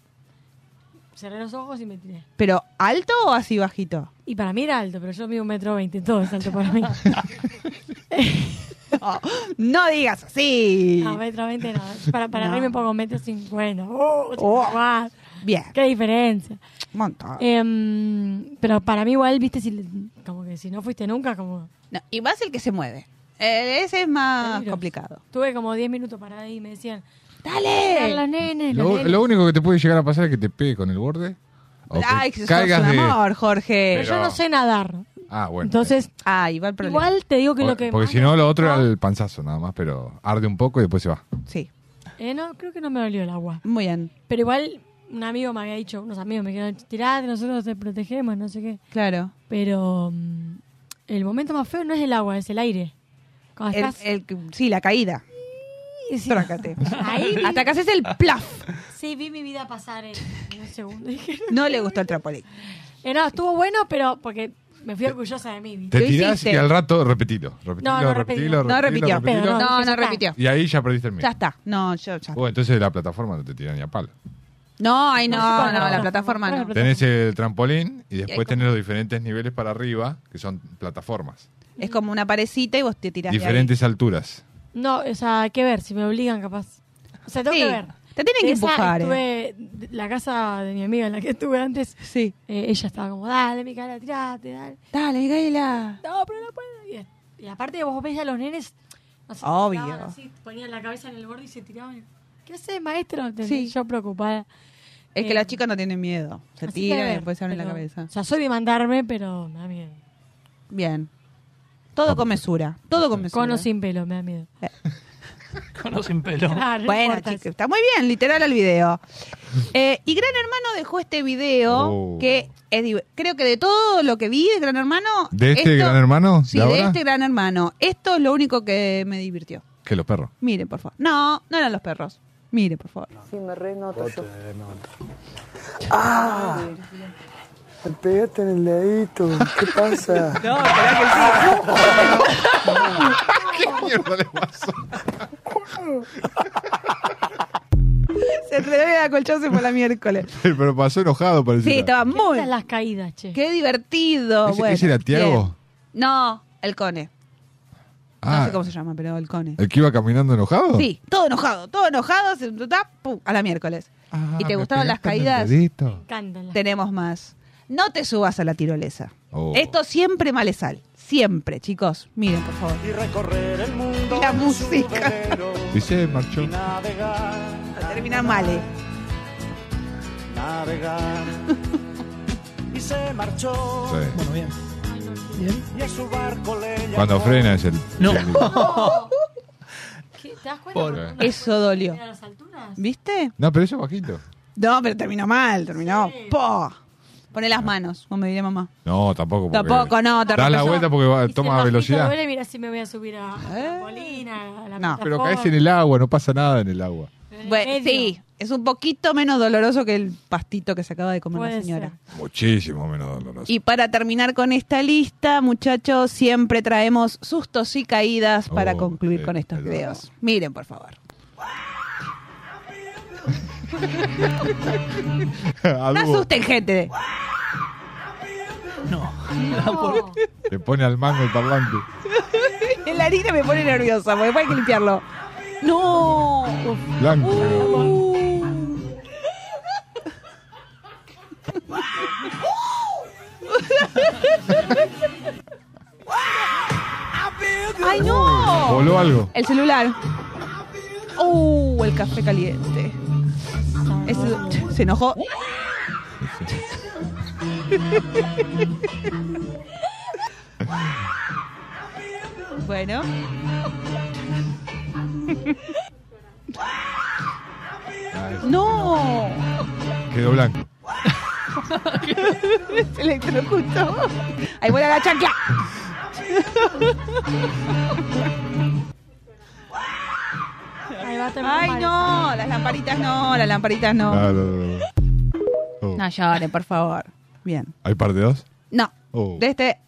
Speaker 5: Cerré los ojos y me tiré.
Speaker 4: ¿Pero alto o así bajito?
Speaker 5: Y para mí era alto, pero yo mido un metro veinte, todo es alto para mí.
Speaker 4: No, no digas así.
Speaker 5: No, metro veinte no. Para, para
Speaker 4: No.
Speaker 5: mí me pongo metro cincuenta. ¡Oh!
Speaker 4: Oh.
Speaker 5: más.
Speaker 4: Bien.
Speaker 5: ¡Qué diferencia!
Speaker 4: Montón.
Speaker 5: Em, pero para mí igual, viste, si, le- como que si no fuiste nunca, como...
Speaker 4: No, y más el que se mueve. Eh, ese es más complicado.
Speaker 5: Tuve como 10 minutos para ahí y me decían...
Speaker 4: ¡Dale!
Speaker 5: Los nenes, los
Speaker 6: Lo,
Speaker 5: nenes".
Speaker 6: lo único que te puede llegar a pasar es que te pegue con el borde. O que
Speaker 4: Ay, que sos
Speaker 6: caigas
Speaker 4: un
Speaker 6: de-
Speaker 4: amor, Jorge.
Speaker 5: Pero yo no sé nadar.
Speaker 6: Ah, bueno.
Speaker 5: Entonces,
Speaker 4: ah, igual,
Speaker 5: igual te digo que lo que...
Speaker 6: Porque
Speaker 5: más-
Speaker 6: si no, lo otro era el panzazo nada más, pero arde un poco y después se va.
Speaker 4: Sí.
Speaker 5: Eh, no, creo que no me dolió el agua.
Speaker 4: Muy bien.
Speaker 5: Pero igual un amigo me había dicho, unos amigos me dijeron, tirate, nosotros te protegemos, no sé qué.
Speaker 4: Claro.
Speaker 5: Pero mm, el momento más feo no es el agua, es el aire. Cuando
Speaker 4: El-
Speaker 5: estás...
Speaker 4: el- sí, la caída. Trácate. Hasta que haces el plaf.
Speaker 5: Sí, vi mi vida pasar en, en un segundo. dije.
Speaker 4: No le gustó el trampolín.
Speaker 5: Eh, no, estuvo bueno, pero porque me fui orgullosa de mí. ¿viste?
Speaker 6: Te tirás y al rato repetilo. Repetilo,
Speaker 5: No, no repetilo.
Speaker 6: repetilo, repetilo,
Speaker 5: No repitió.
Speaker 6: repetilo.
Speaker 5: Pero no,
Speaker 4: No,
Speaker 5: ya
Speaker 4: no
Speaker 5: está.
Speaker 4: repitió.
Speaker 6: Y ahí ya perdiste el miedo.
Speaker 4: Ya está. No, yo ya.
Speaker 6: Bueno, entonces la plataforma no te tira ni a palo.
Speaker 4: No, ay, no,
Speaker 5: No, sí, para
Speaker 4: no,
Speaker 5: la
Speaker 4: la
Speaker 5: plataforma.
Speaker 4: plataforma no.
Speaker 6: Tenés el trampolín y
Speaker 4: Y hay
Speaker 6: después tenés los diferentes niveles para arriba, que son plataformas.
Speaker 4: Es como una parecita y vos te tirás de ahí.
Speaker 6: Diferentes alturas.
Speaker 5: No, o sea, hay que ver, si me obligan capaz. O sea, tengo
Speaker 4: Sí,
Speaker 5: que ver.
Speaker 4: te tienen que
Speaker 5: Esa
Speaker 4: empujar, eh.
Speaker 5: Estuve, La casa de mi amiga en la que estuve antes, eh,
Speaker 4: sí.
Speaker 5: ella estaba como, dale, Micaela, tirate, dale.
Speaker 4: Dale, Gaila.
Speaker 5: No, pero no puedo. Y, y aparte vos ves a los nenes, no sé,
Speaker 4: Obvio.
Speaker 5: tiraban así, ponían la cabeza en el borde y se tiraban. ¿Qué haces, maestro?
Speaker 4: Sí.
Speaker 5: Sí. Yo preocupada.
Speaker 4: Es que
Speaker 5: Eh,
Speaker 4: los chicos no tienen miedo. Se
Speaker 5: así que a
Speaker 4: tiran y
Speaker 5: ver,
Speaker 4: después se abren la
Speaker 5: pero-
Speaker 4: cabeza.
Speaker 5: O sea, soy de mandarme, pero me da miedo.
Speaker 4: Bien. Todo con mesura. Todo con Eh. mesura.
Speaker 5: Con o sin pelo, me da miedo.
Speaker 13: Cono sin pelo.
Speaker 5: Claro, no
Speaker 4: bueno,
Speaker 5: importa.
Speaker 4: chicos, está muy bien, literal al video. Eh, y Gran Hermano dejó este video
Speaker 6: Oh.
Speaker 4: que es div- creo que de todo lo que vi de Gran Hermano.
Speaker 6: ¿De este
Speaker 4: esto-
Speaker 6: gran hermano?
Speaker 4: Sí,
Speaker 6: ¿De ahora?
Speaker 4: de este Gran Hermano. Esto es lo único que me divirtió.
Speaker 6: Que los perros.
Speaker 4: Mire, por favor. No, no eran los perros. Mire, por favor.
Speaker 11: Sí, me renoto yo.
Speaker 24: ¡Ah! Me pegaste en el dedito. ¿Qué pasa? No,
Speaker 6: ¿Qué mierda le pasó?
Speaker 4: Se enredó y la colchón se fue la miércoles.
Speaker 6: Pero pasó enojado, parece.
Speaker 4: Sí, estaba muy.
Speaker 5: las caídas, che.
Speaker 4: Qué divertido.
Speaker 6: ¿Ese,
Speaker 4: bueno,
Speaker 6: ese era Tiago?
Speaker 4: bien. No, el Cone.
Speaker 6: Ah,
Speaker 4: No sé cómo se llama, pero el Cone.
Speaker 6: ¿El que iba caminando enojado?
Speaker 4: Sí, todo enojado, todo enojado, se- ta, pum, a la miércoles. ¿Y te
Speaker 6: Ah, me
Speaker 4: gustaron las
Speaker 6: pegaste en el
Speaker 4: caídas?
Speaker 6: dedito.
Speaker 4: Tenemos más. No te subas a la tirolesa.
Speaker 6: Oh.
Speaker 4: Esto siempre male sal. Siempre, chicos. Miren, por favor.
Speaker 24: Y recorrer el mundo.
Speaker 4: La música.
Speaker 6: Y se marchó.
Speaker 4: Termina eh. male.
Speaker 24: Navegar. Y se marchó.
Speaker 6: Sí. Bueno,
Speaker 24: bien. Y a su barco le
Speaker 6: Cuando
Speaker 24: llamó.
Speaker 6: frena es el. No.
Speaker 5: ¿Qué- ¿Te das cuenta?
Speaker 6: Por-
Speaker 5: cuando uno
Speaker 4: Eso dolió.
Speaker 5: mira las alturas?
Speaker 4: ¿Viste?
Speaker 6: No, pero eso es bajito.
Speaker 4: No, pero terminó mal, terminó. Po. Poné las manos, como diría mamá.
Speaker 6: No, tampoco. porque-
Speaker 4: Tampoco, no, te
Speaker 6: Das la
Speaker 4: repasó.
Speaker 6: vuelta porque va- toma velocidad.
Speaker 5: Duele, mira si me voy a subir a a la
Speaker 4: Ah.
Speaker 5: colina, a la
Speaker 6: No. Pero
Speaker 5: plataforma.
Speaker 6: caes en el agua, no pasa nada en el agua.
Speaker 4: Bueno, sí, es un poquito menos doloroso que el pastito que se acaba de comer la
Speaker 5: Puede
Speaker 4: señora.
Speaker 6: Muchísimo menos doloroso.
Speaker 4: Y para terminar con esta lista, muchachos, siempre traemos sustos y caídas para concluir con estos videos. Miren, por favor. No asusten, gente.
Speaker 13: No.
Speaker 6: Le pone al mango el parlante.
Speaker 4: La harina me pone nerviosa, porque después hay que limpiarlo. No.
Speaker 6: Blanco.
Speaker 4: ¡Ay, no!
Speaker 6: Voló algo.
Speaker 4: El celular. ¡Uh! El café caliente. Eso- se enojó. bueno. No.
Speaker 6: Quedó blanco.
Speaker 4: Se electrocutó. Ahí vuela la chancla. Ay, no, las lamparitas no, las lamparitas no.
Speaker 6: No, no, no, no.
Speaker 4: No lloren, por favor. Bien.
Speaker 6: ¿Hay parte 2?
Speaker 4: No.
Speaker 6: Oh.
Speaker 4: De este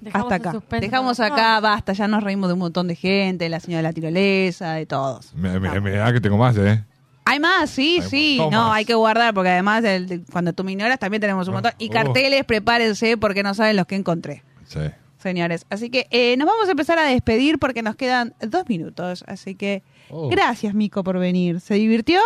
Speaker 5: Dejamos
Speaker 4: hasta
Speaker 5: el
Speaker 4: acá.
Speaker 5: suspenso. Ah.
Speaker 4: Dejamos acá, basta, ya nos reímos de un montón de gente, de la señora de la tirolesa, de todos.
Speaker 6: Me, me- me da que tengo más, ¿eh?
Speaker 4: Hay más, sí,
Speaker 6: Hay un
Speaker 4: sí.
Speaker 6: montón
Speaker 4: No,
Speaker 6: más.
Speaker 4: hay que guardar, porque además el- de- cuando tú minoras también tenemos un montón. Y
Speaker 6: oh.
Speaker 4: carteles, prepárense, porque no saben los que encontré,
Speaker 6: Sí.
Speaker 4: señores. Así que eh, nos vamos a empezar a despedir porque nos quedan dos minutos. Así que
Speaker 5: Oh.
Speaker 4: gracias, Mico, por venir. ¿Se divirtió?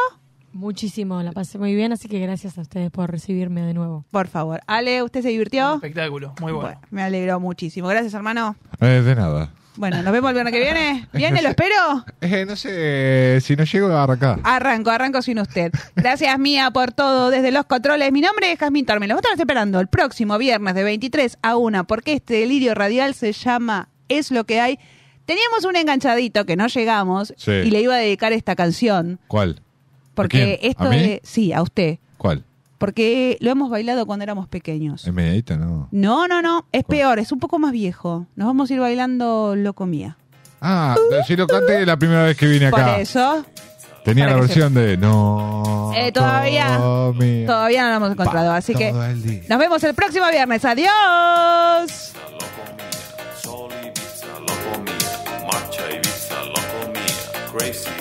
Speaker 5: Muchísimo, la pasé muy bien, así que gracias a ustedes por recibirme de nuevo.
Speaker 4: Por favor. Ale, ¿usted se divirtió?
Speaker 13: Espectáculo, muy bueno.
Speaker 4: Me alegró muchísimo. Gracias, hermano.
Speaker 6: Eh, de nada.
Speaker 4: Bueno, nos vemos el viernes que viene. ¿Viene? ¿Lo espero?
Speaker 6: Eh, no sé, si no llego, arrancar.
Speaker 4: Arranco, arranco sin usted. Gracias, Mía, por todo desde los controles. Mi nombre es Jazmín Tormes. Los estaremos esperando el próximo viernes de 23 a 1, porque este delirio radial se llama Es lo que hay. Teníamos un enganchadito que no llegamos
Speaker 6: Sí.
Speaker 4: y le iba a dedicar esta canción,
Speaker 6: ¿Cuál?
Speaker 4: porque
Speaker 6: quién?
Speaker 4: esto
Speaker 6: ¿A mí?
Speaker 4: de- Sí, a usted.
Speaker 6: ¿Cuál?
Speaker 4: Porque lo hemos bailado cuando éramos pequeños.
Speaker 6: ¿En Medellita, no?
Speaker 4: No, no, no, es peor, es un poco más viejo. Nos vamos a ir bailando Loco Mía.
Speaker 6: Ah, si lo canté la primera vez que vine
Speaker 4: Por
Speaker 6: acá.
Speaker 4: eso.
Speaker 6: Tenía la
Speaker 4: para que
Speaker 6: versión de No.
Speaker 4: Eh, todavía-
Speaker 6: Tommy,
Speaker 4: Todavía no lo hemos encontrado, así que
Speaker 6: todo el día.
Speaker 4: nos vemos el próximo viernes. Adiós.
Speaker 25: Sol Ibiza, loco mía. Marcha Ibiza, loco mía. Crazy